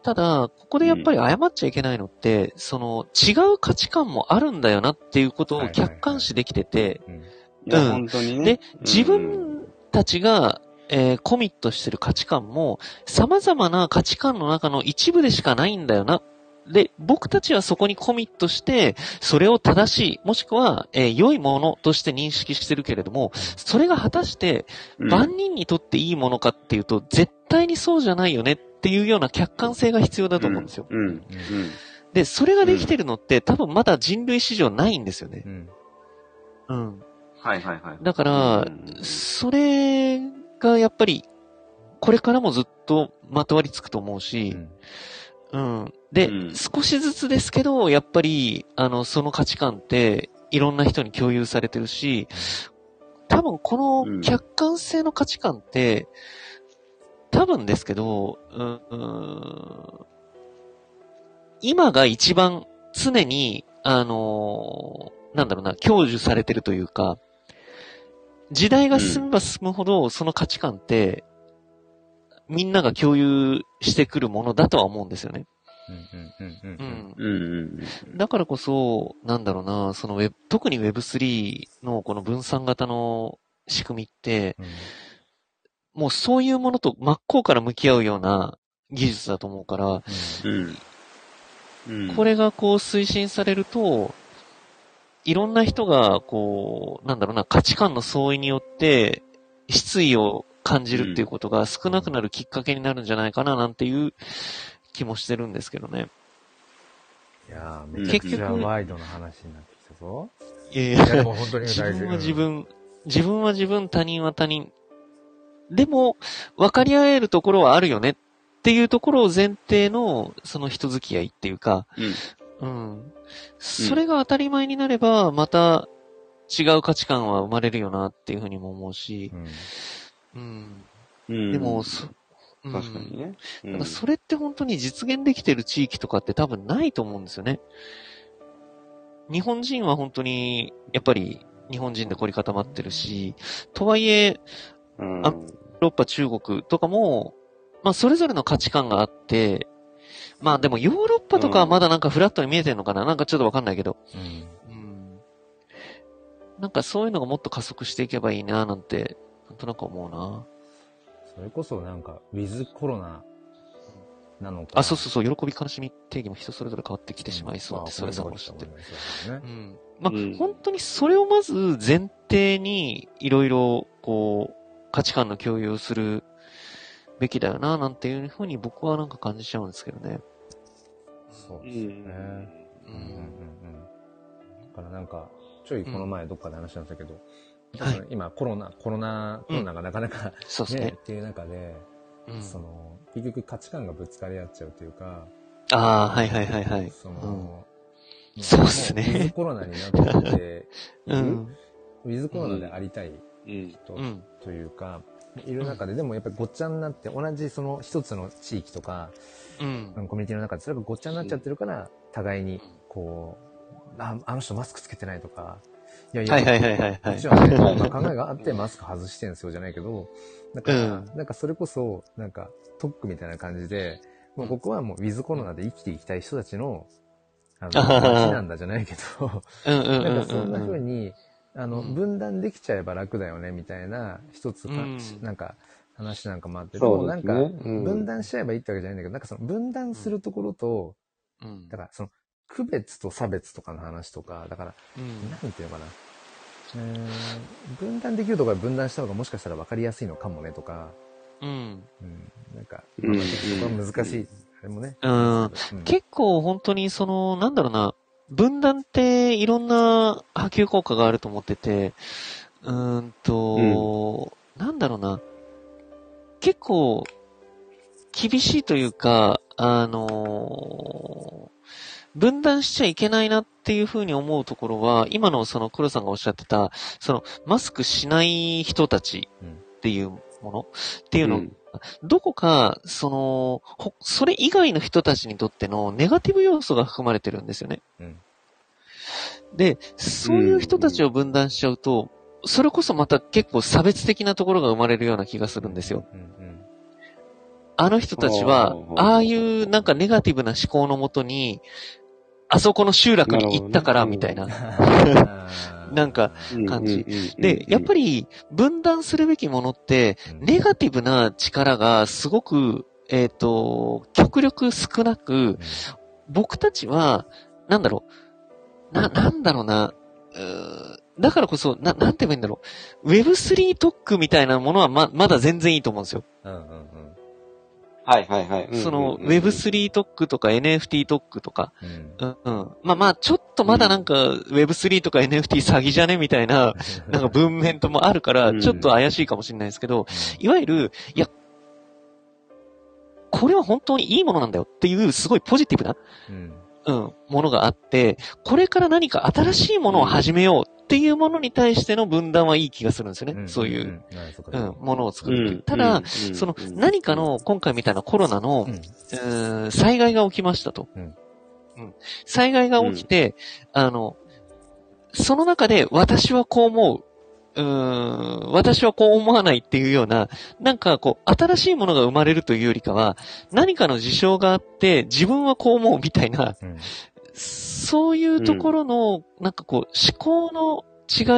Speaker 2: ただ、ここでやっぱり謝っちゃいけないのって、その違う価値観もあるんだよなっていうことを客観視できてて、
Speaker 1: うんうん
Speaker 3: いや
Speaker 2: うん
Speaker 3: 本当にね。
Speaker 2: で、
Speaker 3: うん
Speaker 2: 自分たちが、えーコミットしてる価値観も、様々な価値観の中の一部でしかないんだよな。で、僕たちはそこにコミットして、それを正しい、もしくは、えー良いものとして認識してるけれども、それが果たして、
Speaker 3: うん
Speaker 2: 万人にとっていいものかっていうと、絶対にそうじゃないよねっていうような客観性が必要だと思うんですよ。
Speaker 3: うん。うん。
Speaker 2: で、それができてるのって、多分まだ人類史上ないんですよね。
Speaker 1: うん
Speaker 2: うん。
Speaker 3: はいはいはい。
Speaker 2: だから、それがやっぱり、これからもずっとまとわりつくと思う
Speaker 1: う
Speaker 2: し、
Speaker 1: ん
Speaker 2: うん。で、
Speaker 3: うん
Speaker 2: 少しずつですけど、やっぱり、あの、その価値観って、いろんな人に共有されてるし、多分こ
Speaker 3: うん
Speaker 2: の客観性の価値観って、多分ですけど、うん、うん今が一番常に、あのーなんだろうな、享受されてるというか、時代が進めば進むほど、その価値観って、みんなが共有してくるものだとは思うんですよね。
Speaker 1: うんうんうんうん
Speaker 2: う
Speaker 1: うん
Speaker 2: ん。
Speaker 3: うんうん
Speaker 2: だからこそ、なんだろうな、そのウェブ、特に Web3 のこの分散型の仕組みって、もうそういうものと真っ向から向き合うような技術だと思うから、
Speaker 3: うん。うん。
Speaker 2: これがこう推進されると、いろんな人が、こう、なんだろうな、価値観の相違によって、失意を感じるっていうことが少なくなるきっかけになるんじゃないかな、なんていう気もしてるんですけどね。
Speaker 1: いやー、めちゃくちゃ
Speaker 2: 結局
Speaker 1: ワイドな話になってきたぞ。
Speaker 2: いやい
Speaker 1: い
Speaker 2: や
Speaker 1: や、でも本当に
Speaker 2: 自
Speaker 1: 大事。
Speaker 2: 分は自
Speaker 1: うん。
Speaker 2: 分、自分は自分、他人は他人。でも、分かり合えるところはあるよねっていうところを前提の、その人付き合いっていうか、う
Speaker 3: うん。
Speaker 2: ん。それが当たり前になれば、また違う価値観は生まれるよなっていうふうにも思うし、うん。
Speaker 3: うん。
Speaker 2: でも、そ、うん
Speaker 3: 確かにね。
Speaker 2: だからそれって本当に実現できてる地域とかって多分ないと思うんですよね。日本人は本当に、やっぱり日本人で凝り固まってるし、とはいえ、
Speaker 3: うん
Speaker 2: あヨーロッパ、中国とかも、まあそれぞれの価値観があって、まあでもヨーロッパとかはまだなんかフラットに見えてるのかな、なんかちょっとわかんないけど。
Speaker 1: うん
Speaker 2: うん。なんかそういうのがもっと加速していけばいいな、なんて、なんとなく思うな。
Speaker 1: それこそなんか、ウィズコロナなのか。
Speaker 2: あ、そうそうそう、喜び悲しみ定義も人それぞれ変わってきてしまいそうって、
Speaker 1: ん
Speaker 2: それぞれおっしゃってる。。
Speaker 1: まあ
Speaker 2: うん。まあ、
Speaker 3: うん
Speaker 2: 本当にそれをまず前提に、いろいろ、こう、価値観の共有をするべきだよな、なんていうふうに僕はなんか感じちゃうんですけどね。
Speaker 1: そう
Speaker 3: う
Speaker 1: ですね。
Speaker 3: ん。
Speaker 2: う
Speaker 1: うんうんうん
Speaker 2: ん。
Speaker 1: うんだからなんか、ちょいこの前どっかで話したんですけど、
Speaker 2: はい
Speaker 1: その今コロナ、コロナ、コロナがなかなか、
Speaker 2: そうです
Speaker 1: ね、
Speaker 2: ね
Speaker 1: っ。ていう中で、
Speaker 2: うん、
Speaker 1: その、結局価値観がぶつかり合っちゃうというか、
Speaker 2: ああ、はいはいはいはい。
Speaker 1: その、
Speaker 2: んそうっすね
Speaker 1: もウィズコロナになってて、
Speaker 2: うん。
Speaker 1: ウィズコロナでありたい
Speaker 3: うん。
Speaker 1: 人
Speaker 2: うん。
Speaker 1: というか、いる中で、でもやっぱりごっちゃになって、同じその一つの地域とか、
Speaker 2: うん。
Speaker 1: コミュニティの中で、それがごっちゃになっちゃってるから、互いに、こう、ああの人マスクつけてないとか、いやいや、
Speaker 2: はいはいはいはいは
Speaker 1: も
Speaker 2: い
Speaker 1: ち。ろん、まあ、考えがあってマ スク外してんすよじゃないけど、なんか、
Speaker 2: うん
Speaker 1: なんかそれこそ、なんか、トックみたいな感じで、もうここはもうウィズコロナで生きていきたい人たちの、あの、
Speaker 2: あはは
Speaker 1: 話なんだじゃないけど、
Speaker 2: うんうんう
Speaker 1: なんん
Speaker 2: う
Speaker 1: かそんな風
Speaker 2: ん
Speaker 1: に、あの、
Speaker 2: うん
Speaker 1: 分断できちゃえば楽だよね、みたいな、一つか、
Speaker 2: うん
Speaker 1: なんか、話なんかもあって、でも
Speaker 3: そう
Speaker 1: な
Speaker 3: で
Speaker 1: ん
Speaker 3: す
Speaker 1: か、
Speaker 3: ね。うん
Speaker 1: 分断しちゃえばいいってわけじゃないんだけど、なんかその分断するところと、
Speaker 2: うん。
Speaker 1: だからその、区別と差別とかの話とか、だから、
Speaker 2: うん
Speaker 1: なんていうのかな。うーん、分断できるところは分断した方がもしかしたら分かりやすいのかもねとか、
Speaker 2: うん。
Speaker 1: うん、なんか、
Speaker 3: うん
Speaker 1: まあそこは難しい。あれもね。
Speaker 2: うん
Speaker 1: うん
Speaker 2: 結構本当にその、なんだろうな、分断っていろんな波及効果があると思ってて、うーんと、なんだろうな、結構、厳しいというか、あのー分断しちゃいけないなっていうふうに思うところは、今のその黒さんがおっしゃってた、そのマスクしない人たちっていうものっていうの
Speaker 3: うん
Speaker 2: どこか、その、ほそれ以外の人たちにとってのネガティブ要素が含まれてるんですよね。
Speaker 1: うん
Speaker 2: で、そういう人たちを分断しちゃうと、それこそまた結構差別的なところが生まれるような気がするんですよ。。
Speaker 1: うんうん
Speaker 2: あの人たちは
Speaker 3: ほうほうほう、
Speaker 2: ああいうなんかネガティブな思考のもとに、あそこの集落に行ったから、
Speaker 3: なるほ
Speaker 2: み
Speaker 3: ど
Speaker 2: た
Speaker 3: ね
Speaker 2: いな。
Speaker 1: うん
Speaker 2: なんか、感じで、やっぱ
Speaker 3: り、
Speaker 2: り分断するべきものって、
Speaker 1: うん
Speaker 2: ネガティブな力がすごく、えっ、と、極力少なく、僕たちは、なんだろう、な、なんだろうな、うーだからこそ、な、なんて言えばいいんだろう。Web3 トックみたいなものはま、まだ全然いいと思うんですよ。
Speaker 1: うんうんうん
Speaker 3: はいはいはい。
Speaker 2: その、
Speaker 3: うんうんうん
Speaker 2: Web3 トックとか NFT トックとか、
Speaker 1: うん
Speaker 2: うん、うん。まあまあ、ちょっとまだなんか、Web3 とか NFT 詐欺じゃねみたいな、なんか文面ともあるから
Speaker 3: う、ん
Speaker 2: ちょっと怪しいかもしれないですけど、いわゆる、いや、これは本当にいいものなんだよっていう、すごいポジティブな、
Speaker 1: うん
Speaker 2: うん、ものがあって、これから何か新しいものを始めようっていうものに対しての分断はいい気がするんですよ
Speaker 1: う
Speaker 2: ね。
Speaker 1: ん
Speaker 2: そういう、。
Speaker 1: んんそか
Speaker 2: う
Speaker 1: そ
Speaker 2: ん
Speaker 1: か、
Speaker 2: ものを作るっていうう。
Speaker 3: ん
Speaker 2: ただ、、
Speaker 3: うん
Speaker 2: その何か、の今回みたいなコロナの
Speaker 1: う、ん
Speaker 2: うーん災害が起きましたと。
Speaker 1: うん
Speaker 2: うん災害が起きて、あの、その中で私はこう思う。うーん私はこう思わないっていうような、なんかこう、新しいものが生まれるというよりかは、何かの事象があって、自分はこう思うみたいな、
Speaker 1: うん
Speaker 2: そういうところの、なんかこう、思考の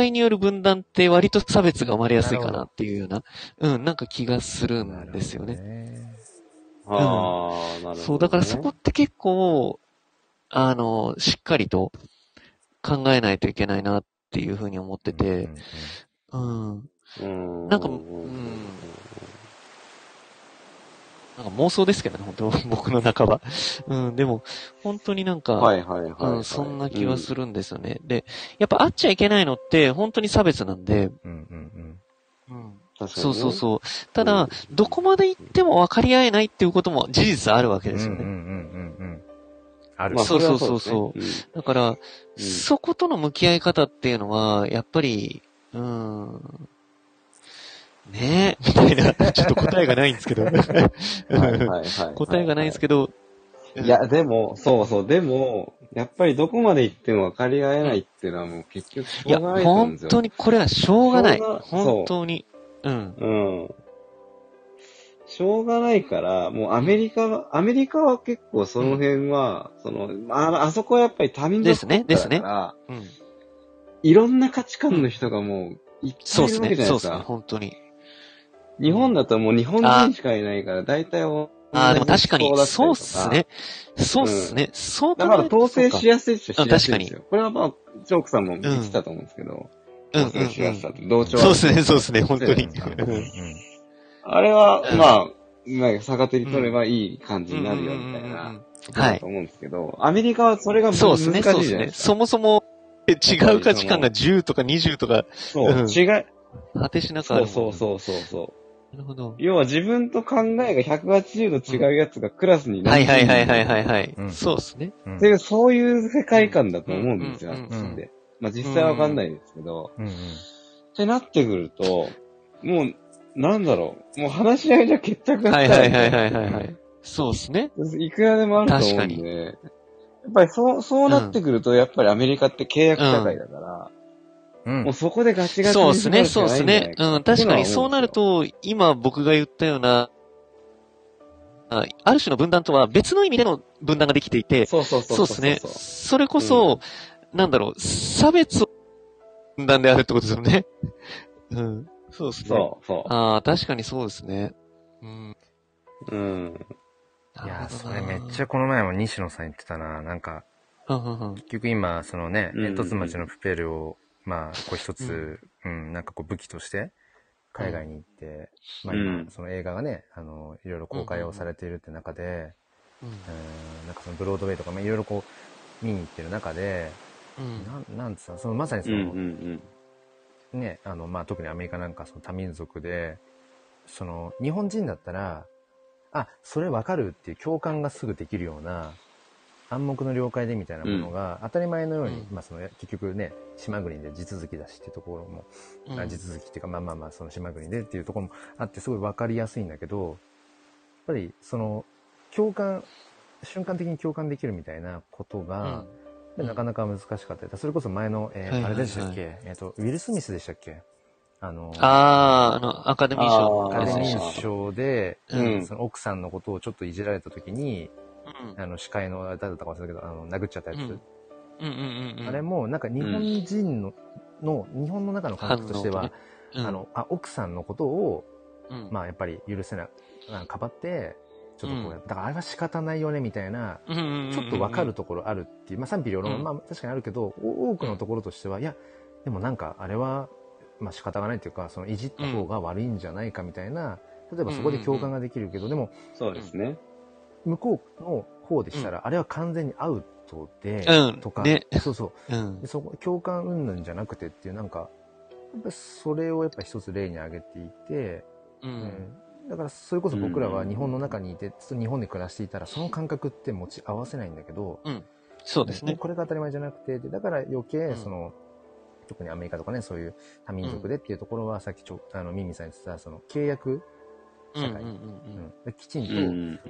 Speaker 2: 違いによる分断って割と差別が生まれやすいかなっていうような、うん、なんか気がするんですよね。
Speaker 3: ああ、なるほど、ね。
Speaker 2: そう、だからそこって結構、あの、しっかりと考えないといけないなっていうふうに思ってて、、うん。
Speaker 3: うん、
Speaker 2: なんか
Speaker 3: う
Speaker 2: うんなんか妄想ですけどね、本当 僕の中は。うん、でも、本当になんか、
Speaker 3: はいはいはい、はい
Speaker 2: うん、そんな気はするんですよね。で、やっぱ会っちゃいけないのって、本当に差別なんで、
Speaker 1: うんうんうん
Speaker 2: うん、
Speaker 3: うん。確かに
Speaker 2: そう
Speaker 3: ね
Speaker 2: そうそう。た
Speaker 3: う
Speaker 2: だ
Speaker 3: ん、
Speaker 2: どこまで行っても分かり合えないっていうことも事実あるわけ
Speaker 1: うん
Speaker 2: です
Speaker 1: う
Speaker 2: よ
Speaker 1: んうん
Speaker 2: ね。
Speaker 1: うんうん。ある
Speaker 3: まあ
Speaker 2: そう
Speaker 3: れは
Speaker 2: そうそう
Speaker 3: ですね
Speaker 2: だから、
Speaker 3: うん
Speaker 2: そことの向き合い方っていうのは、やっぱり、うーん、ねえ、みたいな、ちょっと答えがないんですけど、
Speaker 3: うんはいはいはい。
Speaker 2: 答えがないんですけど、
Speaker 3: いや、でも、そうそう、でも、やっぱりどこまで行っても分かり合えないっていうのはもう結局し
Speaker 2: いや、
Speaker 3: ょうがないと思うん
Speaker 2: 本
Speaker 3: ですよ。
Speaker 2: 当にこれはしょうがない。
Speaker 3: しょうがそう
Speaker 2: 本当に。うん。
Speaker 3: うん。しょうがないから、もうアメリカは、アメリカは結構その辺は、その、あ、あそこはやっぱり多民
Speaker 2: で
Speaker 3: 族
Speaker 2: すね、
Speaker 3: だ
Speaker 2: ですね。
Speaker 3: から、
Speaker 2: うん。
Speaker 3: いろんな価値観の人がもう、いっぱ
Speaker 2: そ
Speaker 3: いう
Speaker 2: で
Speaker 3: いる
Speaker 2: す
Speaker 3: わけ
Speaker 2: ね、
Speaker 3: じゃ
Speaker 2: そう
Speaker 3: ないで
Speaker 2: ですすね、
Speaker 3: か。
Speaker 2: 本当に。
Speaker 3: 日本だともう日本人しかいないから、大体を。
Speaker 2: ああ、でも確か
Speaker 3: 同じ思
Speaker 2: に、
Speaker 3: 想
Speaker 2: そう
Speaker 3: だ
Speaker 2: った
Speaker 3: りとか
Speaker 2: す。ね。そうっすね。そう考
Speaker 3: だ
Speaker 2: え
Speaker 3: から統制し
Speaker 2: や
Speaker 3: やすいっちゃしやすいんですよ。これはまあ、チョークさんも言ってたと思うんですけど、
Speaker 2: うんうん
Speaker 3: 統制しやすさと同調。
Speaker 2: そうっすね、そうっすね、本当に。
Speaker 1: うんうんうん
Speaker 3: あれは
Speaker 2: うん、
Speaker 3: まあ、なんか逆手に取ればいい感じになるよみたい
Speaker 2: うんうんうんう。
Speaker 3: なんだと思うんですけど、アメリカはそれがむ
Speaker 2: そう
Speaker 3: 難
Speaker 2: で
Speaker 3: し
Speaker 2: すね、
Speaker 3: いじ
Speaker 2: そ
Speaker 3: ゃ
Speaker 2: うです
Speaker 3: ない
Speaker 2: ね。
Speaker 3: ですか。
Speaker 2: そもそも、え違う価値観が10とか20とか、
Speaker 3: そう
Speaker 2: うん
Speaker 3: 違い、
Speaker 2: 果てしなくあ
Speaker 3: そ
Speaker 2: るもん
Speaker 3: う
Speaker 2: ね
Speaker 3: そうそうそうそう。
Speaker 2: なるほど。
Speaker 3: 要は自分と考えが180度違うやつがクラスにな
Speaker 2: は
Speaker 3: る。
Speaker 2: いはいはいはいはいはい。
Speaker 1: うん
Speaker 2: そうですね。
Speaker 1: うん
Speaker 3: っていう、そういう世界観だと思うんですよ、
Speaker 2: う
Speaker 3: あ
Speaker 2: ん
Speaker 3: っちって。まあ実際わかんないですけど。
Speaker 1: うんうん
Speaker 3: ってなってくると、もう、なんだろう。もう話し合いじゃ決着がつか
Speaker 2: は
Speaker 3: ないい。
Speaker 2: はいはいはいはいはい。そうですね。
Speaker 3: いくらでもあると思うんで、っぱりそう、そうなってくると、やっぱりアメリカって契約社会だか
Speaker 1: う
Speaker 3: ら、
Speaker 1: ん
Speaker 3: もう。そこでガチガチ
Speaker 2: そう
Speaker 3: に
Speaker 2: です
Speaker 3: 縛る
Speaker 2: ね、
Speaker 3: し
Speaker 2: そ
Speaker 3: か
Speaker 2: うで
Speaker 3: ない
Speaker 2: す
Speaker 3: んじ
Speaker 2: ね
Speaker 3: ゃない。
Speaker 2: うん、
Speaker 3: ってい
Speaker 2: 確
Speaker 3: の
Speaker 2: かに
Speaker 3: は思んですよ
Speaker 2: そうなると、今僕が言ったような、あある種の分断とは別の意味での分断ができていて、
Speaker 3: そうそうそ
Speaker 2: そ
Speaker 3: うそうう。
Speaker 2: ですね。それこそ、なんだろう、差別を分断であるってことですよね。 うん。そうですね。
Speaker 3: そうそ
Speaker 2: ああ、確かにそうですね。うん。
Speaker 3: う。うん。
Speaker 1: いや、それめっち
Speaker 2: ゃ
Speaker 1: ゃこの前も西野さん言ってたな。なんか、、
Speaker 2: うんうんうん
Speaker 1: 結局今、そのね、
Speaker 3: うんうんうん
Speaker 1: 煙突町のプペルを、まあ、こう一つ、うん、なんかこう武器として、海外に行って、まあ
Speaker 3: うん
Speaker 1: 今、その映画がね、あの、いろいろ公開をされているって中で、うんなんかそのブロードウェイとか、まあいろいろこう、見に行ってる中で、
Speaker 2: うん。
Speaker 1: なん、なんつうの、そのまさに
Speaker 3: う
Speaker 1: そ
Speaker 3: んう
Speaker 1: の、
Speaker 3: ん
Speaker 1: ね、あの、まあ、特にアメリカなんかその多民族で、その、日本人だったら、あ、それわかるっていう共感がすぐできるような、暗黙の了解でみたいなものが、当たり前のように、
Speaker 2: うん
Speaker 1: まあ、その、結局ね、島国で地続きだしってところも、
Speaker 2: うん
Speaker 1: あ地続きっていうか、まあまあまあ、その島国でっていうところもあって、すごいわかりやすいんだけど、やっぱり、その、共感、瞬間的に共感できるみたいなこと
Speaker 2: う
Speaker 1: が
Speaker 2: ん、
Speaker 1: でなかなか難しかったりそれこそ前の、えー
Speaker 2: はいはいはい
Speaker 1: あれでしたっけ、えっ、と、ウィル・スミスでしたっけあの、
Speaker 2: ああ、あの、アカデミー賞。
Speaker 3: あ
Speaker 1: アカデミー賞で、
Speaker 2: うん
Speaker 1: その奥さんのことをちょっといじられた時に、
Speaker 2: うん
Speaker 1: あの、司会の、誰だったか忘れたけど、あの、殴っちゃったやつ。
Speaker 2: うんうんうんうん。
Speaker 1: あれも、なんか日本人の、の、日本の中の感覚としては、
Speaker 2: うん、
Speaker 1: あの、あ、奥さんのことを、
Speaker 2: うん、
Speaker 1: まあ、やっぱり許せな、あかばって、ちょっとこうや
Speaker 2: う
Speaker 1: だからあれは仕方ないよね、みたいな
Speaker 2: うんうんうんうん、
Speaker 1: ちょっとわかるところあるっていう、まあ賛否両論、
Speaker 2: うん
Speaker 1: まあ確かにあるけど、お多くのところとしては、いや、でもなんかあれは、まあ仕方がないっていうか、そのいじった方が悪いんじゃないかみたいな、例えばそこで共感ができるけど、でも
Speaker 3: そうですね。
Speaker 1: 向こうの方でしたら、あれは完全にアウトで、
Speaker 2: うん
Speaker 1: とか、
Speaker 2: ね
Speaker 1: そうそう
Speaker 2: うん
Speaker 1: で。そこ、共感云々じゃなくてっていう、なんか、やっぱりそれをやっぱ一つ例に挙げていて、
Speaker 2: うん。
Speaker 1: だからそれこそ僕らは日本の中にいて、ずっと日本で暮らしていたら、その感覚って持ち合わせないんだけど、
Speaker 2: そうですね。
Speaker 1: これが当たり前じゃなくて、でだから余計
Speaker 2: ん、
Speaker 1: その、特にアメリカとかね、そういう多民族でっていうところは、さっきちょ、あの、ミミさんに言ってた、その、契約、
Speaker 2: うんうん
Speaker 1: 社会
Speaker 2: うんうん
Speaker 1: できちんと、
Speaker 3: う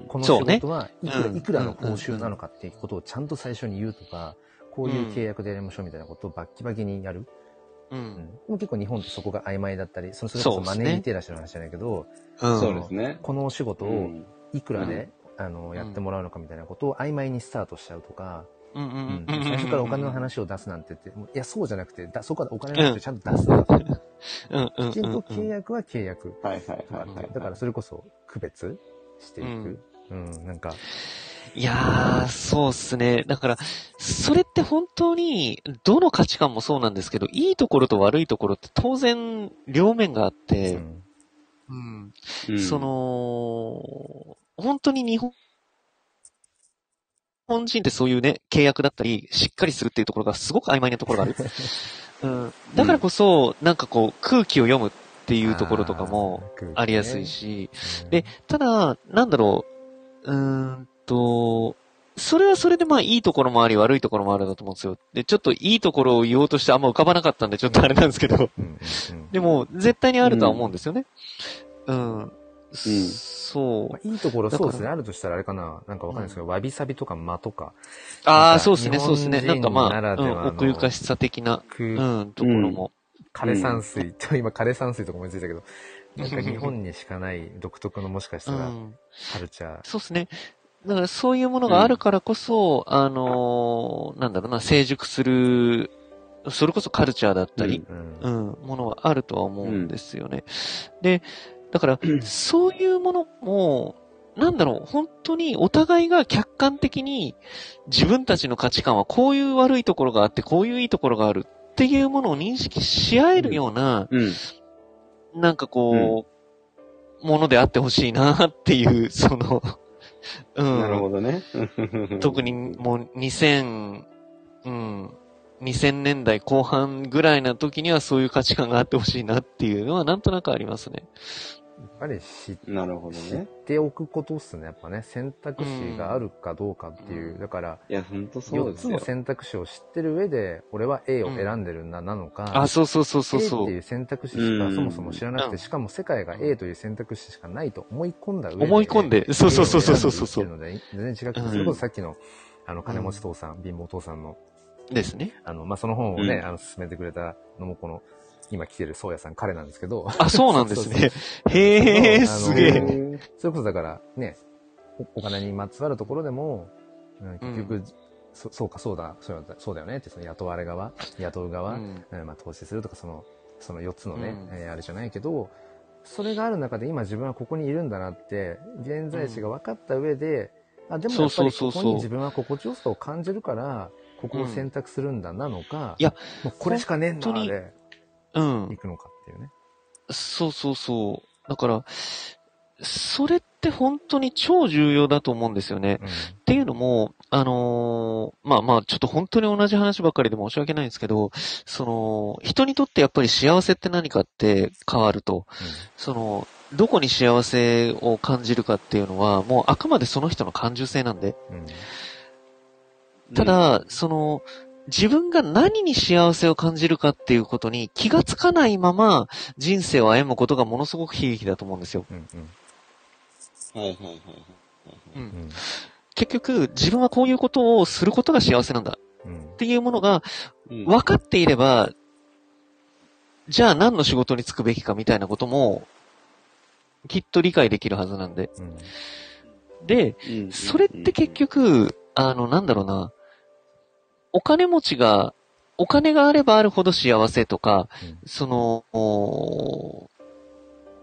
Speaker 3: ん。
Speaker 1: この仕
Speaker 2: そうね
Speaker 1: 事はいくら、
Speaker 2: うん
Speaker 1: いくらの報酬なのかっていうことをちゃんと最初に言うとか、こういう契約でやりましょうみたいなことをバッキバキにやる。
Speaker 2: う
Speaker 1: うん
Speaker 2: ん。
Speaker 1: でも結構日本ってそこが曖昧だったり、そのそれこ
Speaker 2: そ
Speaker 1: そう
Speaker 2: で
Speaker 1: マ
Speaker 2: すね
Speaker 1: ネーリテラシーの話じゃないけど、
Speaker 2: うん
Speaker 3: そうですね。
Speaker 1: このお仕事
Speaker 3: う
Speaker 1: を
Speaker 3: ん
Speaker 1: いくらで、あの、やってもらうのかみたいなことを曖昧にスタートしちゃうとか、
Speaker 2: うんうんうん
Speaker 1: 最初からお金の。話を出すなんてって、もういや、そうじゃなくて、だそこからお金の話をちゃんと出す。
Speaker 2: うんうんうんうん。
Speaker 1: きちんと契約は契約。
Speaker 3: はいはいはいはい。
Speaker 1: だからそれこそ区別していく。うん、なんか、
Speaker 2: いやー、そうっすね。だから、それって本当に、どの価値観もそうなんですけど、いいところと悪いところって当然、両面があっ
Speaker 1: う
Speaker 2: て、
Speaker 1: ん
Speaker 2: うん。
Speaker 3: うん
Speaker 2: そ、の、本当に日本、日本人ってそういうね、契約だったり、しっかりするっていうところがすごく曖昧なところがある。うん、だからこそ、なんかこう、空気を読むっていうところとかも、ありやすい。し、
Speaker 1: ー
Speaker 2: で、ただ、なんだろう、うーんと、それはそれでまあいいところもあり悪いところもあるんだと思うんですよ。で、ちょっといいところを言おうとしてあんま浮かばなかったんでちょっとあれなんですけど。
Speaker 1: うんうんうん
Speaker 2: でも、絶対にあるとは思うんですよね。うん。そ
Speaker 1: ま
Speaker 2: う。
Speaker 1: あいいところ、
Speaker 2: だ
Speaker 1: そ
Speaker 2: から
Speaker 1: うですね。あるとしたらあれかな。なんかわかんないですけど、わびさびとか間とか、
Speaker 2: あ
Speaker 1: なん
Speaker 2: あ、
Speaker 1: か
Speaker 2: そうですね、
Speaker 1: 日
Speaker 2: そう
Speaker 1: 本
Speaker 2: です
Speaker 1: 人
Speaker 2: ね。なんかま
Speaker 1: な
Speaker 2: あ、
Speaker 1: ら
Speaker 2: う
Speaker 1: ではの
Speaker 2: ん、奥ゆかしさ的な、う
Speaker 1: 空
Speaker 2: ん、ところも。
Speaker 1: 枯山水と、今枯山水とか思いついたけど、なんか日本にしかない独特のもしかし
Speaker 2: う
Speaker 1: たら、
Speaker 2: ん。
Speaker 1: カルチャー。
Speaker 2: そうですね。だからそういうものがあるからこそ、あのーなんだろうな、成熟する、それこそカルチャーだったり、
Speaker 1: うん
Speaker 2: うん、ものはあるとは思うんですよね。で、だから、そういうものも、なんだろう、本当にお互いが客観的に自分たちの価値観はこういう悪いところがあって、こういういいところがあるっていうものを認識し合えるような、
Speaker 3: うん。
Speaker 2: なんかこう、ものであってほしいなっていう、その、うん。
Speaker 3: なるほどね。
Speaker 2: 特にもう2000、うん、2000年代後半ぐらいな時にはそういう価値観があってほしいなっていうのはなんとなくありますね。
Speaker 1: やっぱり知っ
Speaker 3: なるほど
Speaker 1: 知っ
Speaker 3: ね。
Speaker 1: ておくことっすね。やっぱね、選択肢があるかどうかっていう。
Speaker 2: うん
Speaker 1: だから、
Speaker 3: いや、ほんとそう
Speaker 1: 4
Speaker 3: で
Speaker 1: つ
Speaker 3: す
Speaker 1: の
Speaker 3: よ。
Speaker 1: 選択肢を知ってる上で、俺は A を選んでるんだ、なのか、
Speaker 2: あ、そうそうそうそう
Speaker 1: A っ
Speaker 2: そ。
Speaker 1: ていうう選択肢し
Speaker 3: う
Speaker 1: か
Speaker 3: ん
Speaker 1: そもそも知らなく
Speaker 2: う
Speaker 1: て、
Speaker 2: ん
Speaker 1: しかも世界が A という選択肢しかないと思い込んだ上で。
Speaker 2: 思い込んで、そうそうそうそうそうそう。
Speaker 1: う。全然違くて、
Speaker 2: うん
Speaker 1: それこそさっきのあの、金持ち父さん、貧乏父さんの、
Speaker 2: ですね。
Speaker 1: あの、まあ、その本をね、
Speaker 3: うん
Speaker 1: あの、勧めてくれたのも、この、今来てる宗谷さん、彼なんですけど、
Speaker 2: あ、そうなんですね。へ
Speaker 1: そうそ
Speaker 2: え、
Speaker 1: う
Speaker 2: すげ
Speaker 1: あの
Speaker 2: え。
Speaker 1: それこそだから、ね、おお金にまつわるところでも、うん、結局、
Speaker 2: うん
Speaker 1: そ、そうか、そうだ、そうだそうだよねって、その雇われ側、雇う側、うんまあ、投資するとかそのその4つのね、
Speaker 2: うん
Speaker 1: えーあれじゃないけどそれがある中で今自分はここにいるんだなって現在地が分かった上で、あでもやっぱ
Speaker 2: そう
Speaker 1: り
Speaker 2: そう
Speaker 1: こ
Speaker 2: そ
Speaker 1: こ
Speaker 2: うそう
Speaker 1: に自分は心地よさを感じるからここを選択するんだなのか、
Speaker 2: いや
Speaker 1: もうこれしかねえんだ
Speaker 2: 本当に
Speaker 1: で
Speaker 2: うん。うん
Speaker 1: 行。くのかっていうね。
Speaker 2: そうそうそう。だから、それって本当に超重要だと思うんですよね。
Speaker 1: うん
Speaker 2: っていうのも、あのーまあまあ、ちょっと本当に同じ話ばかりで申し訳ないんですけど、その、人にとってやっぱり幸せって何かって変わると、その、どこに幸せを感じるかっていうのは、もうあくまでその人の感受性なんで、
Speaker 1: うんうん
Speaker 2: ただ、その、自分が何に幸せを感じるかっていうことに気がつかないまま人生を歩むことがものすごく悲劇だと思うんですよ。
Speaker 1: うん
Speaker 3: はいはいはいはい。
Speaker 1: うん
Speaker 2: 結局、自分はこういうことをすることが幸せなんだ
Speaker 1: うん
Speaker 2: っていうものが
Speaker 3: うん
Speaker 2: 分かっていれば、じゃあ何の仕事に就くべきかみたいなことも、きっと理解できるはずなんで。
Speaker 1: うん
Speaker 2: で、
Speaker 3: うん
Speaker 2: それって結、局、あの、なんだろうな、お金持ちが、お金があればあるほど幸せとか、その、おー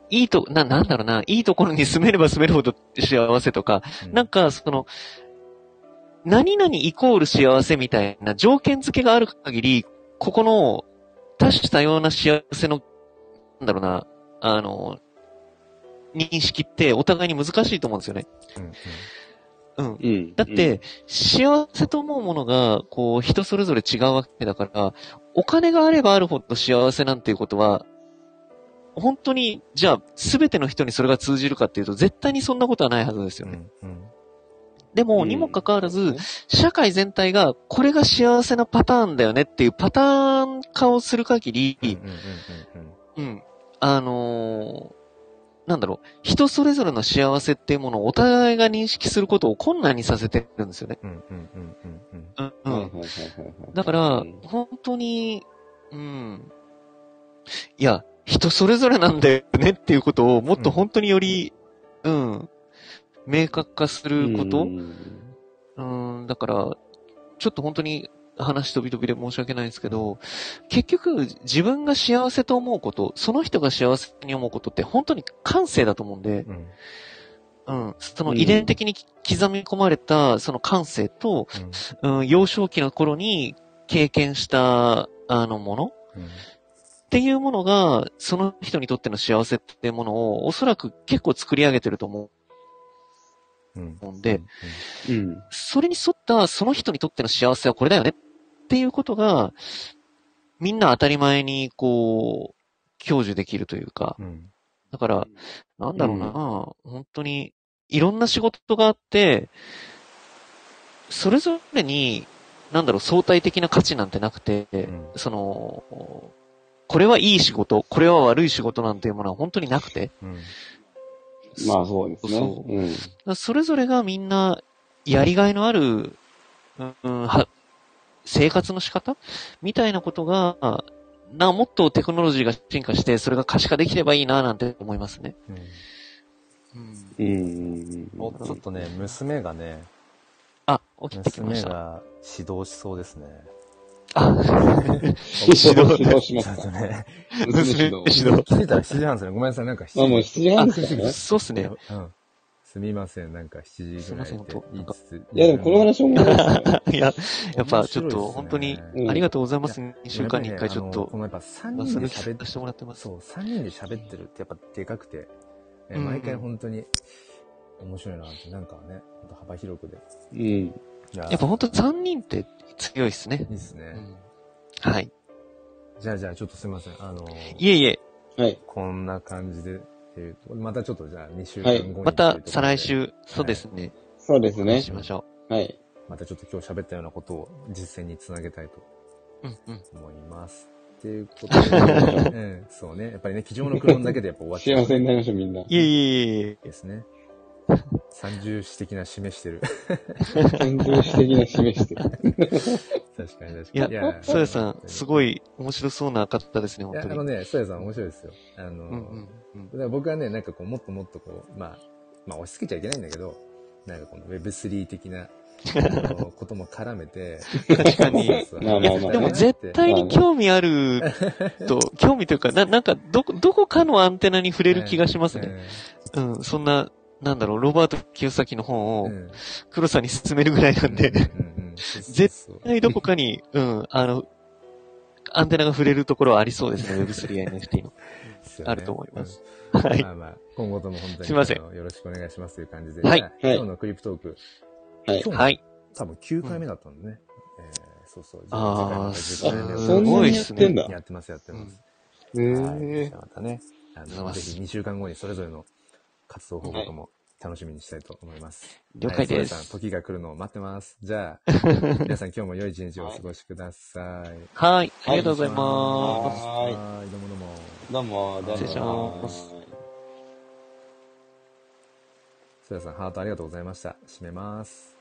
Speaker 2: いいと、な、なんだろうな、いいところに住めれば住めるほど幸せとか、
Speaker 1: うん
Speaker 2: なんか、その、何々イコール幸せみたいな条件付けがある限り、ここの多種多様な幸せの、なんだろうな、あの、認識ってお互いに難しいと思うんですよね。
Speaker 1: うん
Speaker 2: うん。
Speaker 3: うん
Speaker 2: だっ、て、幸せと思うものが、こう、人それぞれ違うわけだから、お金があればあるほど幸せなんていうことは、本当に、じゃあ、すべての人にそれが通じるかっていうと、絶対にそんなことはないはずですよ
Speaker 1: う
Speaker 2: ね。
Speaker 1: んうん
Speaker 2: で
Speaker 3: う
Speaker 2: も、
Speaker 3: ん
Speaker 2: にもかかわら
Speaker 3: うん
Speaker 2: ず、社会全体が、これが幸せなパターンだよねっていうパターン化をする限り、
Speaker 1: うんうんうんうん
Speaker 2: うん。あのーなんだろう、人それぞれの幸せっていうものをお互いが認識することを困難にさせてるんですよね。
Speaker 1: うんうんうんうんうん
Speaker 2: うん。
Speaker 3: う
Speaker 2: うん
Speaker 3: は
Speaker 2: ん
Speaker 3: いはいはいはい
Speaker 2: だから
Speaker 3: うん、
Speaker 2: 本当に、うん。いや、人それぞれなんだよねっていうことを、もっと本当により、うん、明確化すること、
Speaker 3: うん
Speaker 2: うん、だから、ちょっと本当に話飛び飛びで申し訳ないんですけど、結局自分が幸せと思うこと、その人が幸せに思うことって本当に感性だと思うんで、
Speaker 1: うん
Speaker 2: うん、その
Speaker 3: うん
Speaker 2: 遺伝的にき刻み込まれたその感性と、うん、幼少期の頃に経験したあのもの
Speaker 1: うん
Speaker 2: っていうものが、その人にとっての幸せっていうものをおそらく結構作り上げてると思
Speaker 1: うん
Speaker 2: うんで、
Speaker 3: うん。
Speaker 2: それに沿ったその人にとっての幸せはこれだよねっていうことが、みんな当たり前にこう、享受できるというか、
Speaker 1: うん
Speaker 2: だから、なんだろうな、本当に、いろんな仕事があって、それぞれに、なんだろう、相対的な価値なんてなくて、
Speaker 1: ん
Speaker 2: その、これはいい仕事、これは悪い仕事なんていうものは本当になくて、
Speaker 1: うん
Speaker 3: まあそうですね。
Speaker 2: そう
Speaker 3: うん。
Speaker 2: それぞれがみんな、やりがいのある、うん、は、生活の仕方みたいなことが、な、もっとテクノロジーが進化して、それが可視化できればいいな、なんて思いますね。
Speaker 1: うん
Speaker 3: うんうんうん。
Speaker 1: おちょっとね、娘がね、
Speaker 2: あ、起きてきま
Speaker 1: 娘
Speaker 2: した。
Speaker 1: が指導しそうですね。
Speaker 2: あ、
Speaker 3: 指導 指導しま
Speaker 1: ちょっ
Speaker 3: す
Speaker 1: と
Speaker 3: か。
Speaker 1: ね、
Speaker 2: 娘
Speaker 3: 指
Speaker 2: の
Speaker 3: 導。
Speaker 2: 指導。
Speaker 1: 気づいたら7時半ですね。ごめんなさい、なんか
Speaker 3: まあもう
Speaker 1: 7時。
Speaker 3: 7時半ですからね。
Speaker 2: そうっすね。
Speaker 1: うん。すみません、なんか7時ぐらい
Speaker 2: すいま
Speaker 1: で
Speaker 2: せん
Speaker 1: 言いつつ。
Speaker 3: いやでもこの話面白い ですね。
Speaker 2: いや、
Speaker 1: 面白い
Speaker 2: やっ
Speaker 1: すね、
Speaker 2: ぱちょっと本当にありがとうございます。2週間に1回ちょっ
Speaker 1: あの
Speaker 2: と
Speaker 1: こ、のやっぱ3
Speaker 2: 忘
Speaker 1: 人で
Speaker 2: れ
Speaker 1: 喋
Speaker 2: さ
Speaker 1: っ
Speaker 2: せてもらってます。
Speaker 1: そう、3人で喋ってるってやっぱでかくて、ね
Speaker 2: うん
Speaker 1: 毎回本当に面白いなって、なんかね、ほんと幅広くで。
Speaker 3: うん。
Speaker 1: いや
Speaker 2: やっぱ本当3人って強いっすね
Speaker 1: い。いです
Speaker 2: う
Speaker 1: ね。
Speaker 2: んはい。
Speaker 1: じゃあじゃあちょっとすみません、あの、
Speaker 2: いえいえ、
Speaker 3: はい。
Speaker 1: こんな感じで、っていうとまたちょっとじゃあ2週間
Speaker 3: は
Speaker 1: 後
Speaker 3: い
Speaker 1: にっていうところで、
Speaker 2: また再来週、そうですね。
Speaker 3: そうです
Speaker 2: お話
Speaker 3: ね
Speaker 2: し。しましょ
Speaker 3: はい。
Speaker 1: またちょっと今日喋ったようなことを実践につなげたいと
Speaker 2: う。うんうん。
Speaker 1: 思います。っていうこと で、うん、そう ね。やっぱりね、机上の苦論だけでやっぱ終わっちゃ
Speaker 3: 幸
Speaker 1: う
Speaker 3: せになりましょう、みんな。
Speaker 2: いえいえいえいえ。
Speaker 1: ですね。三重視的な示してる。
Speaker 3: 感情視的な示してる。
Speaker 1: 確かに確
Speaker 2: い
Speaker 1: か
Speaker 2: や
Speaker 1: に。いや、、
Speaker 2: ソヤさん、すご
Speaker 1: い
Speaker 2: い面白そうな方ですね、本
Speaker 1: や。
Speaker 2: 当
Speaker 1: あ
Speaker 2: に。
Speaker 1: のね、ソヤさん面白いですよ。あの、
Speaker 2: うんうんうん
Speaker 1: だから僕はね、なんかこう、もっともっとこう、まあ、まあ押し付けちゃいけないんだけど、なんかこの Web3 的な、あのことも絡めて。
Speaker 2: 確か に。
Speaker 1: そうそう
Speaker 3: まあまあまあ
Speaker 2: でも絶対に興味 あると、興味というか、な、なんか、どこ、どこかのアンテナに触れる気がしますね。。うん、そんな、なんだろう、ロバート清崎の本
Speaker 1: う
Speaker 2: を
Speaker 1: んうん
Speaker 2: 黒さんに勧めるぐらいなんで、絶
Speaker 1: うんうんうんそうそうそう
Speaker 2: 絶対どこかに、うん、あの、アンテナが触れるところはありそう ですね、Web3 や NFT の。
Speaker 1: ですよね
Speaker 2: あると思います
Speaker 1: うん
Speaker 2: はい
Speaker 1: まあまあ、今後とも本当に
Speaker 2: すいません
Speaker 1: あのよろしくお願いしますという感じで。
Speaker 2: はい
Speaker 1: じゃあ今日のクリプトーク。
Speaker 3: はい
Speaker 1: 今日
Speaker 2: はい。
Speaker 1: 多分9回目だったんでね。えーそうそう。
Speaker 2: あー
Speaker 1: 次回また10回目
Speaker 2: すごいっすね
Speaker 1: やってやってます、やってます。
Speaker 3: へ
Speaker 1: はい
Speaker 3: え
Speaker 1: じゃあまたね、あ
Speaker 2: りがとうご
Speaker 1: の、
Speaker 2: ざいま
Speaker 1: ぜ
Speaker 2: す
Speaker 1: ひ2週間後にそれぞれの活動報告も楽しみにしたいと思います。
Speaker 2: 了解で
Speaker 1: はいそれでは
Speaker 2: す。
Speaker 1: 時が来るのを待ってます。じ ゃあ、皆さん今日も良い一日をお過ごしください。
Speaker 2: はい、ありがとうございます。
Speaker 3: はい
Speaker 1: はい、どうもどうも。
Speaker 3: どうも、どうも。
Speaker 2: 失礼します
Speaker 1: そやさん、ハートありがとうございました。締めます。